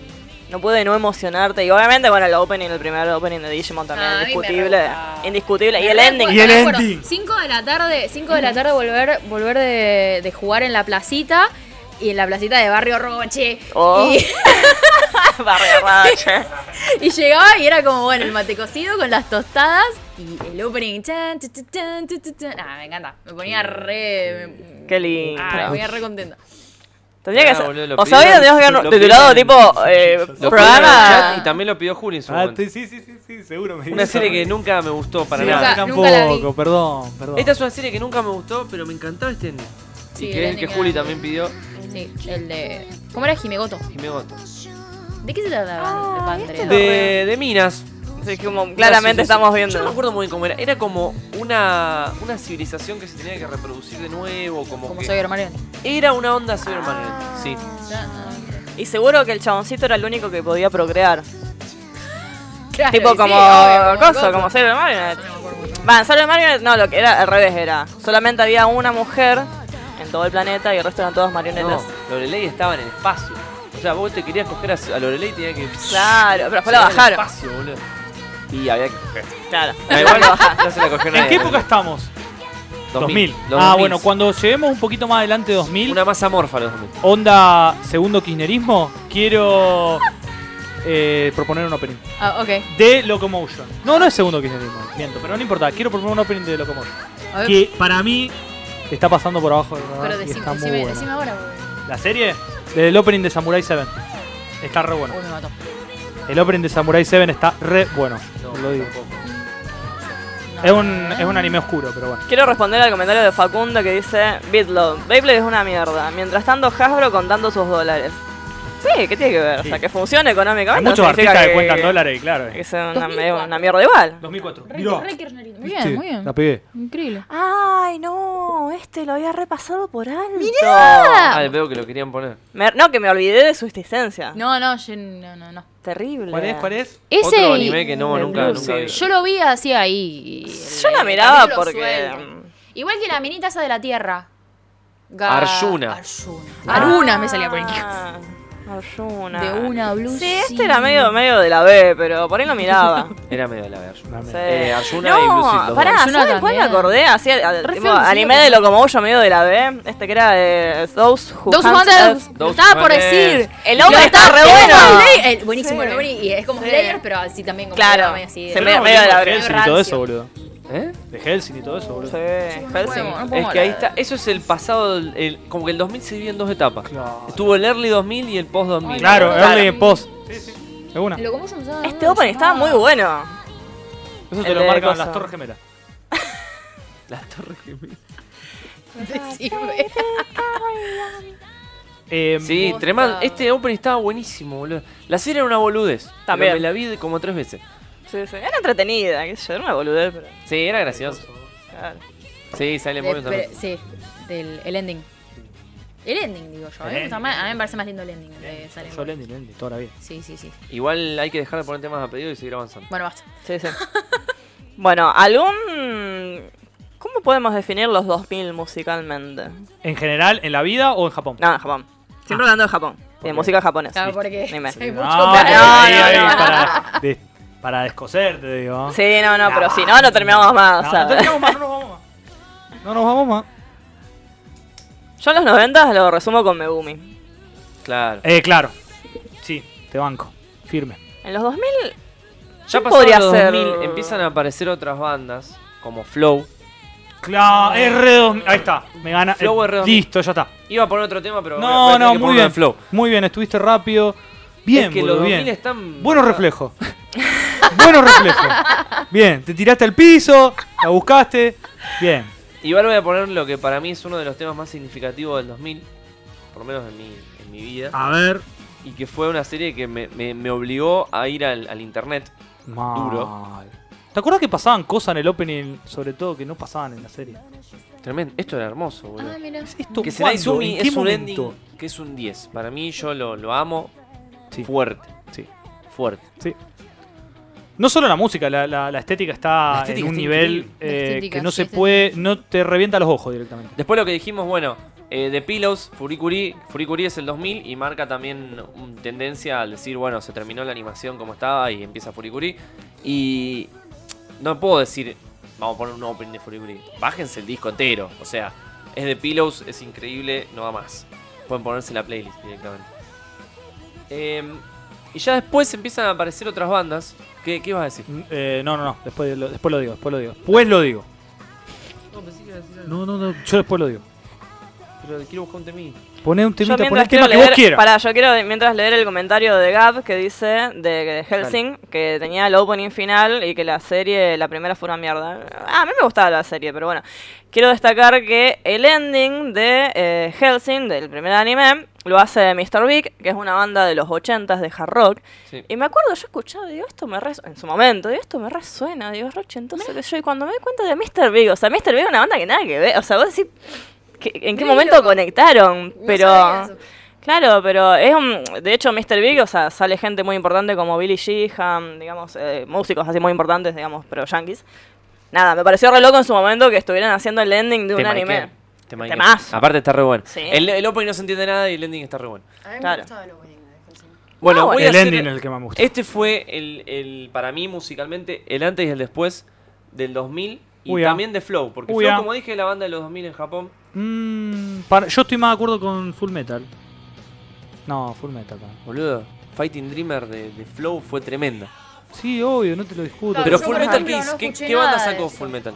no puede no emocionarte. Y obviamente, bueno, el opening, el primer opening de Digimon también, Ah, a mí me indiscutible. re Indiscutible. Y Me el acuerdo- ending. Y el me acuerdo, ending. 5 de la tarde, 5 de la tarde volver, volver de, de jugar en la placita y en la placita de Barrio Roche. Oh. Y, *laughs* *laughs* Barrio Rache. y llegaba y era como, bueno, el mate cocido con las tostadas y el opening. chan, tu, tu, tan, tu, tu, tan. Ah, me encanta. Me ponía re... me- Qué lindo. Ah, me ponía re contenta. Tendría que Ah, ser. boludo, lo o sea, hoy pidieron- tendríamos que haber lo titulado pidieron- Lo tipo eh, pidieron en el chat y programa. también lo pidió Juli en su Ah, momento. te- sí, sí, sí, sí, seguro me Una dice. serie que nunca me gustó para Sí, nada. yo Nunca- nunca la vi. tampoco, perdón, perdón. Esta es una serie que nunca me gustó, pero me encantaba este ending. Sí, y el que es el ending que era- Juli también pidió Sí, el de. ¿Cómo era Jimegoto? y me gustó. ¿De qué se trataba Ah, de este Pantera? lo- De, de Minas. Sí, como Una civilización- claramente estamos Yo no me viendo. acuerdo muy bien cómo era. Era como una, una civilización que se tenía que reproducir de nuevo. Como, Como Ah. que soy Hermione. Era una onda Cyberman. Sí. Y seguro que el chaboncito era el único que podía procrear. Ah, Claro, Tipo y sí, como obvio, coso, Gozo. como Sailor Margaret. Va, en Sailor Margaret no, lo que era al revés era. Solamente había una mujer en todo el planeta y el resto eran todas marionetas. No, Lorelei estaba en el espacio. O sea, vos te querías coger a, a Lorelei y tenías que. Claro, pero después llegar la al bajaron. espacio, boludo. Y había *laughs* que coger. Claro. Da igual, no se la cogió nadie. ¿En qué época estamos? 2000. Los Ah, 2000. bueno, cuando lleguemos un poquito más adelante 2000, Una masa morfa los 2000. onda segundo kirchnerismo, quiero eh, proponer un opening Ah, ok. de Locomotion. No, no es segundo kirchnerismo, miento, pero no importa, quiero proponer un opening de Locomotion. A ver, Que para mí está pasando por abajo del radar pero y decime, Ah, está muy decime, bueno. decime ahora. porque- La serie del opening de Samurai 7 está re bueno. Uy, me mató. El opening de Samurai 7 está re bueno, No, lo digo. tampoco. No. Es un, es un anime oscuro, pero bueno. Quiero responder al comentario de Facundo que dice: Bitlow, Beyblade es una mierda. Mientras tanto, Hasbro contando sus dólares. Sí, ¿qué tiene que ver? O sea, Sí. que funcione Hay económicamente. no muchos significa artistas que cuentan dólares, y claro. Que eh. es una, es 2004. una mierda igual. 2004. Re- Mirá. re kirchnerito. Muy Sí, bien, muy bien. La pegué. Increíble. Ay, no, este lo había repasado por alto. Ah, veo que lo querían poner. Me- no, que me olvidé de su existencia. No, no, yo- no, no, no. Terrible. ¿Cuál es? ¿Cuál es? Ese Otro y- anime que no, de nunca, Lucy. nunca vi. yo lo vi así ahí. Yo el- la el miraba capítulo porque. suelto. Igual que la minita esa de la tierra. Arjuna. Arjuna. Aruna me salía por el Ah, Arjuna. De una blusa. Sí, este era medio, medio de la B, pero por ahí lo miraba. *laughs* Era medio de la verga. Dame. Sí. Eh, Arjuna y Blue Seal, no, los pará, dos. Arjuna ¿saben cuál me también. acordé? Así, al- Re tipo, feo, sí, anime lo de que- Locomotion medio de la B. Este que era eh, Those Who Dos Hunt humanos. Us. Lo Dos estaba por humanos. decir. El hombre Lo está re tiene bueno. como Slayer- el- eh, buenísimo Sí. el hombre y es como Sí. Slayer, pero así también como Claro. medio así de- Se Tenemos medio de la de verga. Helsing y todo eso, boludo. ¿Eh? De Helsing y todo eso, Sí, boludo. Hellsing. podemos, no Es podemos que ahí hablar. está, eso es el pasado, del- el- como que el 2000 se divide en dos etapas. Claro. Estuvo el early 2000 y el post 2000. Claro, eh. Claro. early and post. Sí, sí. Es una. Lo como yo *laughs* usaba, Este no, opening estaba llamaba- muy bueno. Eso El te lo de marcan cosa. las torres gemelas. Las torres gemelas. *laughs* Decime. Eh, Sí, Posta. tremendo. Este opening estaba buenísimo, boludo. La serie era una boludez. También. También. me la vi como tres veces. Sí, sí. Era entretenida, qué sé yo, era una boludez, pero. Sí, era gracioso. claro. Sí, sale De- muy bien pero- también. sí, del el ending. El ending, digo yo. A mí, me gusta más- a mí me parece más lindo el ending de Silent Yo Bob. Lendy, Lendy, toda la vida. Sí, sí, sí. Igual hay que dejar de poner temas a pedido y seguir avanzando. Eh, Bueno, basta. *laughs* Sí, sí. bueno, algún. ¿Cómo podemos definir los 2000 musicalmente? ¿En general, en la vida o en Japón? No, en Japón. Siempre Ah. hablando de Japón. Y de música japonesa. Claro, porque Ni me- *laughs* hay No, mucho pero para- ahí, no, ahí, no, no. Para, de- para descoserte, digo. Sí, no, no, pero si no, no terminamos más. o No, sea. no terminamos más, no nos vamos más. No nos vamos más. *laughs* Yo en los 90 lo resumo con Megumi. Claro. Eh, claro. Sí, te banco. Firme. En los 2000, Ya ¿quién pasaron podría los ser? 2000, empiezan a aparecer otras bandas, como Flow. Claro, R2000. Ahí está. Me gana. Flow Eh, R2000. Listo, ya está. Iba a poner otro tema, pero voy a- voy a No, tener no, que muy ponerlo en bien. Flow. Muy bien, estuviste rápido. Bien, Es que boludo, los 2000 bien. están- Buenos reflejos. Buenos reflejos. Bien, te tiraste al piso, la buscaste. Bien. Igual voy a poner lo que para mí es uno de los temas más significativos del 2000, por lo menos en mi, en mi vida, ver. y que fue una serie que me, me- me obligó a ir al, al internet. Duro. ¿Te acuerdas que pasaban cosas en el opening, sobre todo que no pasaban en la serie? Tremendo, esto era hermoso, boludo. Ah, mira. ¿Esto que Senai cuándo? Sumi ¿En es qué un momento? ending que es un 10. Para mí yo lo, lo amo Sí. fuerte, Sí, fuerte. sí. No solo la música, la, la- la estética está La estética en un está nivel increíble. eh, La estética, que no sí, se está puede, no te revienta los ojos directamente. Después lo que dijimos, bueno, eh, The Pillows, Furikuri, Furikuri es el 2000 y marca también un- tendencia al decir, bueno, se terminó la animación como estaba y empieza Furikuri. Y no puedo decir, vamos a poner un opening de Furikuri. Bájense el disco entero, o sea, es The Pillows, es increíble, no va más. Pueden ponerse la playlist directamente. Em, y ya después empiezan a aparecer otras bandas. ¿Qué, qué ibas a decir? Mm, eh, no, no, no, después lo, después lo digo, después lo digo. Después lo digo. No, no, no, yo después lo digo. pero quiero buscar un temí. Poné un temita, yo poné mientras el tema quiero que vos leer, quieras. pará, yo quiero mientras leer el comentario de Gab que dice de, de Helsing que tenía el opening final y que la serie, la primera fue una mierda. Ah, a mí me gustaba la serie, pero bueno. Quiero destacar que el ending de eh, Helsing, del primer anime, lo hace Mr. Big, que es una banda de los 80s de hard rock. Sí. Y me acuerdo, yo escuchaba, digo, esto me resuena, en su momento, digo, esto me resuena, digo, Roche, entonces que yo, y cuando me doy cuenta de Mr. Big, o sea, Mr. Big es una banda que nada que ver, o sea, vos decís, que- ¿en qué Re momento loco. conectaron? No Pero, sabía eso. claro, pero es un, de hecho, Mr. Big, o sea, sale gente muy importante como Billy Sheehan, digamos, eh, músicos así muy importantes, digamos, pero yankees. Nada, me pareció re loco en su momento que estuvieran haciendo el ending de un Tema anime. Iker. Tema Iker. Temazo. Aparte está re bueno. Sí. El, el opening no se entiende nada y el ending está re bueno. A mí me Claro. gustaba el opening de Hellsing. Bueno, Ah, voy bueno. a El hacer- ending es el que más me gusta. Este fue el, el, para mí musicalmente, el antes y el después del 2000 y Uy, ah. también de Flow, porque Uy, Flow, ah. como dije, es la banda de los 2000 en Japón. Mm, para- yo estoy más de acuerdo con Full Metal. No, Full Metal. no. Boludo, Fighting Dreamer de, de Flow fue tremenda. Sí, obvio, no te lo discuto. Claro, Pero yo, Full por Metal, ejemplo, ¿qué, hizo? no ¿Qué- escuché qué banda nada de sacó eso. Full Metal?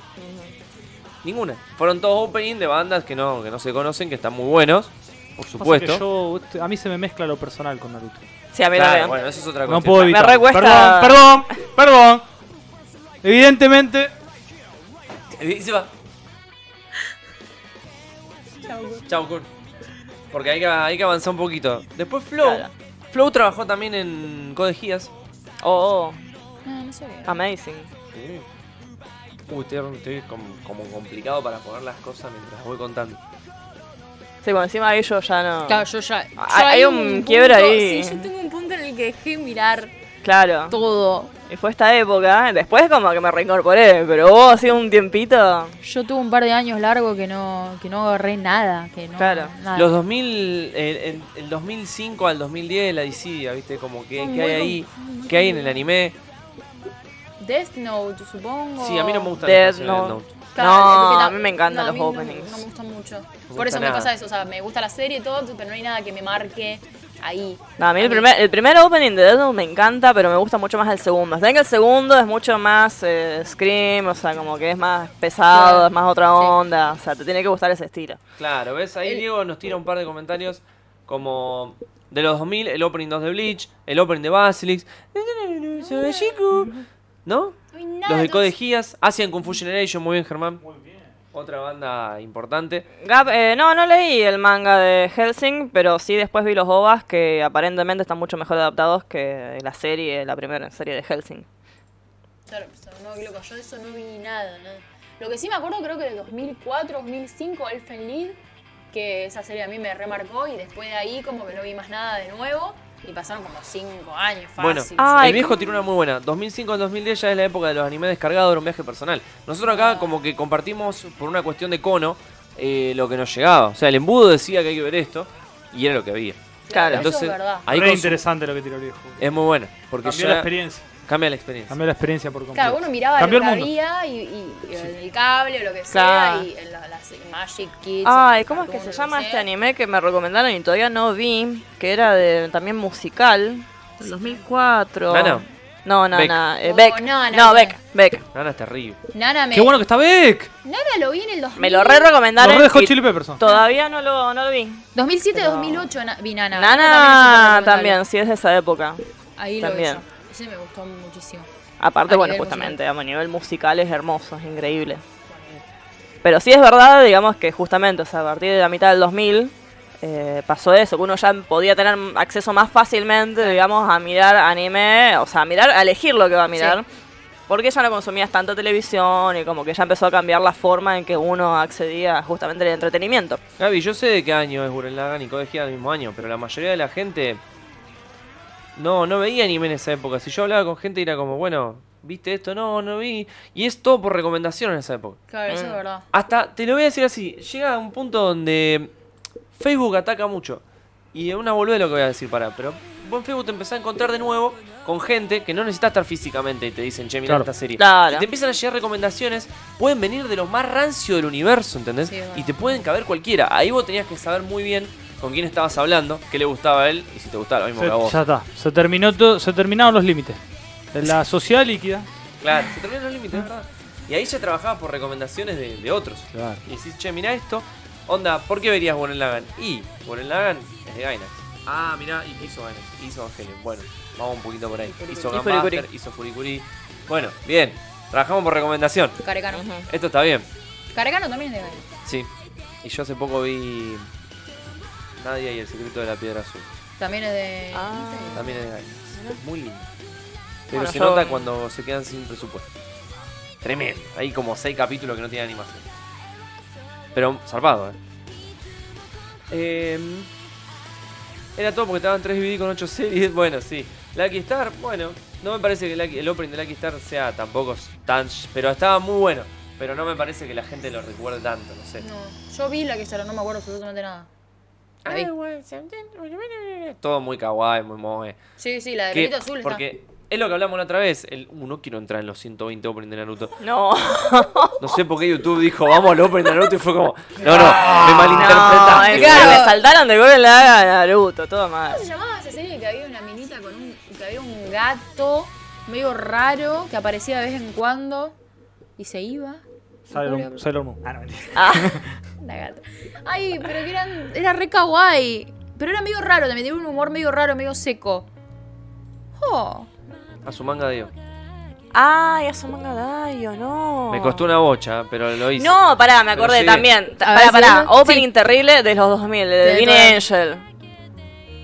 Ninguna. Fueron todos opening de bandas que no, que no se conocen, que están muy buenos, por Lo que pasa es que supuesto. yo- a mí se me mezcla lo personal con Naruto. Sí, a mí Claro, también. bueno, eso es otra No cosa. puedo Me evitarlo. recuesta- Perdón, perdón, perdón. Evidentemente. Y se va. Chau, Kun. Porque hay que, hay que avanzar un poquito. Después Flow. Claro. Flow trabajó también en Code Geass. Oh, Ah, No, no sabía. oh, amazing. Uy, estoy, estoy como, como complicado para poner las cosas mientras voy contando. Sí, bueno, encima de ellos ya no. Claro, yo ya. yo Hay- hay un quiebre punto- ahí. Sí, yo tengo un punto en el que dejé mirar Claro. todo. Y fue esta época, después como que me reincorporé, pero hubo así un tiempito. Yo tuve un par de años largo que no, que no agarré nada. Que no, Claro. nada. Los 2000, el, el- el 2005 al 2010 de la disidia, ¿viste? Como que, Son muy que hay ahí, com- son muy que hay en el anime. Death Note, supongo. Sí, a mí no me gusta Death no. Note. Claro, No, porque ta- a mí me encantan no, a los mí no- openings. No, me gustan mucho. gusta Por eso nada. me pasa eso. O sea, me gusta la serie y todo, pero no hay nada que me marque ahí. No, a mí el primer, el primer opening de Death Note me encanta, pero me gusta mucho más el segundo. Saben que el segundo es mucho más eh, scream, o sea, como que es más pesado, es más otra onda, o sea, te tiene que gustar ese estilo. Claro, ¿ves? Ahí El- Diego nos tira un par de comentarios como de los 2000, el opening 2 de Bleach, el opening de Basilisk, Sobejiku, ¿no? No hay nada. Los de todo Code eso. Geass, Asian Kung Fu Generation, muy bien Germán. Otra banda importante. Gab, eh, no, no leí el manga de Helsing, pero sí después vi los OVAs que aparentemente están mucho mejor adaptados que la serie, la primera serie de Helsing. Claro, o sea, no, loco, yo de eso no vi nada, nada. Lo que sí me acuerdo creo que de 2004, 2005, Elfen Lied, que esa serie a mí me remarcó y después de ahí como que no vi más nada de nuevo y pasaron como 5 años fácil. Bueno, Ay, el viejo tiene una muy buena. 2005 al 2010 ya es la época de los animes descargados, era un viaje personal. Nosotros acá como que compartimos por una cuestión de cono eh, lo que nos llegaba. O sea, el embudo decía que hay que ver esto y era lo que había. Ah, Claro. Eso es Entonces, verdad. ahí Re consum- interesante lo que tiró el viejo. es muy buena. Porque Cambió ya- la experiencia. Cambia la experiencia. Cambió la experiencia por completo. Claro, uno miraba Cambió lo el que mundo. había y, y- y en el cable o lo que sea Claro. y en la- las Magic Kids. Ay, en ¿cómo es que Cartoon, se lo llama este sea. anime que me recomendaron y todavía no vi? Que era de, también musical. del 2004. Nana. No, no, Beck. no. eh, Oh, No, Beck. no, no, No, no. Beck. Beck. Nana es terrible. Nana me... Qué bueno que está Beck. Nana lo vi en el 2000. Me lo re Los recomendaron. Red Hot y Chili Peppers. son. Todavía no lo, no lo vi. 2007, 2008 na- vi Nana. Nana Esa también también, sí, es de esa época. es muy recomendable. Ahí lo También. vi yo. Ese me gustó muchísimo. Aparte, A bueno, nivel justamente, digamos, a nivel musical es hermoso, es increíble. Pero sí es verdad, digamos, que justamente, o sea, a partir de la mitad del 2000 eh, pasó eso, que uno ya podía tener acceso más fácilmente, digamos, a mirar anime, o sea, a mirar, a elegir lo que va a mirar. Porque ya no consumías tanta televisión y como que ya empezó a cambiar la forma en que uno accedía justamente al entretenimiento. Gaby, yo sé de qué año es Gurren Lagann y Code Geass del mismo año, pero la mayoría de la gente no no veía anime en esa época. Si yo hablaba con gente era como, bueno, ¿viste esto? No, no vi. Y es todo por recomendación en esa época. Claro, eso Mm. es verdad. Hasta, te lo voy a decir así, llega a un punto donde Facebook ataca mucho. Y es una boludez lo que voy a decir, para, pero vos en Facebook te empezás a encontrar de nuevo con gente que no necesitas estar físicamente y te dicen, che, mira Claro. esta serie. Claro. Y te empiezan a llegar recomendaciones, pueden venir de los más rancio del universo, ¿entendés? Sí, bueno. Y te pueden caber cualquiera. Ahí vos tenías que saber muy bien con quién estabas hablando, qué le gustaba a él y si te gustaba lo mismo Se- que a vos. ya está. Se, terminó to- se terminaron los límites. La sociedad líquida. Claro, se terminan los límites, es ¿verdad? Y ahí ya trabajabas por recomendaciones de, de otros. Claro. Y decís, che, mira esto. Onda, ¿por qué verías Warren Lagan? Y Warren Lagan es de Gainax. Ah, mirá, y hizo Gainax, hizo Evangelion. Bueno, vamos un poquito por ahí. Hizo Y Furikuri. Gunbuster, hizo Furikuri. Bueno, bien. Trabajamos por recomendación. Carecano. Ujú. Esto está bien. Carecano también es de Gainax. Sí. Y yo hace poco vi Nadia y el secreto de la piedra azul. También es de. Ah. También es de Gainax. Es muy lindo. Pero Bueno, se yo- nota cuando se quedan sin presupuesto. Tremendo. Hay como seis capítulos que no tienen animación. Pero zarpado, ¿eh? Eh, Era todo porque estaban 3 DVD con 8 series. *laughs* Bueno, sí. Lucky Star, bueno. No me parece que Lucky- el opening de Lucky Star sea tampoco tan... sh- Pero estaba muy bueno. Pero no me parece que la gente lo recuerde tanto, no sé. No, yo vi la que se no me acuerdo absolutamente nada. La Ah, vi. Todo muy kawaii, muy moe. Sí, sí, la de Que- Perito Azul está. porque es lo que hablamos la otra vez. El, uh, no quiero entrar en los 120 opening de Naruto. *laughs* *laughs* No. No sé por qué YouTube dijo, vamos al opening de Naruto. Y fue como, no, no, me malinterpretaste. es que claro. me saltaron de Golden Laga a Naruto, todo mal. ¿Cómo se llamaba esa serie que había una minita con un. que había un gato medio raro que aparecía de vez en cuando y se iba? Sailor, Sailor Moon. Ah, no, mentira. Ah, La gata. Ay, pero que eran, era re kawaii. Pero era medio raro, también tenía un humor medio raro, medio seco. Oh. A su manga de Dios. ay, es un manga dayo, no. Me costó una bocha, pero lo hice. No, pará, me Pero acordé sí. también. Ta- A Pará, ver, pará. seguime. Opening Sí. terrible de los 2000, el de De Dean todas. Angel.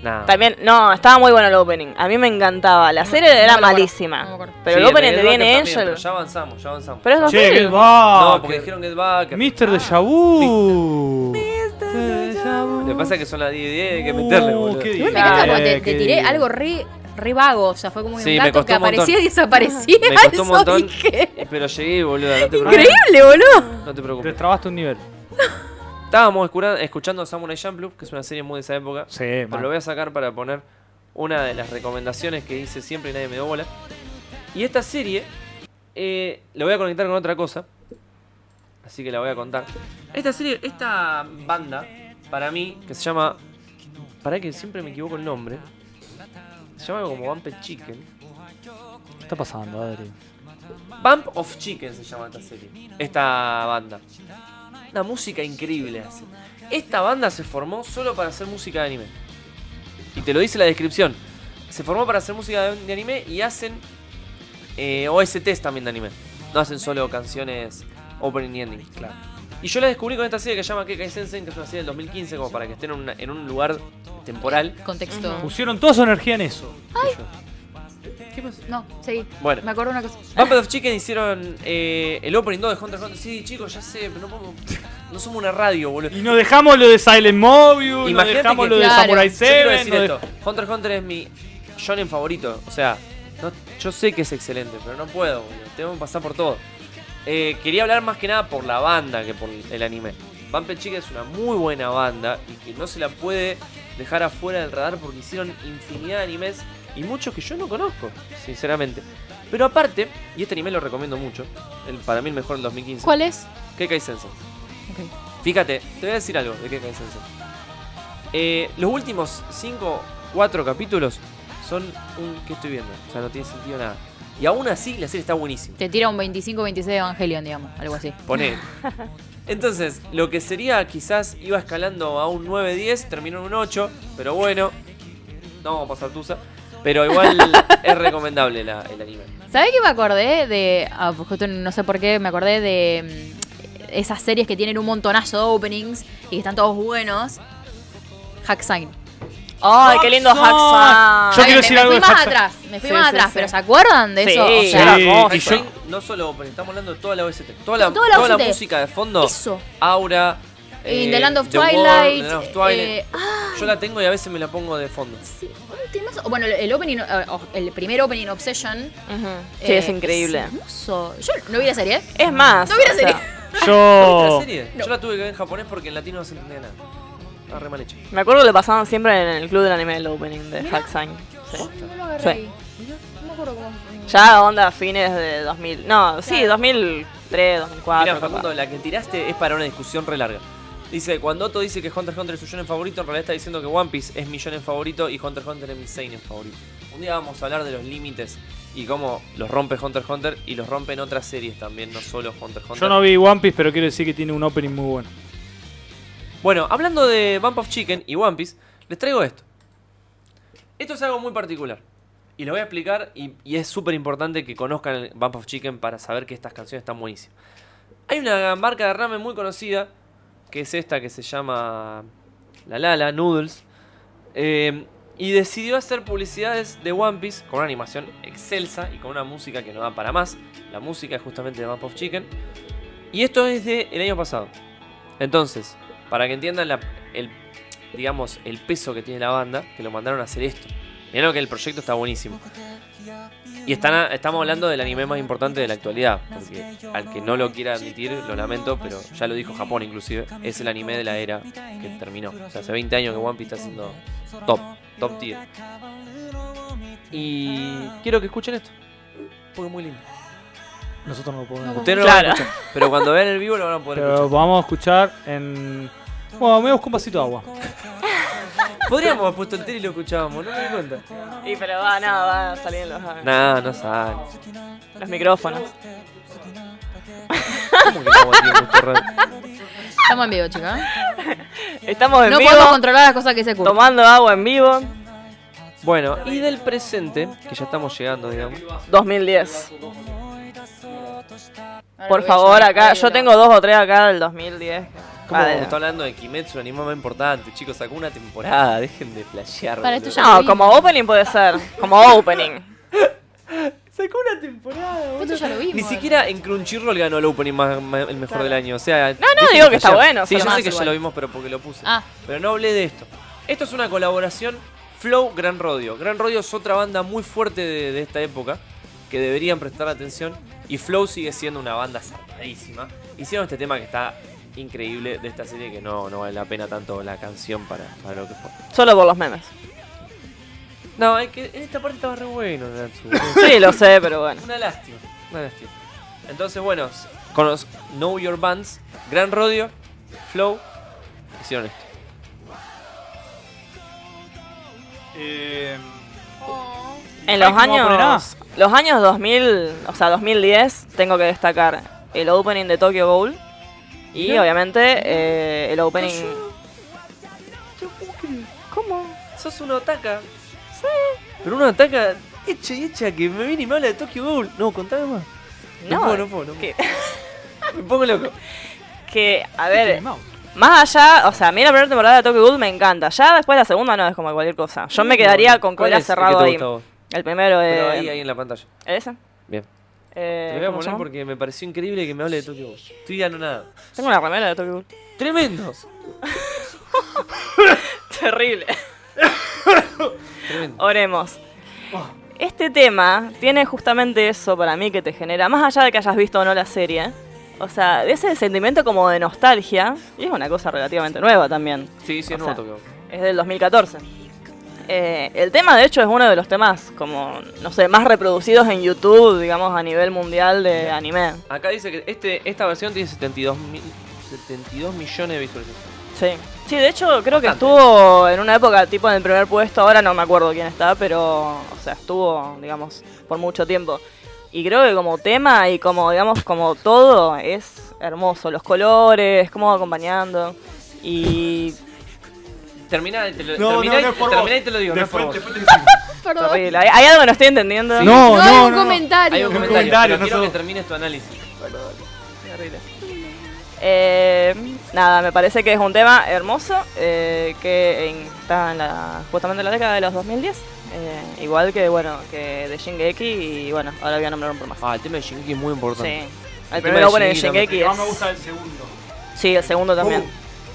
Nah. También, no, estaba muy bueno el opening. A mí me encantaba. La serie era no me acuerdo, no me malísima. acuerdo. pero Sí, el opening de Red Rocket Dean también, Angel. Pero ya avanzamos, ya avanzamos. Pero es Che, horrible. Get Back. No, porque dijeron Get Back. Mr. Deja Vu. Lo que pasa es que son las 10 y 10, hay que meterle, Uh, boludo. qué Igual me Dale, encanta porque te, qué te tiré lindo. algo re, re vago. O sea, fue como eh, Sí, me un gato costó que un montón. aparecía y desaparecía. *laughs* Me *laughs* costó un Eso montón, Ah. dije. pero llegué, boludo. No te preocupes. Increíble, boludo. No te Te preocupes. trabaste un nivel. Estábamos escura- escuchando Samurai Champloo, que es una serie muy de esa época. Sí, Pero man. lo voy a sacar para poner una de las recomendaciones que hice siempre y nadie me dio bola. Y esta serie eh, lo voy a conectar con otra cosa. Así que la voy a contar. Esta serie, esta banda, para mí, que se llama. Para que siempre me equivoco el nombre. Se llama algo como Vamped Chicken. ¿Qué está pasando, Adri? Bump of Chicken se llama esta serie. Esta banda. Una música increíble hace. Esta banda se formó solo para hacer música de anime. Y te lo dice la descripción. Se formó para hacer música de, de anime y hacen eh, OSTs también de anime. No hacen solo canciones opening y ending. Claro. Y yo la descubrí con esta serie que se llama Kekai Sensen, que es una serie del 2015, como para que estén en, una- en un lugar temporal. Contexto. Pusieron toda su energía en eso. ¿Qué pasó? No, seguí. Bueno. Me acuerdo una cosa. Vamped of Chicken hicieron eh, el opening 2 de Hunter x Hunter. Sí, chicos, ya sé, pero no, podemos- no somos una radio, boludo. Y no dejamos lo de Silent Mobius, no Imagínate dejamos que- lo de Claro. Samurai Yo quiero 7. decir esto. Hunter x Hunter es mi shonen favorito. O sea, no- yo sé que es excelente, pero no puedo, boludo. Tengo que pasar por todo. Eh, quería hablar más que nada por la banda que por el anime. Vamped Chicken es una muy buena banda y que no se la puede dejar afuera del radar porque hicieron infinidad de animes y muchos que yo no conozco, sinceramente. Pero aparte, y este anime lo recomiendo mucho, el, para mí el mejor del 2015. ¿Cuál es? Kekai Sensei. Fíjate, te voy a decir algo de Kekai Sensei. Eh, los últimos 5, 4 capítulos son un que estoy viendo. O sea, no tiene sentido nada. Y aún así, la serie está buenísima. Te tira un 25-26 de Evangelion, digamos. Algo así. Poné. Entonces, lo que sería quizás iba escalando a un 9-10, terminó en un 8, pero bueno, no vamos a pasar tusa. Pero igual es recomendable la- el anime. ¿Sabés qué me acordé de.? ah, pues justo no sé por qué, me acordé de mm, esas series que tienen un montonazo de openings y que están todos buenos. Hack Sign. Ay, qué lindo Hacksaw. Hacksaw. Yo Está quiero bien, decir me, algo me de fui más Hack Sign. atrás, me fui Sí, más sí, atrás, sí. pero ¿se acuerdan de Sí, eso? O sea, era Sí, hermoso. y yo- No solo opening, estamos hablando de toda la OST. Toda la, Toda la toda la OST. música de fondo. eso. Aura. In eh, the Land of Wall, Twilight. The Land of Twilight. eh, ah, Yo la tengo y a veces me la pongo de fondo. sí, un temazo. Bueno, el opening, eh, oh, el primer opening Obsession. Ujú. Sí, eh, es increíble. hermoso. Yo no vi la serie, ¿eh? Es más. No hubiera o sea, serie. *laughs* ¿Viste la Yo. serie? Yo la tuve que ver en japonés porque en latino no se entendía nada. Estaba re mal hecha. Me acuerdo que lo pasaban siempre en el club del anime del opening de Hacksaw. Sí. No lo agarré Sí. ahí. No me acuerdo cómo. Ya onda fines de 2000. No, sí, 2003, Ah, 2004. Mirá, capaz. Facundo, la que tiraste es para una discusión re larga. Dice, cuando Otto dice que Hunter x Hunter es su shonen favorito, en realidad está diciendo que One Piece es mi shonen favorito y Hunter x Hunter es mi seinen favorito. Un día vamos a hablar de los límites y cómo los rompe Hunter x Hunter y los rompen otras series también, no solo Hunter x Hunter. Yo no vi One Piece, pero quiero decir que tiene un opening muy bueno. Bueno, hablando de Bump of Chicken y One Piece, les traigo esto. Esto es algo muy particular. Y lo voy a explicar y, y es súper importante que conozcan el Bump of Chicken para saber que estas canciones están buenísimas. Hay una marca de ramen muy conocida, que es esta que se llama La Lala Noodles. eh, y decidió hacer publicidades de One Piece con una animación excelsa y con una música que no da para más. La música es justamente de Bump of Chicken. Y esto es del año pasado. Entonces, para que entiendan la- el, digamos, el peso que tiene la banda, que lo mandaron a hacer esto. Mirá lo que el proyecto está buenísimo. Y están a- estamos hablando del anime más importante de la actualidad, porque al que no lo quiera admitir, lo lamento, pero ya lo dijo Japón inclusive, es el anime de la era que terminó. O sea, hace 20 años que One Piece está siendo top, top tier. Y quiero que escuchen esto, porque es muy lindo. Nosotros no lo podemos. Ustedes no lo van a Claro. escuchar, pero cuando vean el vivo lo van a poder Pero escuchar. vamos a escuchar en. Bueno, me voy a buscar un vasito de agua. Podríamos haber puesto el tele y lo escuchábamos, no me di cuenta. Y pero va, nada, va a salir en los, No, no sale. los micrófonos. ¿Cómo que no vamos a tener gusto raro? Estamos en vivo, ¿eh? chicos. Estamos en No vivo, podemos controlar las cosas que se curten. tomando agua en vivo. Bueno, y del presente, que ya estamos llegando, digamos. 2010. Ahora Por voy a favor, llenar acá. el Yo hielo. tengo dos o tres acá del 2010. ¿Cómo Vale. está hablando de Kimetsu, un anime más importante? Chicos, sacó una temporada, dejen de flashear. Para, boludo. esto ya- No, como opening puede ser. Como opening. Sacó una temporada, boludo. Esto ya lo vimos. Ni siquiera en Crunchyroll ganó el opening más, más- el mejor del año. O sea, no, no, digo que está bueno, Sí, pero yo más sé que ya igual. lo vimos, pero porque lo puse. Ah. Pero no hablé de esto. Esto es una colaboración Flow Gran Rodio. Gran Rodio es otra banda muy fuerte de, de esta época que deberían prestar atención. Y Flow sigue siendo una banda salvadísima. Hicieron este tema que está increíble de esta serie que no, no vale la pena tanto la canción para, para lo que fue. Solo por los memes. No, es que en esta parte estaba re bueno. Nacho. Sí, lo sé, pero bueno. Una lástima, una lástima. Entonces, bueno, con los Know Your Bands, Gran Rodio, Flow, hicieron esto. Eh, En los Ay, ¿cómo va a poner Ah. años. Los años 2000, o sea, 2010, tengo que destacar el opening de Tokyo Ghoul. Y obviamente eh, el opening. ¿Cómo? Sos un otaka. Sí. Pero un otaka hecha y hecha que me viene y me habla de Tokyo Ghoul. No, contame más. No, puedo, no puedo, no que- puedo. *laughs* Me pongo loco. que, a ver, Más allá, o sea, a mí la primera temporada de Tokyo Ghoul me encanta. Ya después la segunda no es como cualquier cosa. Yo me quedaría con que ¿Cuál hubiera es el cerrado que te ahí. gusta a vos? El primero de. Pero ahí, ahí en la pantalla. ¿Ese? Bien. Eh, Te lo voy a ¿cómo poner se llama? porque me pareció increíble que me hable de Tokyo Ghoul. Estoy nada. Tengo una remera *laughs* de Tokyo Ghoul. *laughs* Tremendo. Terrible. Oh. Tremendo. Oremos. Oh. Este tema tiene justamente eso para mí que te genera, más allá de que hayas visto o no la serie. O sea, de ese sentimiento como de nostalgia, y es una cosa relativamente nueva también. Sí, sí, O es nuevo sea, Tokyo Ghoul. Es del 2014. Eh, el tema, de hecho, es uno de los temas, como, no sé, más reproducidos en YouTube, digamos, a nivel mundial de anime. Acá dice que este, esta versión tiene 72, mil- 72 millones de visualizaciones. Sí. Sí, de hecho, creo que Bastante. estuvo en una época, tipo, en el primer puesto, ahora no me acuerdo quién está, pero, o sea, estuvo, digamos, por mucho tiempo. Y creo que como tema y como, digamos, como todo, es hermoso. Los colores, cómo va acompañando. Y Termina y te lo, No, termina, no, y- no es por termina vos. y te lo digo. no es por vos. Perdón. terrible. ¿Hay, hay algo que no estoy entendiendo? Sí. No, No, no, hay no. un comentario. Hay un comentario, comentario, pero no quiero que sos- termines tu análisis. Eh, nada, me parece que es un tema hermoso eh, que en- está en la, justamente en la década de los 2010. eh, igual que, bueno, que de Shingeki y bueno, ahora voy a nombrar un por más. Ah, el tema de Shingeki es muy Sí. importante. El El primero tema pone de de Shingeki Shingeki. es- el segundo. Sí, el segundo también.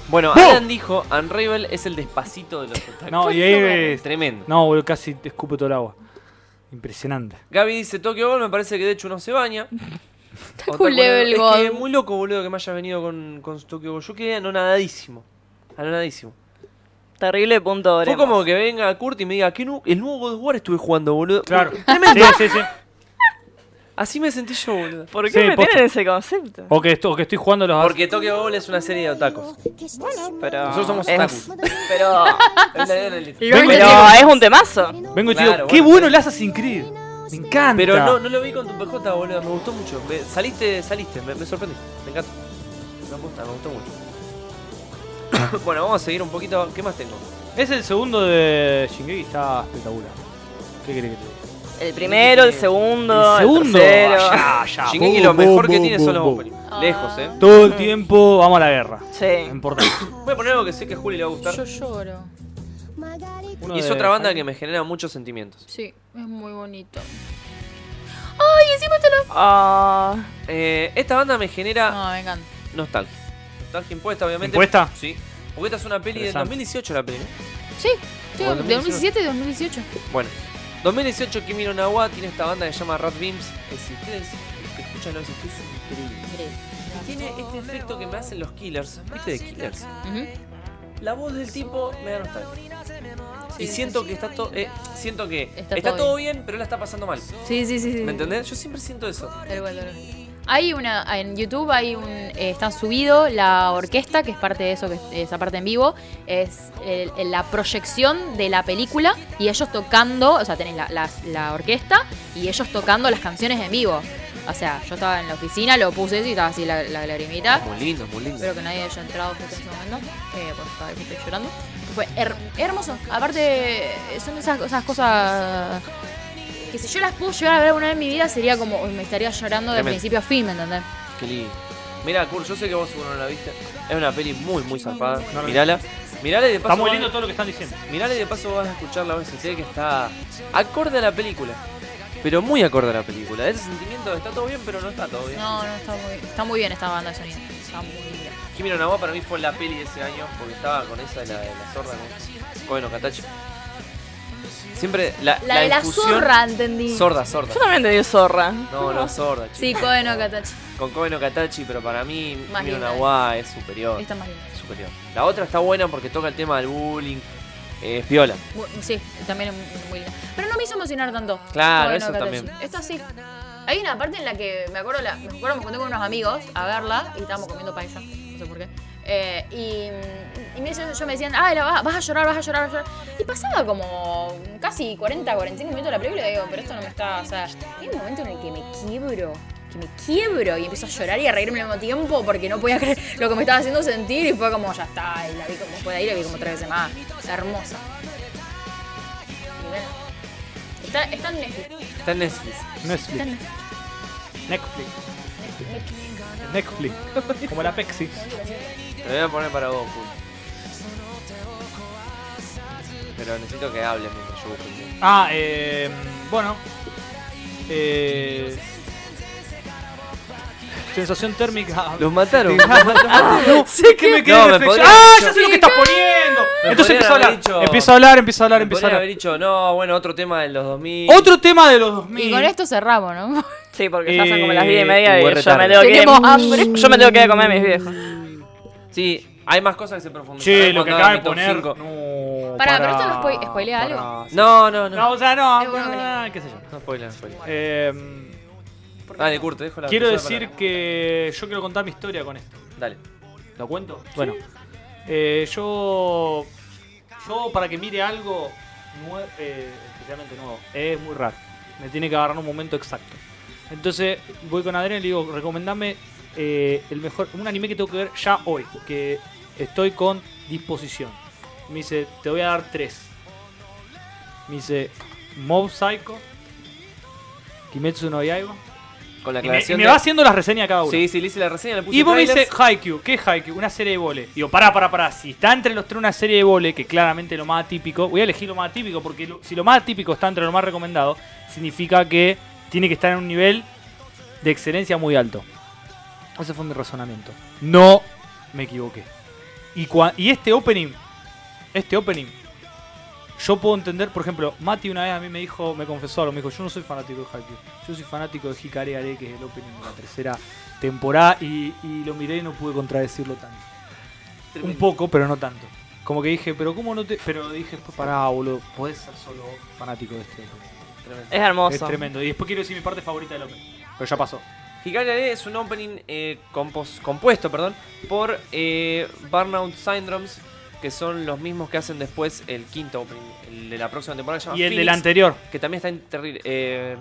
Bueno, Alan dijo, Unravel es el despacito de los otakus. No, y ahí. Es ves- tremendo. No, boludo, casi te escupo todo el agua. Impresionante. Gaby dice, Tokyo Ghoul me parece que de hecho no se *laughs* baña. Otaku cool level es God. que muy loco, boludo, que me haya venido con, con Tokyo Ghoul. Yo quedé anonadadísimo. Anonadísimo. Terrible punto Fue oremos. como que venga Kurt y me diga, ¿qué nu- el nuevo God of War estuve jugando, boludo? Claro. Sí, sí, sí. Así me sentí yo, boludo. ¿Por qué Sí, me posta. Oh. tienen ese concepto? O que, esto- o que estoy jugando los. Porque Tokyo Ghoul es una serie de *laughs* otakus. Pero Nosotros somos es- otakus. *laughs* Pero, Vengo- pero es un temazo. Vengo y te Claro, digo, bueno, qué bueno sí. el Assassin's Creed. Me encanta. Pero no, no lo vi con tu PJ, boludo. Me gustó mucho. Me- saliste, saliste. Me, me sorprendí. Me encanta. Me gusta, me gustó mucho. *coughs* bueno, vamos a seguir un poquito. ¿Qué más tengo? Es el segundo de Shingeki, está espectacular. ¿Qué querés que te diga? El primero, el segundo, el, segundo. Ah, tercero. allá, allá. Shingeki Boom, lo mejor boom, que boom, tiene boom, son los boom. openings. Lejos, eh. Todo el tiempo vamos a la guerra. No Sí. importa. *coughs* Voy a poner algo que sé que a Juli le va a gustar. Yo lloro. Uno Y es de- otra banda que me genera muchos sentimientos. Sí, es muy bonito. Ah, Eh, esta banda me genera No, me encanta. nostalgia. Nostalgia impuesta, obviamente. ¿Impuesta? Sí. Porque esta es una peli de Interesante. 2018 la peli. ¿no? Sí, sí, Bueno, de 2017 y 2018. Bueno, 2018 Kimi no Nawa tiene esta banda que se llama Rat Beams. Que si ustedes escuchan la música es increíble. Y tiene este efecto que me hacen los killers. ¿Viste de killers? La voz del tipo me da nostalgia. Y siento que está todo. siento que está, Está todo todo bien, pero la está pasando mal. Sí, sí, sí. sí. ¿Me entendés? Yo siempre siento eso. Tal cual, tal cual. Hay una, en YouTube hay un, eh, está subido la orquesta, que es parte de eso, que es esa parte en vivo, es el- el- la proyección de la película y ellos tocando, o sea, tenés la, las- la orquesta y ellos tocando las canciones en vivo. O sea, yo estaba en la oficina, lo puse y estaba así la, la lagrimita. Muy lindo, muy lindo. Espero que nadie haya entrado justo en ese momento, eh, porque estaba ahí justo llorando. Fue her- hermoso. Aparte, son esas, esas cosas que si yo las puedo llegar a ver alguna vez en mi vida, sería como, uy, me estaría llorando de Tremendo. principio a fin, ¿me entendés? Qué lindo. Mira, Kurt, yo sé que vos seguro no la viste. Es una peli muy, muy zarpada. Mirala. Mirala y de paso. Está muy vas- lindo todo lo que están diciendo. Mirala y de paso vas a escuchar la OST que está acorde a la película. Pero muy acorde a la película. Ese sentimiento de está todo bien, pero no está todo bien. No, no, está muy, está muy bien esta banda de sonido. Está muy bien. Kimi no Nawa para mí fue la peli de ese año porque estaba con esa de la, de la zorra, ¿no? Koe no Katachi. Siempre la, La de la discusión- zorra, entendí. Sorda, sorda. yo también te di zorra. No, no, sorda. Sí, chico. Koe no Katachi. Con Koe no Katachi, pero para mí Más Kimi no linda. Nawa es superior. Esta es más linda. superior. La otra está buena porque toca el tema del bullying. Eh, es viola. Bu- Sí, también es muy- muy linda. Pero no me hizo emocionar tanto. Claro, Koe no eso Katachi. también. Esto sí. Hay una parte en la que me acuerdo, la, me acuerdo, me junté con unos amigos a verla y estábamos comiendo paisa, no sé por qué. Eh, y, y me, yo, yo me decían, ah, la vas, vas a llorar, vas a llorar, vas a llorar. Y pasaba como casi 40, 45 minutos de la película y digo, pero esto no me está, o sea, hay un momento en el que me quiebro, que me quiebro y empiezo a llorar y a reírme al mismo tiempo porque no podía creer lo que me estaba haciendo sentir y fue como, ya está, y la vi como fue de ahí, la vi como tres veces más. Hermosa. Y bueno, está, está en Netflix. Está en Netflix. Netflix. Netflix. Netflix. Como la Pexi. Te lo voy a poner para vos, Juli. Pero necesito que hables mientras yo busco el link. Ah, eh, bueno. Eh, sensación térmica. Los mataron. *laughs* los mataron. Ah, No, sé que me quedé No, me reflexivo. podría ¡Ah, haber ya dicho- sé lo que estás poniendo! Me Entonces podrían empiezo a haber hablar. dicho- Empiezo a hablar, empiezo a hablar, empiezo a Podrían haber hablar. dicho, no, bueno, otro tema de los 2000. Otro tema de los 2000. Y con esto cerramos, ¿no? Sí, porque ya son como Eh, las 10 y media buen y yo me retardo. tengo que Tenemos hambre. Yo me tengo que ir a comer a mis viejos. Sí, hay más cosas que se profundizan. Che, lo que acaba de mi top poner. cinco. No, Pará, pero esto no spoil- spoilea pará. No, no, no. No, o sea, no, Es bueno que no, qué sé yo. No spoiler, spoiler. Eh, Dale, Kurt, te dejo la quiero te dejo la decir palabra. que yo quiero contar mi historia con esto. Dale. ¿Lo cuento? Bueno. Eh, yo. Yo, para que mire algo nue- eh, especialmente nuevo, es muy raro. Me tiene que agarrar un momento exacto. Entonces, voy con Adrián y le digo, recomendame eh, el mejor, un anime que tengo que ver ya hoy, que estoy con disposición. Me dice, te voy a dar tres. Me dice, Mob Psycho, Kimetsu no Yaiba. Con la Y me, y aclaración. me de- va haciendo las reseñas a cada uno. Sí, sí, le hice la reseña, le puse Y vos me dice trailers. Haikyuu, ¿qué es Haikyuu? Una serie de vole. Digo, pará, pará, pará. Si está entre los tres una serie de vole, que claramente es lo más atípico, voy a elegir lo más atípico, porque lo- si lo más atípico está entre lo más recomendado, significa que tiene que estar en un nivel de excelencia muy alto. Ese fue mi razonamiento. No me equivoqué. Y, cua- y este opening, este opening, yo puedo entender, por ejemplo, Mati una vez a mí me dijo, me confesó algo, me dijo, yo no soy fanático de Haikyuu, yo soy fanático de Hikari Are, que es el opening de la tercera temporada, y, y lo miré y no pude contradecirlo tanto. Un poco, pero no tanto. Como que dije, pero cómo no te... Pero dije, pues pará, boludo, podés ser solo fanático de este opening. Tremendo. Es hermoso. Es tremendo. Y después quiero decir mi parte favorita del opening. Pero ya pasó. Hikari Are es un opening eh, compos- compuesto perdón, por eh, Burnout Syndromes, que son los mismos que hacen después el quinto opening, el de la próxima temporada. que se llama Y el del Phoenix, anterior. Que también está en terrible. eh,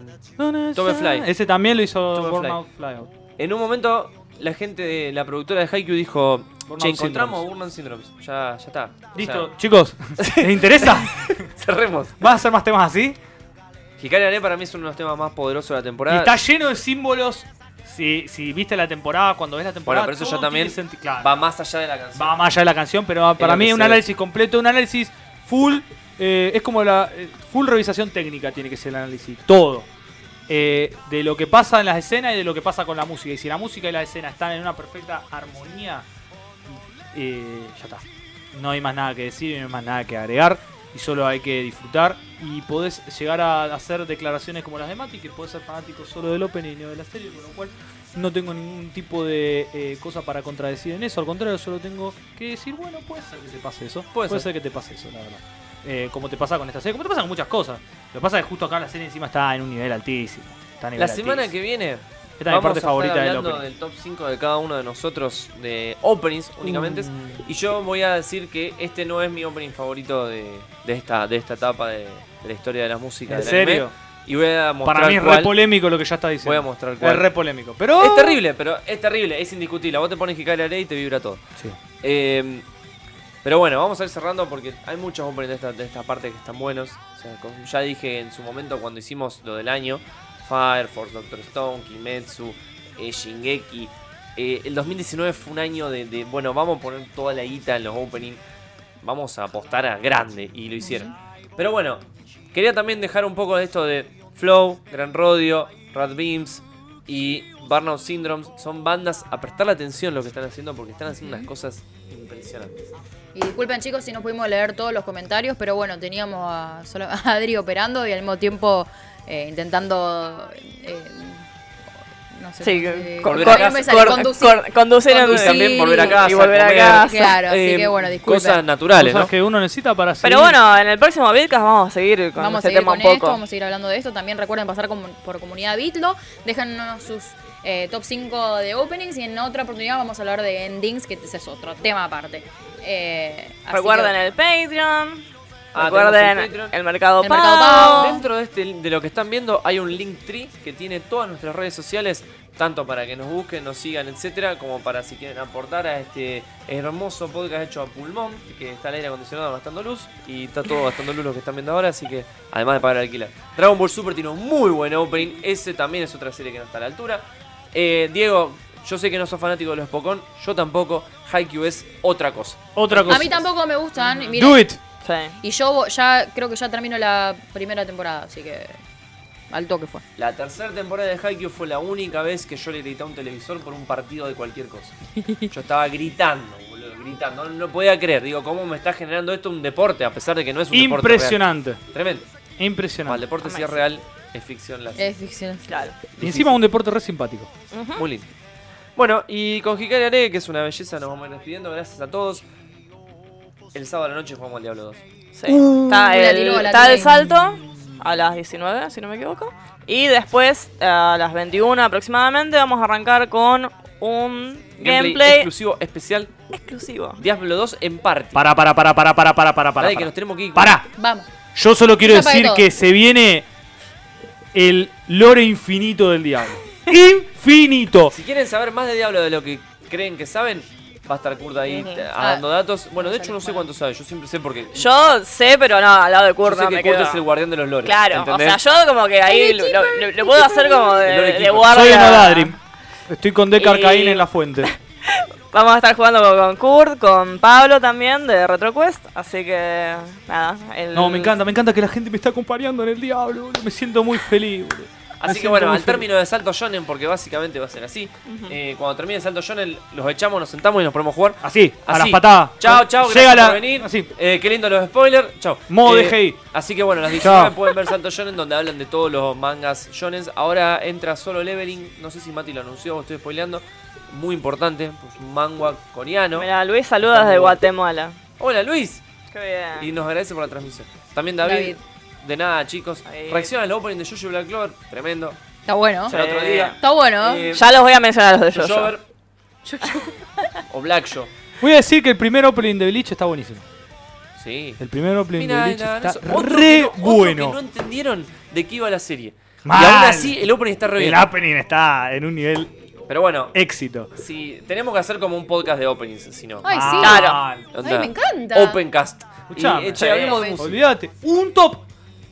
Tobe Fly. Ese también lo hizo Tobe Burnout Flyout. en un momento la gente de la productora de Haikyuu dijo, Burnout che, encontramos Syndromes". Burnout Syndromes. Ya, ya está. O Listo, sea, chicos. ¿Les interesa? *laughs* cerremos. ¿Vas a hacer más temas así? Hikari Are para mí es uno de los temas más poderosos de la Y temporada. está lleno de símbolos. Si, si viste la temporada, cuando ves la temporada. bueno, pero eso todo ya también tiene senti- claro, va va, más allá de la canción. más allá de la canción, pero para lo mí que un se ve. análisis completo, un análisis full. eh, es como la. eh, full revisación técnica tiene que ser el análisis. Todo. Eh, de lo que pasa en las escenas y de lo que pasa con la música. Y si la música y la escena están en una perfecta armonía, eh, ya está. No hay más nada que decir, no hay más nada que agregar. Y solo hay que disfrutar. Y podés llegar a hacer declaraciones como las de Mati, que podés ser fanático solo del Open y no de la serie, con lo cual no tengo ningún tipo de eh, cosa para contradecir en eso. Al contrario, solo tengo que decir, bueno, puede ser que te pase eso. Puede ser. que te pase eso, la verdad. Eh, como te pasa con esta serie, como te pasa con muchas cosas. Lo que pasa es que justo acá la serie encima está en un nivel altísimo. Está a nivel La semana que altísimo. viene Esta es mi parte a estar favorita del hablando Open. del top 5 de cada uno de nosotros de openings únicamente. Mm. Y yo voy a decir que este no es mi opening favorito de, de esta, de esta etapa de, de la historia de la música. ¿En del anime. serio? Y voy a mostrar Para mí es re cuál. polémico lo que ya está diciendo. Voy a mostrar Es cuál. re polémico. Pero. Es terrible, pero es terrible, es indiscutible. Vos te pones Hikari Are y te vibra todo. Sí. Eh, pero bueno, vamos a ir cerrando porque hay muchos openings de esta, de esta parte que están buenos. O sea, como ya dije en su momento cuando hicimos lo del año, Fire Force, Doctor Stone, Kimetsu, eh, Shingeki. Eh, el 2019 fue un año de, de, bueno, vamos a poner toda la guita en los openings. Vamos a apostar a grande y lo hicieron. Pero bueno, quería también dejar un poco de esto de Flow, Gran Rodio, Rad Beams y Burnout Syndrome. Son bandas a prestarle atención lo que están haciendo porque están haciendo unas cosas impresionantes. Y disculpen chicos si no pudimos leer todos los comentarios, pero bueno, teníamos a, solo- a Adri operando y al mismo tiempo eh, intentando... eh, no sé, Sí, eh, cor- volver cor- a casa. no me sale, cor- conducir. cor- conducir en- Conducir. Y también volver a casa. y volver a comer, casa. Claro, así eh, que bueno, disculpen. Cosas naturales, Cosas ¿no? que uno necesita para Pero seguir. bueno, en el próximo podcast vamos a seguir con vamos a este seguir tema con un poco. esto, vamos a seguir hablando de esto. También recuerden pasar comu- por comunidad Bitlo, déjanos sus eh, top 5 de openings y en otra oportunidad vamos a hablar de endings, que ese es otro tema aparte. Eh, así Recuerden que- el Patreon. Ah, recuerden tenemos el el, Patreon. mercado El pago. Mercado Pago. Dentro de, este, de lo que están viendo hay un link tree que tiene todas nuestras redes sociales, tanto para que nos busquen, nos sigan, etcétera, como para si quieren aportar a este hermoso podcast hecho a pulmón, que está el aire acondicionado gastando luz y está todo gastando luz lo que están viendo ahora, así que además de pagar el alquiler. Dragon Ball Super tiene un muy buen opening, ese también es otra serie que no está a la altura. Eh, Diego, yo sé que no sos fanático de los Pocón, yo tampoco, Haikyuu es otra cosa. Otra cosa. A mí tampoco me gustan. y miren, Do it. Sí. Y yo vo- ya creo que ya termino la primera temporada, así que al toque fue. La tercera temporada de Haikyuu fue la única vez que yo le grité a un televisor por un partido de cualquier cosa. Yo estaba gritando, boludo, gritando. No, no podía creer. Digo, ¿cómo me está generando esto un deporte? A pesar de que no es un deporte. Impresionante. real? Tremendo. Para el Impresionante. deporte sí es real, es ficción la Es ficción. Claro. Y encima un deporte re simpático. Muy lindo. Bueno, y con Hikari Are, que es una belleza, nos vamos a ir despidiendo. Gracias a todos. El sábado a la noche jugamos al Diablo 2. Sí. está la el, tiró, la está tiró el ahí. salto a las 19, si no me equivoco. Y después, eh, a las 21 aproximadamente, vamos a arrancar con un gameplay, exclusivo especial exclusivo. Diablo 2 en party. Para, para, para, para, para, para, para, para. Dale, que para. nos tenemos que ir. Pará. Vamos. Yo solo quiero No apague decir todo. que se viene el lore infinito *laughs* del diablo. Infinito. Si quieren saber más de Diablo de lo que creen que saben, va a estar Kurt ahí Ujú. Ah, eh, dando datos. Bueno, de hecho no sé cuánto sabe, yo siempre sé porque... Yo Yo sé, pero no, al lado de Kurt sé no que me Kurt quedo. es el guardián de los lores. Claro, ¿entendés? o sea, yo como que ahí El lo, equipo, lo- lo puedo hacer como El lore de, de equipo. guardia. Soy un Adadrim. Estoy con Decarcaína Y- en *laughs* la fuente. Vamos a estar jugando con, con Kurt, con Pablo también de RetroQuest, así que nada. el- No, me encanta, me encanta que la gente me está acompañando en el diablo. boludo. Me siento muy feliz. boludo. Me Así que siento bueno, muy al feliz. término de Salto Shonen, porque básicamente va a ser así, eh, cuando termine el Salto Shonen los echamos, nos sentamos y nos ponemos a jugar. Así, a Así. las patadas. Chao, chao, Llega gracias la- por venir. Así. Eh, qué lindo los spoilers. Chao. Modo Eh, DGI. Así que bueno, a las 19 Chao. pueden ver Santo Shonen donde hablan de todos los mangas shonen. Ahora entra solo Leveling. No sé si Mati lo anunció o estoy spoileando. Muy importante, pues un manga coreano. Mira, Luis saluda desde Guatemala. Hola Luis. Qué bien. Y nos agradece por la transmisión. También David. David. De nada, chicos. David. Reacciona al opening de Jojo Black Clover. Tremendo. Está bueno. El otro día. Está bueno. Eh, Ya los voy a mencionar los de Jojo. Jojover. O Black Joe. Voy a decir que el primer opening de Bleach está buenísimo. Sí. El primer opening Mirá, de Bleach nada, está eso. Otro re que no- otro bueno. que no entendieron de qué iba la serie. Mal. Y aún así, el opening está re bien. El opening está en un nivel Pero bueno, Éxito. si tenemos que hacer como un podcast de openings, si no. Ay, sí. Ah, Claro. Mal. Onda, me encanta. Opencast. Escuchame. Y, eh, che, hablemos de música. Olvídate. Un top.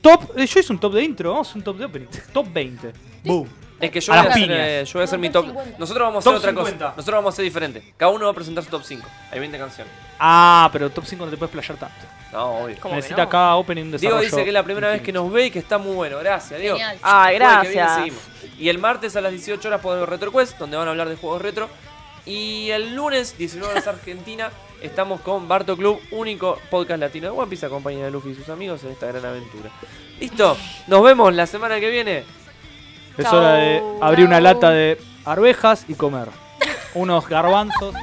Top. eh, Yo hice un top de intro. Vamos a hacer un top de opening. Top 20. Boom. Es que yo A voy a, las hacer, piñas. eh, yo voy a hacer mi top. Nosotros vamos a Top hacer otra 50. cosa. Nosotros vamos a hacer diferente. Cada uno va a presentar su top 5. Hay 20 canciones. Ah, pero top 5 no te puedes playar tanto. No, obvio. ¿Cómo que Necesita no? cada opening un Diego desarrollo. dice que es la primera vez que infinito. nos ve y que está muy bueno. Gracias, Diego. Genial. Ah, El jueves que viene gracias. seguimos. Y el martes a las 18 horas podemos ver RetroQuest, donde van a hablar de juegos retro. Y el lunes, 19 horas Argentina, estamos con Barto Club, único podcast latino de One Piece, acompañado de Luffy y sus amigos en esta gran aventura. Listo, nos vemos la semana que viene. Es hora de Chau. abrir una Chau. lata de arvejas y comer. Unos garbanzos.